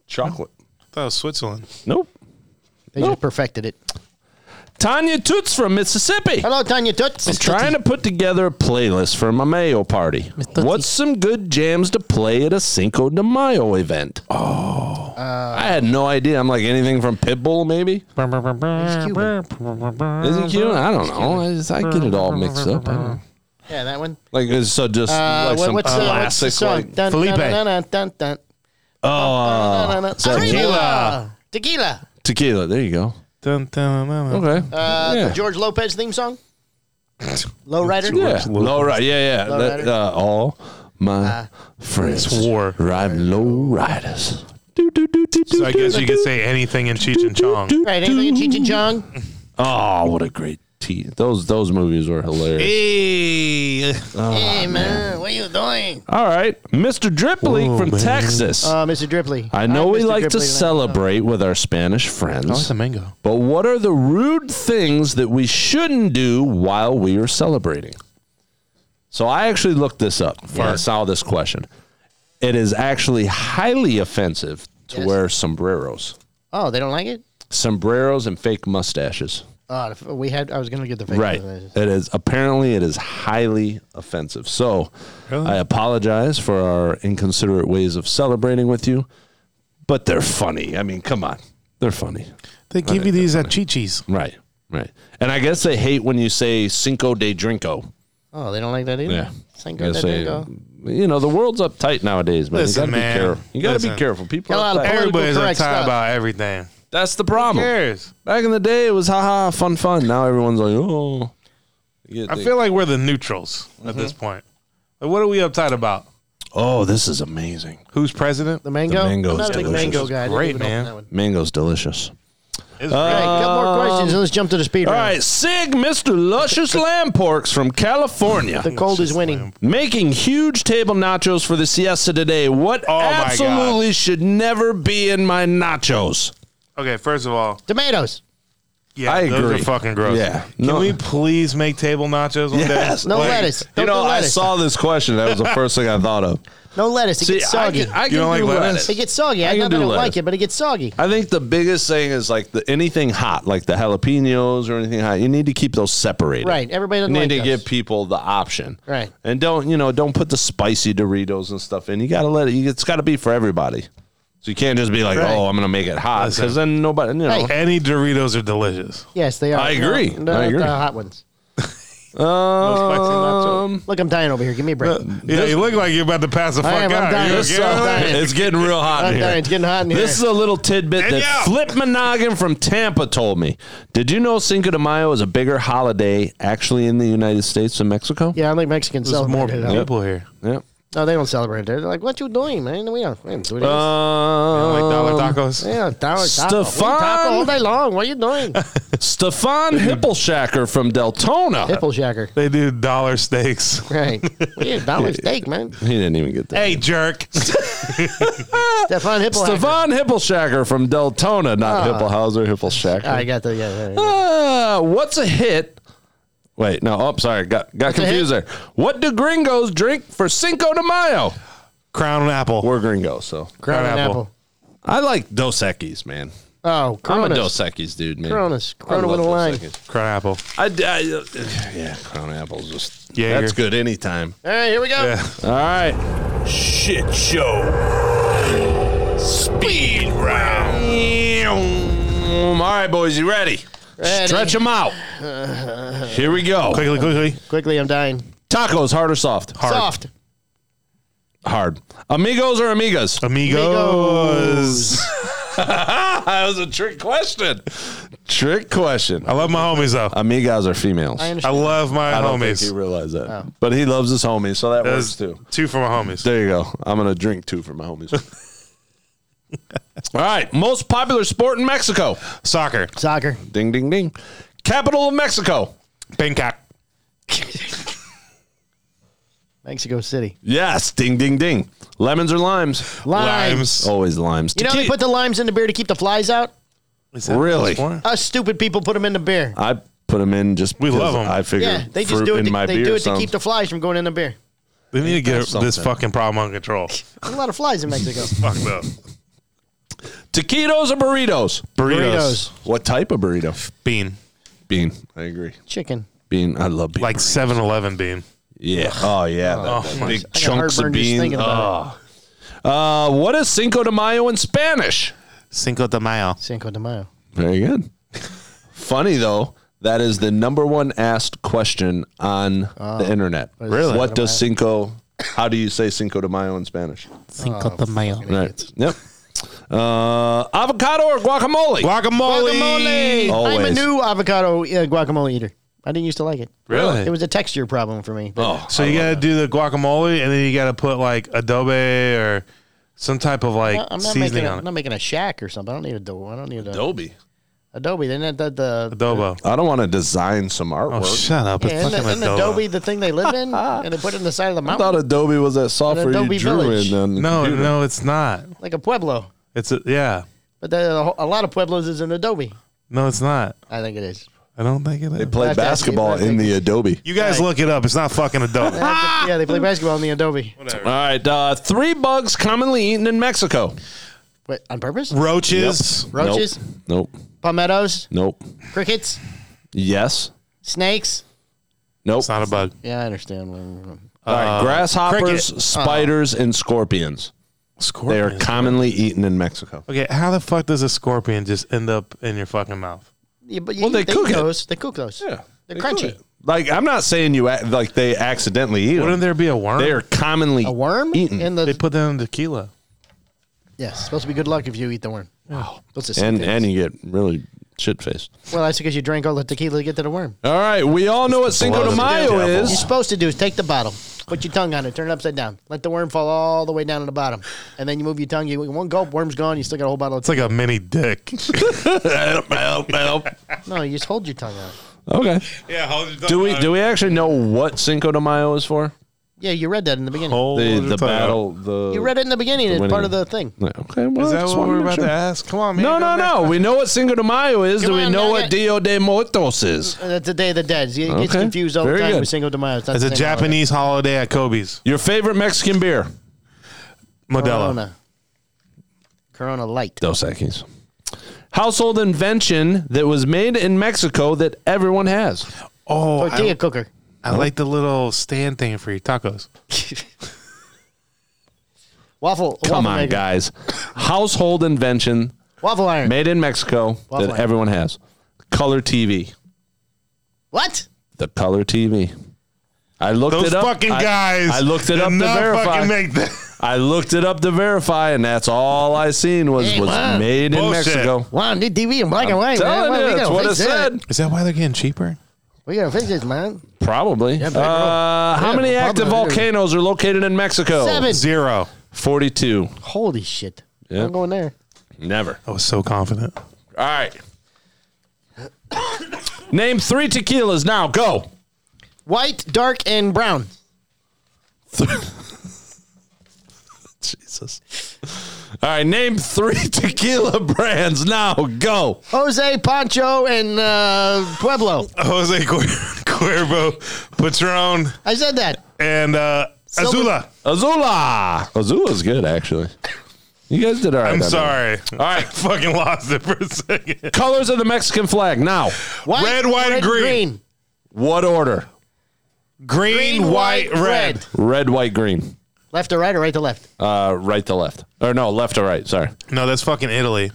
Speaker 3: Chocolate.
Speaker 5: That was Switzerland.
Speaker 3: Nope.
Speaker 2: They
Speaker 3: Oh.
Speaker 2: just perfected it.
Speaker 3: Tanya Toots from Mississippi.
Speaker 2: Hello, Tanya Toots.
Speaker 3: I'm trying to put together a playlist for my Mayo party. What's some good jams to play at a Cinco de Mayo event? Oh, I had no idea. I'm like anything from Pitbull, maybe. Is it cute? I don't know. I, just, I get it all mixed up. I don't know.
Speaker 2: Yeah, that one.
Speaker 3: Like it's so, just
Speaker 2: Uh,
Speaker 3: like
Speaker 2: what-
Speaker 3: some
Speaker 2: what's, the, what's the
Speaker 3: classic.
Speaker 2: song?
Speaker 3: like, oh, Uh,
Speaker 2: Dun,
Speaker 5: Felipe.
Speaker 2: Dun, dun, dun, dun, dun. Oh,
Speaker 5: Tequila.
Speaker 2: Tequila.
Speaker 3: tequila. There you go.
Speaker 5: Dun, dun, dun, dun.
Speaker 3: Okay.
Speaker 2: Uh,
Speaker 3: yeah.
Speaker 2: The George Lopez theme song. Lowrider.
Speaker 3: yeah. Low rider. Yeah, yeah.
Speaker 2: Low
Speaker 3: That,
Speaker 2: rider. Uh,
Speaker 3: uh, all my friends
Speaker 5: war.
Speaker 3: ride low riders. Do, do, do, do, do,
Speaker 5: So I
Speaker 3: do,
Speaker 5: guess you could
Speaker 3: do,
Speaker 5: say anything in Cheech and Chong.
Speaker 3: do,
Speaker 2: Right, anything in
Speaker 3: do.
Speaker 2: Cheech and Chong?
Speaker 3: Oh, what a great tea. Those those movies were hilarious.
Speaker 2: hey, Ah, man, what are you doing?
Speaker 3: All right, Mr. Dripley from Texas.
Speaker 2: Uh, Mr. Dripley.
Speaker 3: I know
Speaker 2: Hi,
Speaker 3: we
Speaker 2: Mr.
Speaker 3: like to
Speaker 2: Dripley.
Speaker 3: celebrate with our Spanish friends,
Speaker 5: mango.
Speaker 3: but what are the rude things that we shouldn't do while we are celebrating? So I actually looked this up when I saw this question. It is actually highly offensive to
Speaker 2: Yes.
Speaker 3: wear sombreros,
Speaker 2: Oh, they don't like it?
Speaker 3: sombreros and fake mustaches.
Speaker 2: Oh, the f- we had. I was going to get the fake.
Speaker 3: Right. It is apparently it is highly offensive. So I apologize for our inconsiderate ways of celebrating with you, but they're funny. I mean, come on. They're funny.
Speaker 5: They give you these at Chi-Chi's.
Speaker 3: Right. Right. And I guess they hate when you say Cinco de Drinko.
Speaker 2: Oh, they don't like that either?
Speaker 3: Yeah.
Speaker 2: Cinco
Speaker 3: I
Speaker 2: de
Speaker 3: say,
Speaker 2: Mayo.
Speaker 3: you know, the world's uptight nowadays, man.
Speaker 5: Listen,
Speaker 3: you gotta
Speaker 5: man.
Speaker 3: be careful. You gotta
Speaker 5: Listen.
Speaker 3: be careful. People
Speaker 2: Got a
Speaker 3: are
Speaker 2: lot of
Speaker 3: uptight.
Speaker 2: Political
Speaker 5: Everybody's
Speaker 2: correct
Speaker 5: uptight
Speaker 2: stuff.
Speaker 5: about everything.
Speaker 3: That's the problem.
Speaker 5: Cares.
Speaker 3: Back in the day it was haha fun fun. Now everyone's like, oh You
Speaker 5: I
Speaker 3: think,
Speaker 5: feel like we're the neutrals
Speaker 2: Mm-hmm.
Speaker 5: at this point. Like, what are we uptight about?
Speaker 3: Oh, this is amazing.
Speaker 5: Who's president?
Speaker 2: The mango?
Speaker 3: mango
Speaker 2: I'm
Speaker 3: is
Speaker 2: not a big
Speaker 3: delicious.
Speaker 2: mango guy. I didn't
Speaker 5: Great,
Speaker 2: even open
Speaker 5: man.
Speaker 2: that one.
Speaker 3: Mango's delicious.
Speaker 5: It's
Speaker 2: All right, a couple
Speaker 3: Uh,
Speaker 2: more questions, and let's jump to the speed
Speaker 3: All
Speaker 2: round.
Speaker 3: right, Sig, Mr. Luscious Lamb Porks from California.
Speaker 2: The cold is winning.
Speaker 3: Making huge table nachos for the siesta today. What
Speaker 5: Oh my God.
Speaker 3: absolutely should never be in my nachos?
Speaker 5: Okay, first of all,
Speaker 2: Tomatoes.
Speaker 5: yeah,
Speaker 3: I
Speaker 5: those
Speaker 3: agree.
Speaker 5: are fucking gross.
Speaker 3: Yeah.
Speaker 5: Can
Speaker 3: No.
Speaker 5: we please make table nachos one day?
Speaker 2: No lettuce. Don't
Speaker 3: you know,
Speaker 2: do
Speaker 3: I
Speaker 2: lettuce.
Speaker 3: saw this question. That was the first thing I thought of.
Speaker 2: No lettuce. It
Speaker 3: See,
Speaker 2: gets
Speaker 3: I
Speaker 2: soggy.
Speaker 3: can, I
Speaker 5: You
Speaker 3: can
Speaker 5: don't like
Speaker 3: do
Speaker 5: lettuce?
Speaker 2: it gets soggy.
Speaker 3: I
Speaker 2: I,
Speaker 3: can
Speaker 2: know
Speaker 3: do
Speaker 2: I don't
Speaker 3: lettuce.
Speaker 2: like it, but it gets soggy.
Speaker 3: I think the biggest thing is like the anything hot, like the jalapenos or anything hot. You need to keep those separated.
Speaker 2: Right, everybody
Speaker 3: You
Speaker 2: doesn't
Speaker 3: need
Speaker 2: like
Speaker 3: to
Speaker 2: those.
Speaker 3: give people the option.
Speaker 2: Right.
Speaker 3: And don't you know? Don't put the spicy Doritos and stuff in. You got to let it. You, it's got to be for everybody. So you can't just be like,
Speaker 2: Right.
Speaker 3: oh, I'm gonna make it hot
Speaker 5: Listen.
Speaker 3: because then nobody. You know.
Speaker 2: Hey,
Speaker 5: Any Doritos are delicious.
Speaker 2: Yes, they are.
Speaker 3: I agree.
Speaker 2: No, no,
Speaker 3: I agree.
Speaker 2: The hot ones.
Speaker 3: Um,
Speaker 5: No spicy nachos.
Speaker 2: Look, I'm dying over here. Give me a
Speaker 3: Uh,
Speaker 2: break.
Speaker 5: Yeah, you look like you're about to pass the fuck
Speaker 2: I am, I'm
Speaker 5: out.
Speaker 2: dying.
Speaker 5: You
Speaker 3: This,
Speaker 5: okay?
Speaker 3: uh,
Speaker 2: dying.
Speaker 3: it's getting real hot
Speaker 2: I'm
Speaker 3: in
Speaker 2: dying.
Speaker 3: here.
Speaker 2: It's getting hot in here.
Speaker 3: This is a little tidbit that
Speaker 5: Yeah.
Speaker 3: Flip Monogam from Tampa told me. Did you know Cinco de Mayo is a bigger holiday actually in the United States than Mexico?
Speaker 2: yeah, I think Mexicans
Speaker 5: There's
Speaker 2: celebrate it.
Speaker 5: more
Speaker 2: though.
Speaker 5: people here.
Speaker 3: Yeah.
Speaker 2: No, they don't celebrate it. They're like, "What you doing, man? We don't, we don't do this."
Speaker 5: like dollar
Speaker 3: Um,
Speaker 5: tacos.
Speaker 2: yeah, taco, taco. We
Speaker 3: Stefan-
Speaker 2: taco all day long. What are you doing,
Speaker 3: Stefan Hippleshacker from Deltona.
Speaker 2: Hipple Shacker?
Speaker 5: They do dollar steaks.
Speaker 2: Right. We eat dollar steak, man.
Speaker 3: he didn't even get that.
Speaker 5: Hey, jerk.
Speaker 2: Stefan Hipple.
Speaker 3: Stefan Hippleshacker from Deltona, not Hipplehauser, Hippleshacker.
Speaker 2: Ah. I got the yeah. yeah, yeah.
Speaker 3: Ah, what's a hit? Wait, no. Oh, sorry. Got, got
Speaker 2: a
Speaker 3: confused there. What do gringos drink for Cinco de Mayo?
Speaker 5: Crown and apple.
Speaker 3: We're gringos, so.
Speaker 2: Crown and
Speaker 5: apple.
Speaker 2: apple.
Speaker 3: I like Dos Equis, man.
Speaker 2: Oh,
Speaker 3: I'm a
Speaker 2: Coronas.
Speaker 3: Dos Equis dude, man.
Speaker 2: Coronas.
Speaker 3: I
Speaker 2: Corona
Speaker 3: love
Speaker 2: with a
Speaker 3: Dos
Speaker 2: lime.
Speaker 3: Equis.
Speaker 5: Crown and apple.
Speaker 3: I, I- yeah, Corona apples just
Speaker 5: Jaeger.
Speaker 3: that's good anytime.
Speaker 2: All right, here we go.
Speaker 5: Yeah.
Speaker 3: All right,
Speaker 6: Shit show. Speed round.
Speaker 3: all right, boys, you ready?
Speaker 2: Ready.
Speaker 3: Stretch them out. Here we go.
Speaker 5: Quickly, quickly.
Speaker 2: Quickly, I'm dying.
Speaker 3: Tacos, hard or soft?
Speaker 2: Soft.
Speaker 3: Hard. Amigos or amigas?
Speaker 5: Amigos.
Speaker 3: that was a trick question. Trick question.
Speaker 5: I love my homies, though.
Speaker 3: Amigas are females.
Speaker 2: I Oh.
Speaker 5: I
Speaker 2: understand.
Speaker 5: love my
Speaker 3: I don't think
Speaker 5: homies.
Speaker 3: he realized that, but he loves his homies, so that works
Speaker 5: That's
Speaker 3: too.
Speaker 5: two for my homies.
Speaker 3: There you go. I'm gonna drink two for my homies. All right. Most popular sport in Mexico.
Speaker 5: Soccer.
Speaker 2: Soccer.
Speaker 3: Ding ding ding. Capital of Mexico.
Speaker 5: Bangkok.
Speaker 2: Mexico City.
Speaker 3: Yes. Ding ding ding. Lemons or limes?
Speaker 2: Limes.
Speaker 5: Limes.
Speaker 3: Always limes.
Speaker 2: You know they
Speaker 3: Tequila-
Speaker 2: put the limes in the beer to keep the flies out.
Speaker 5: Is that
Speaker 3: Really?
Speaker 5: this one?
Speaker 2: Us stupid people put them in the beer.
Speaker 3: I put them in just
Speaker 5: We
Speaker 3: because
Speaker 5: love 'em.
Speaker 3: I figure
Speaker 2: Yeah, they just
Speaker 3: fruit
Speaker 2: do it.
Speaker 3: in
Speaker 2: To,
Speaker 3: my
Speaker 2: they
Speaker 3: beer
Speaker 2: do it to
Speaker 3: sounds-
Speaker 2: keep the flies from going in the beer.
Speaker 5: They need to get
Speaker 3: something.
Speaker 5: this fucking problem under control.
Speaker 2: There's a lot of flies in Mexico.
Speaker 5: Fuck no.
Speaker 3: Taquitos or burritos?
Speaker 5: Burritos.
Speaker 3: What type of burrito?
Speaker 5: Bean.
Speaker 3: Bean. I agree.
Speaker 2: Chicken.
Speaker 3: Bean. I love bean.
Speaker 5: Like 7 Eleven bean.
Speaker 3: yeah. Oh yeah. that-
Speaker 5: Oh,
Speaker 3: that
Speaker 5: my-
Speaker 3: big
Speaker 2: I got
Speaker 3: chunks of
Speaker 2: heartburn just
Speaker 3: beans.
Speaker 2: thinking about
Speaker 3: Oh. Uh, what is Cinco de Mayo in Spanish?
Speaker 5: Cinco de Mayo.
Speaker 2: Cinco de Mayo.
Speaker 3: Very good. Funny though, that is the number one asked question on the internet.
Speaker 2: is Really?
Speaker 3: Ah. What does Cinco? How do you say Cinco de Mayo in Spanish?
Speaker 2: Oh,
Speaker 3: Right. Yep. Uh, avocado or guacamole?
Speaker 5: Guacamole.
Speaker 2: Guacamole. I'm a
Speaker 3: Always.
Speaker 2: new avocado uh, guacamole eater. I didn't used to like it.
Speaker 5: Really?
Speaker 2: It was a texture problem for me. but-
Speaker 3: oh,
Speaker 5: So you got to do the guacamole, and then you got to put like adobe or some type of like
Speaker 2: I'm not
Speaker 5: seasoning
Speaker 2: making. A,
Speaker 5: on
Speaker 2: I'm
Speaker 5: it.
Speaker 2: not making a shack or something. I don't need a dough. I don't need a
Speaker 3: Adobe.
Speaker 2: Adobe. Then that the, the
Speaker 5: Adobo.
Speaker 3: I don't want to design some artwork.
Speaker 5: Oh, shut up! It's
Speaker 2: Yeah, isn't,
Speaker 5: fucking
Speaker 2: isn't
Speaker 5: adobo.
Speaker 2: Adobe the thing they live in? and they put it in the side of the
Speaker 3: I
Speaker 2: mountain,
Speaker 3: thought Adobe was that software
Speaker 2: Adobe
Speaker 3: you drew
Speaker 2: Village.
Speaker 3: in. On the
Speaker 5: No,
Speaker 3: computer.
Speaker 5: no, it's not.
Speaker 2: like a pueblo.
Speaker 5: It's a, yeah.
Speaker 2: But there are a whole- a lot of pueblos is in Adobe.
Speaker 5: No, it's not.
Speaker 2: I think it is.
Speaker 5: I don't think it
Speaker 3: They
Speaker 5: is.
Speaker 3: play
Speaker 2: That's actually-
Speaker 3: basketball in the Adobe.
Speaker 5: You guys
Speaker 2: Right.
Speaker 5: look it up. It's not fucking adobo.
Speaker 2: yeah, they play basketball in the Adobe.
Speaker 3: All right. Uh, three bugs commonly eaten in Mexico.
Speaker 2: Wait, on purpose?
Speaker 5: Roaches.
Speaker 2: Roaches,
Speaker 3: Nope.
Speaker 2: palmettos,
Speaker 3: Nope.
Speaker 2: crickets,
Speaker 3: Yes.
Speaker 2: snakes.
Speaker 3: Nope.
Speaker 5: It's not a bug.
Speaker 2: Yeah, I understand.
Speaker 3: All right, grasshoppers,
Speaker 5: cricket.
Speaker 3: spiders, and scorpions. They are
Speaker 5: Scorpion.
Speaker 3: commonly eaten in Mexico.
Speaker 5: okay, how the fuck does a scorpion just end up in your fucking mouth?
Speaker 2: Yeah, but you,
Speaker 3: Well, they
Speaker 2: eat
Speaker 3: cook it.
Speaker 2: those. They cook those. They're crunchy.
Speaker 3: Like I'm not saying you act, like they accidentally eat
Speaker 5: Wouldn't
Speaker 3: them.
Speaker 5: there be a worm?
Speaker 3: They are commonly
Speaker 2: A worm
Speaker 3: eaten.
Speaker 2: in
Speaker 5: They
Speaker 2: the
Speaker 5: put them in tequila.
Speaker 2: yeah. it's Supposed to be good luck if you eat the worm. Wow.
Speaker 3: and and you get really shit faced.
Speaker 2: well, that's because you drank all the tequila to get to the worm.
Speaker 3: All right, we all know what Cinco
Speaker 5: blood
Speaker 3: de
Speaker 5: of the
Speaker 3: Mayo
Speaker 5: devil.
Speaker 2: What you're
Speaker 3: is.
Speaker 2: supposed to do is take the bottle, put your tongue on it, turn it upside down, let the worm fall all the way down to the bottom, and then you move your tongue. You one gulp, worm's gone. You still got a whole bottle. Of
Speaker 5: It's like a mini dick.
Speaker 3: help, help.
Speaker 2: No, you just hold your tongue out.
Speaker 3: Okay.
Speaker 5: Yeah, hold your tongue
Speaker 3: Do we
Speaker 5: out.
Speaker 3: do we actually know what Cinco de Mayo is for?
Speaker 2: Yeah, you read that in the beginning.
Speaker 5: Hold
Speaker 3: The
Speaker 5: your
Speaker 3: the
Speaker 5: tongue out.
Speaker 3: battle the
Speaker 2: you read it in the beginning. It's
Speaker 3: winning.
Speaker 2: part of the thing.
Speaker 3: Yeah, Okay, well,
Speaker 5: Is that
Speaker 3: just
Speaker 5: what
Speaker 3: wanted
Speaker 5: we're
Speaker 3: make
Speaker 5: about
Speaker 3: sure.
Speaker 5: to ask? Come on, man.
Speaker 3: No, no, no. We know what Cinco de Mayo is.
Speaker 2: Come
Speaker 3: Do we
Speaker 2: on,
Speaker 3: know
Speaker 2: now
Speaker 3: what
Speaker 2: get-
Speaker 3: Dio de Muertos is?
Speaker 2: Uh, That's the Day of the Dead. It gets
Speaker 3: Okay.
Speaker 2: confused all
Speaker 3: Very
Speaker 2: the time
Speaker 3: good.
Speaker 2: with Cinco de Mayo. It's, not
Speaker 5: It's
Speaker 2: the
Speaker 5: a
Speaker 2: same
Speaker 5: Japanese holiday at Kobe's.
Speaker 3: Your favorite Mexican beer?
Speaker 2: holiday.
Speaker 5: Modelo.
Speaker 2: Corona. Corona Light.
Speaker 3: Dos Equis. Household invention that was made in Mexico that everyone has.
Speaker 5: Oh,
Speaker 2: Tortilla
Speaker 5: I,
Speaker 2: cooker.
Speaker 5: I like the little stand thing for your tacos.
Speaker 2: Waffle.
Speaker 3: Come
Speaker 2: waffle
Speaker 3: on,
Speaker 2: maker.
Speaker 3: guys. Household invention
Speaker 2: Waffle iron.
Speaker 3: made in Mexico
Speaker 2: Waffle
Speaker 3: that
Speaker 2: iron.
Speaker 3: everyone has. Color TV.
Speaker 2: What?
Speaker 3: The color TV. I looked
Speaker 5: Those
Speaker 3: it up.
Speaker 5: fucking
Speaker 3: I-
Speaker 5: guys.
Speaker 3: I looked it
Speaker 5: did
Speaker 3: up to
Speaker 5: not
Speaker 3: verify.
Speaker 5: fucking make that.
Speaker 3: I looked it up to verify, and that's all I seen was
Speaker 2: Hey,
Speaker 3: was
Speaker 2: wow.
Speaker 3: made in
Speaker 5: Bullshit.
Speaker 3: Mexico.
Speaker 2: Wow, new TV in black and white. man.
Speaker 3: Telling
Speaker 2: Wow,
Speaker 3: you,
Speaker 2: we
Speaker 3: that's
Speaker 2: gotta
Speaker 3: what it
Speaker 2: fix that.
Speaker 3: said.
Speaker 5: Is that why they're getting cheaper?
Speaker 2: We gotta fix this, man.
Speaker 3: Probably.
Speaker 2: big roll.
Speaker 3: Uh, how many
Speaker 2: Yeah, probably
Speaker 3: active
Speaker 2: do.
Speaker 3: volcanoes are located in Mexico?
Speaker 2: Seven.
Speaker 5: Zero.
Speaker 3: 42.
Speaker 2: Holy shit.
Speaker 3: Yeah.
Speaker 2: I'm going there.
Speaker 3: Never.
Speaker 5: I was so confident.
Speaker 3: All right. Name three tequilas now. Go.
Speaker 2: White, dark, and brown.
Speaker 3: Jesus. All right. Name three tequila brands now. Go.
Speaker 2: Jose, Pancho, and uh, Pueblo.
Speaker 5: Jose Cuer- Cuervo, Patron,
Speaker 2: I said that.
Speaker 5: and uh,
Speaker 2: Silver-
Speaker 5: Azula.
Speaker 3: Azula. Azula's good, actually. You guys did all right.
Speaker 5: I'm
Speaker 3: on that.
Speaker 5: sorry.
Speaker 3: All right.
Speaker 5: I fucking lost it for a second.
Speaker 3: Colors of the Mexican flag now.
Speaker 2: White,
Speaker 5: Red, white,
Speaker 2: red,
Speaker 5: green.
Speaker 3: What order?
Speaker 5: Green, white, red.
Speaker 3: Red, white, green.
Speaker 2: Left to right or right to left?
Speaker 3: Uh, right to left. Or no, left to right. Sorry.
Speaker 5: No, that's fucking Italy.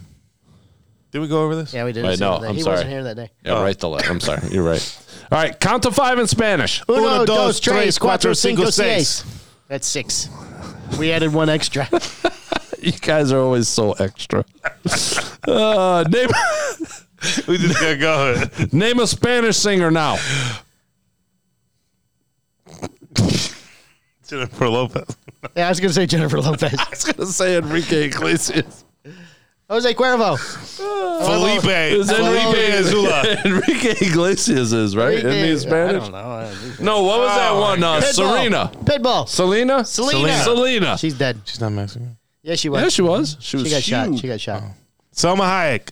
Speaker 5: Did we go over this?
Speaker 2: yeah, we did.
Speaker 3: I
Speaker 2: it
Speaker 3: know,
Speaker 2: That.
Speaker 3: I'm
Speaker 2: he
Speaker 3: sorry.
Speaker 2: wasn't here that day.
Speaker 5: Oh.
Speaker 3: Yeah, right to left. I'm sorry. You're right. All right. Count to five in Spanish.
Speaker 2: Uno,
Speaker 5: Uno, dos,
Speaker 2: dos, tres,
Speaker 5: tres,
Speaker 2: cuatro,
Speaker 5: cuatro,
Speaker 2: cinco,
Speaker 5: cinco,
Speaker 2: seis. That's six. We added one extra.
Speaker 3: You guys are always so extra. uh, name
Speaker 5: We just got going.
Speaker 3: name a Spanish singer now.
Speaker 5: Jennifer Lopez.
Speaker 2: yeah, I was going to say Jennifer Lopez.
Speaker 3: I was gonna say Enrique Iglesias.
Speaker 2: Jose Cuervo. Oh,
Speaker 5: Felipe.
Speaker 3: Is Enrique-
Speaker 5: Felipe Azula.
Speaker 3: Enrique Iglesias is right. Isn't he
Speaker 2: I
Speaker 3: Spanish?
Speaker 2: don't know. I don't know.
Speaker 3: No, what was that one? Uh, Serena.
Speaker 2: Pitbull.
Speaker 3: Selena.
Speaker 2: Selena.
Speaker 3: Selena.
Speaker 2: She's dead.
Speaker 5: She's not Mexican.
Speaker 2: Yeah, she was.
Speaker 3: yeah, she was. She was.
Speaker 2: She got shot.
Speaker 3: huge.
Speaker 2: She got shot.
Speaker 5: Selma Hayek.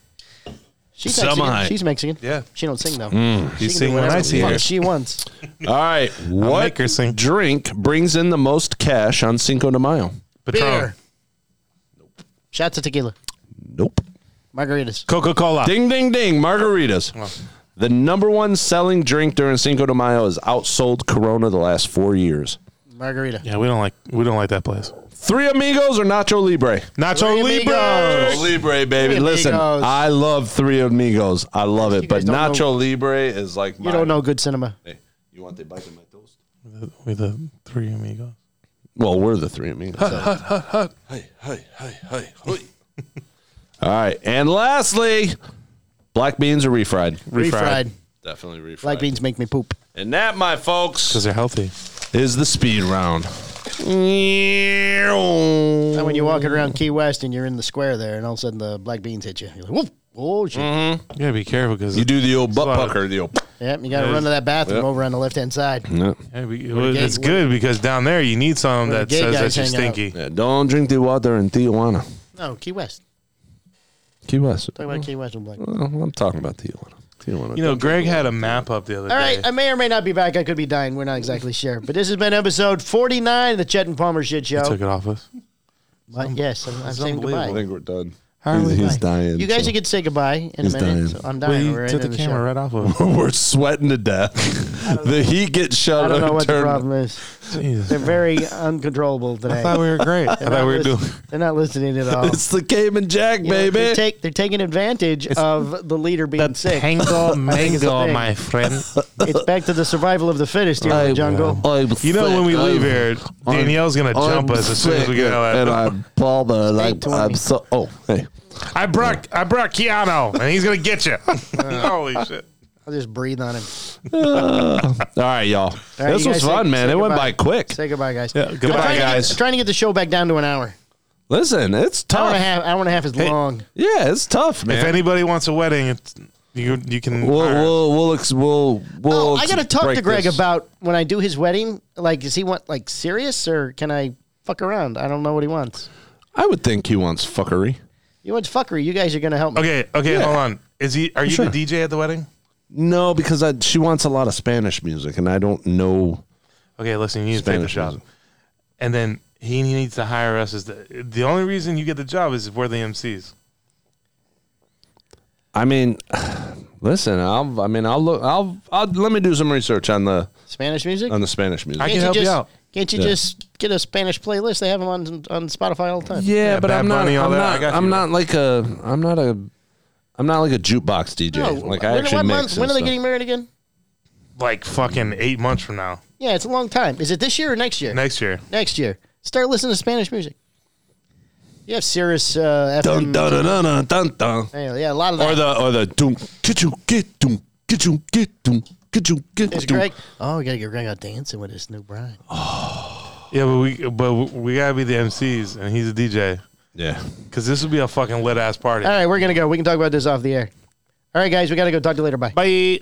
Speaker 2: She's
Speaker 3: Selma
Speaker 2: Mexican.
Speaker 3: Hayek.
Speaker 2: She's Mexican.
Speaker 5: Yeah.
Speaker 2: She don't sing though.
Speaker 5: You
Speaker 2: She can
Speaker 5: sing
Speaker 2: do
Speaker 5: when
Speaker 2: whatever
Speaker 5: I
Speaker 2: the
Speaker 5: see
Speaker 2: fuck
Speaker 5: her.
Speaker 2: She wants.
Speaker 3: All right. What
Speaker 5: make her sing.
Speaker 3: drink brings in the most cash on Cinco de Mayo?
Speaker 5: Patron.
Speaker 2: Beer. Shots of tequila.
Speaker 3: Nope.
Speaker 2: Margaritas.
Speaker 5: Coca Cola.
Speaker 3: Ding, ding, ding. Margaritas. The number one selling drink during Cinco de Mayo has outsold Corona the last four years.
Speaker 2: Margarita.
Speaker 5: Yeah, we don't like we don't like that place.
Speaker 3: Three Amigos or Nacho Libre?
Speaker 5: Nacho
Speaker 2: Three
Speaker 5: Libre.
Speaker 2: amigos.
Speaker 3: Libre, baby.
Speaker 2: Three
Speaker 3: Listen,
Speaker 2: Amigos.
Speaker 3: I love Three Amigos. I love it. But
Speaker 2: guys don't
Speaker 3: Nacho Libre is like my.
Speaker 2: You don't know good cinema.
Speaker 3: Hey, you want the bite of my toast?
Speaker 5: With the three amigos.
Speaker 3: Well, we're the Three Amigos. Hut, hut, hut, hut. Hey, hey, hey, hey, hey. All right. And lastly, black beans are refried.
Speaker 2: Refried.
Speaker 3: Definitely refried.
Speaker 2: Black beans make me poop.
Speaker 3: And that, my folks,
Speaker 5: Because they're healthy.
Speaker 3: is the speed round.
Speaker 2: And when you're walking around Key West and you're in the square there, and all of a sudden the black beans hit you, you're like, whoop. Oh shit!
Speaker 5: You gotta be careful because
Speaker 3: You do the old butt
Speaker 5: Slide.
Speaker 3: pucker, the old.
Speaker 2: Yep, you got to run to that bathroom
Speaker 3: Yep.
Speaker 2: over on the left hand side.
Speaker 5: Mm-hmm.
Speaker 2: gay-
Speaker 5: it's good because down there you need something
Speaker 2: Where the
Speaker 5: that
Speaker 2: gay
Speaker 5: says
Speaker 2: guys
Speaker 5: that you're
Speaker 2: hang out.
Speaker 5: stinky.
Speaker 3: Yeah, don't drink the water in Tijuana.
Speaker 2: No, Key West.
Speaker 3: Key West.
Speaker 2: Talk about Key West and black. All
Speaker 3: Well, I'm talking about Tijuana. Tijuana.
Speaker 5: You know, Greg had a map up the other
Speaker 2: right,
Speaker 5: day.
Speaker 2: I may or may not be back. I could be dying. We're not exactly sure. But this has been episode 49 of the Chet and Palmer Shit Show.
Speaker 5: Took it off us.
Speaker 2: But yes, I'm, I'm saying
Speaker 5: unbelievable.
Speaker 2: goodbye.
Speaker 3: think we're done.
Speaker 5: Harley,
Speaker 3: he's, he's
Speaker 2: Bye.
Speaker 3: dying.
Speaker 2: You guys
Speaker 3: so-
Speaker 2: could say goodbye in a
Speaker 3: He's
Speaker 2: minute.
Speaker 3: dying.
Speaker 2: So I'm
Speaker 5: Well,
Speaker 2: dying.
Speaker 5: you
Speaker 2: We're
Speaker 5: took
Speaker 2: into
Speaker 5: the,
Speaker 2: the, show.
Speaker 5: camera right off of us.
Speaker 3: we're sweating to death. the heat gets shut
Speaker 2: I don't know
Speaker 3: up.
Speaker 2: what the
Speaker 3: turned-
Speaker 2: problem is. They're
Speaker 5: Jesus.
Speaker 2: very uncontrollable
Speaker 5: I
Speaker 2: today.
Speaker 5: thought we were great. I
Speaker 2: They're
Speaker 5: thought we were
Speaker 2: not
Speaker 5: doing.
Speaker 2: lis- They're not listening at all.
Speaker 3: It's the Cayman Jack,
Speaker 2: You know,
Speaker 3: baby.
Speaker 2: They're, take, they're taking advantage of the leader being sick.
Speaker 5: Tango
Speaker 2: mango, thing. my
Speaker 5: friend.
Speaker 2: it's back to the survival of the fittest here in the jungle.
Speaker 5: You know, when we leave here, Danielle's going to jump us as soon as we get out
Speaker 3: And
Speaker 5: of that.
Speaker 3: I'm Paul, but like,
Speaker 2: 8:20.
Speaker 3: I'm so. Oh, hey.
Speaker 5: I brought, I brought Keanu, and he's going to get you. Holy shit.
Speaker 2: I'll just breathe on him.
Speaker 3: All right, y'all.
Speaker 2: right,
Speaker 3: this
Speaker 2: you
Speaker 3: was
Speaker 2: guys
Speaker 3: fun,
Speaker 2: say-
Speaker 3: man.
Speaker 2: say
Speaker 3: It went by
Speaker 2: goodbye.
Speaker 3: quick.
Speaker 2: Say goodbye, guys.
Speaker 5: goodbye,
Speaker 2: I'm trying to get-
Speaker 3: guys.
Speaker 2: I'm trying to get the show back down to an hour.
Speaker 3: Listen, it's
Speaker 2: Hour and
Speaker 3: tough.
Speaker 2: a half. Hour and a half is long.
Speaker 3: Yeah, it's tough, man.
Speaker 5: If anybody wants a wedding, it's, You you can.
Speaker 3: We'll
Speaker 5: hire-
Speaker 3: we'll we'll ex- we'll, we'll
Speaker 2: Oh, I
Speaker 3: ex-
Speaker 2: gotta talk
Speaker 3: break
Speaker 2: to Greg
Speaker 3: this.
Speaker 2: about when I do his wedding. Like, does he want like serious or can I fuck around? I don't know what he wants.
Speaker 3: I would think he wants fuckery.
Speaker 2: He wants fuckery. You guys are gonna help me.
Speaker 5: okay, okay, hold on. Is he? Are you
Speaker 3: Sure.
Speaker 5: the DJ at the wedding?
Speaker 3: No, because I, she wants a lot of Spanish music, and I don't know.
Speaker 5: Okay, listen, you need to take the
Speaker 3: Spanish
Speaker 5: job,
Speaker 3: music.
Speaker 5: and then he needs to hire us. Is the the only reason you get the job is if we're the MCs.
Speaker 3: I mean, listen, I'll. I mean, I'll look. I'll. I'll let me do some research on the
Speaker 2: Spanish music.
Speaker 3: on the Spanish music.
Speaker 5: I
Speaker 2: Can't
Speaker 5: can help
Speaker 2: just,
Speaker 5: you out.
Speaker 2: Can't you
Speaker 3: Yeah.
Speaker 2: just get a Spanish playlist? They have them on on Spotify all the time.
Speaker 3: yeah, but
Speaker 5: Bad
Speaker 3: I'm not.
Speaker 5: Bunny, all
Speaker 3: I'm
Speaker 5: that, I
Speaker 3: not.
Speaker 5: got you,
Speaker 3: I'm
Speaker 5: bro.
Speaker 3: not like a. I'm not a. I'm not like a jukebox DJ.
Speaker 2: No,
Speaker 3: like I
Speaker 2: when,
Speaker 3: actually
Speaker 2: what
Speaker 3: mix.
Speaker 2: month-
Speaker 3: and
Speaker 2: when are they
Speaker 3: stuff.
Speaker 2: getting married again?
Speaker 5: Like fucking eight months from now,
Speaker 2: Yeah, it's a long time. Is it this year or next year?
Speaker 5: next year.
Speaker 2: Next year. Start listening to Spanish music. You have Sirius uh,
Speaker 3: Dun
Speaker 2: FM.
Speaker 3: dun dun dun dun dun. dun.
Speaker 2: Yeah, yeah, a lot of that.
Speaker 3: Or the or the doom get you get doom get you get doom get you
Speaker 2: Is
Speaker 3: get doom.
Speaker 2: Greg? Oh, we gotta get Greg out dancing with his new bride.
Speaker 5: Yeah, but we but we gotta be the MCs, and he's a DJ
Speaker 3: Yeah.
Speaker 5: because this would be a fucking lit ass party.
Speaker 2: All right, we're gonna go. We can talk about this off the air. All right, guys, we gotta go. Talk to you later. Bye.
Speaker 5: Bye.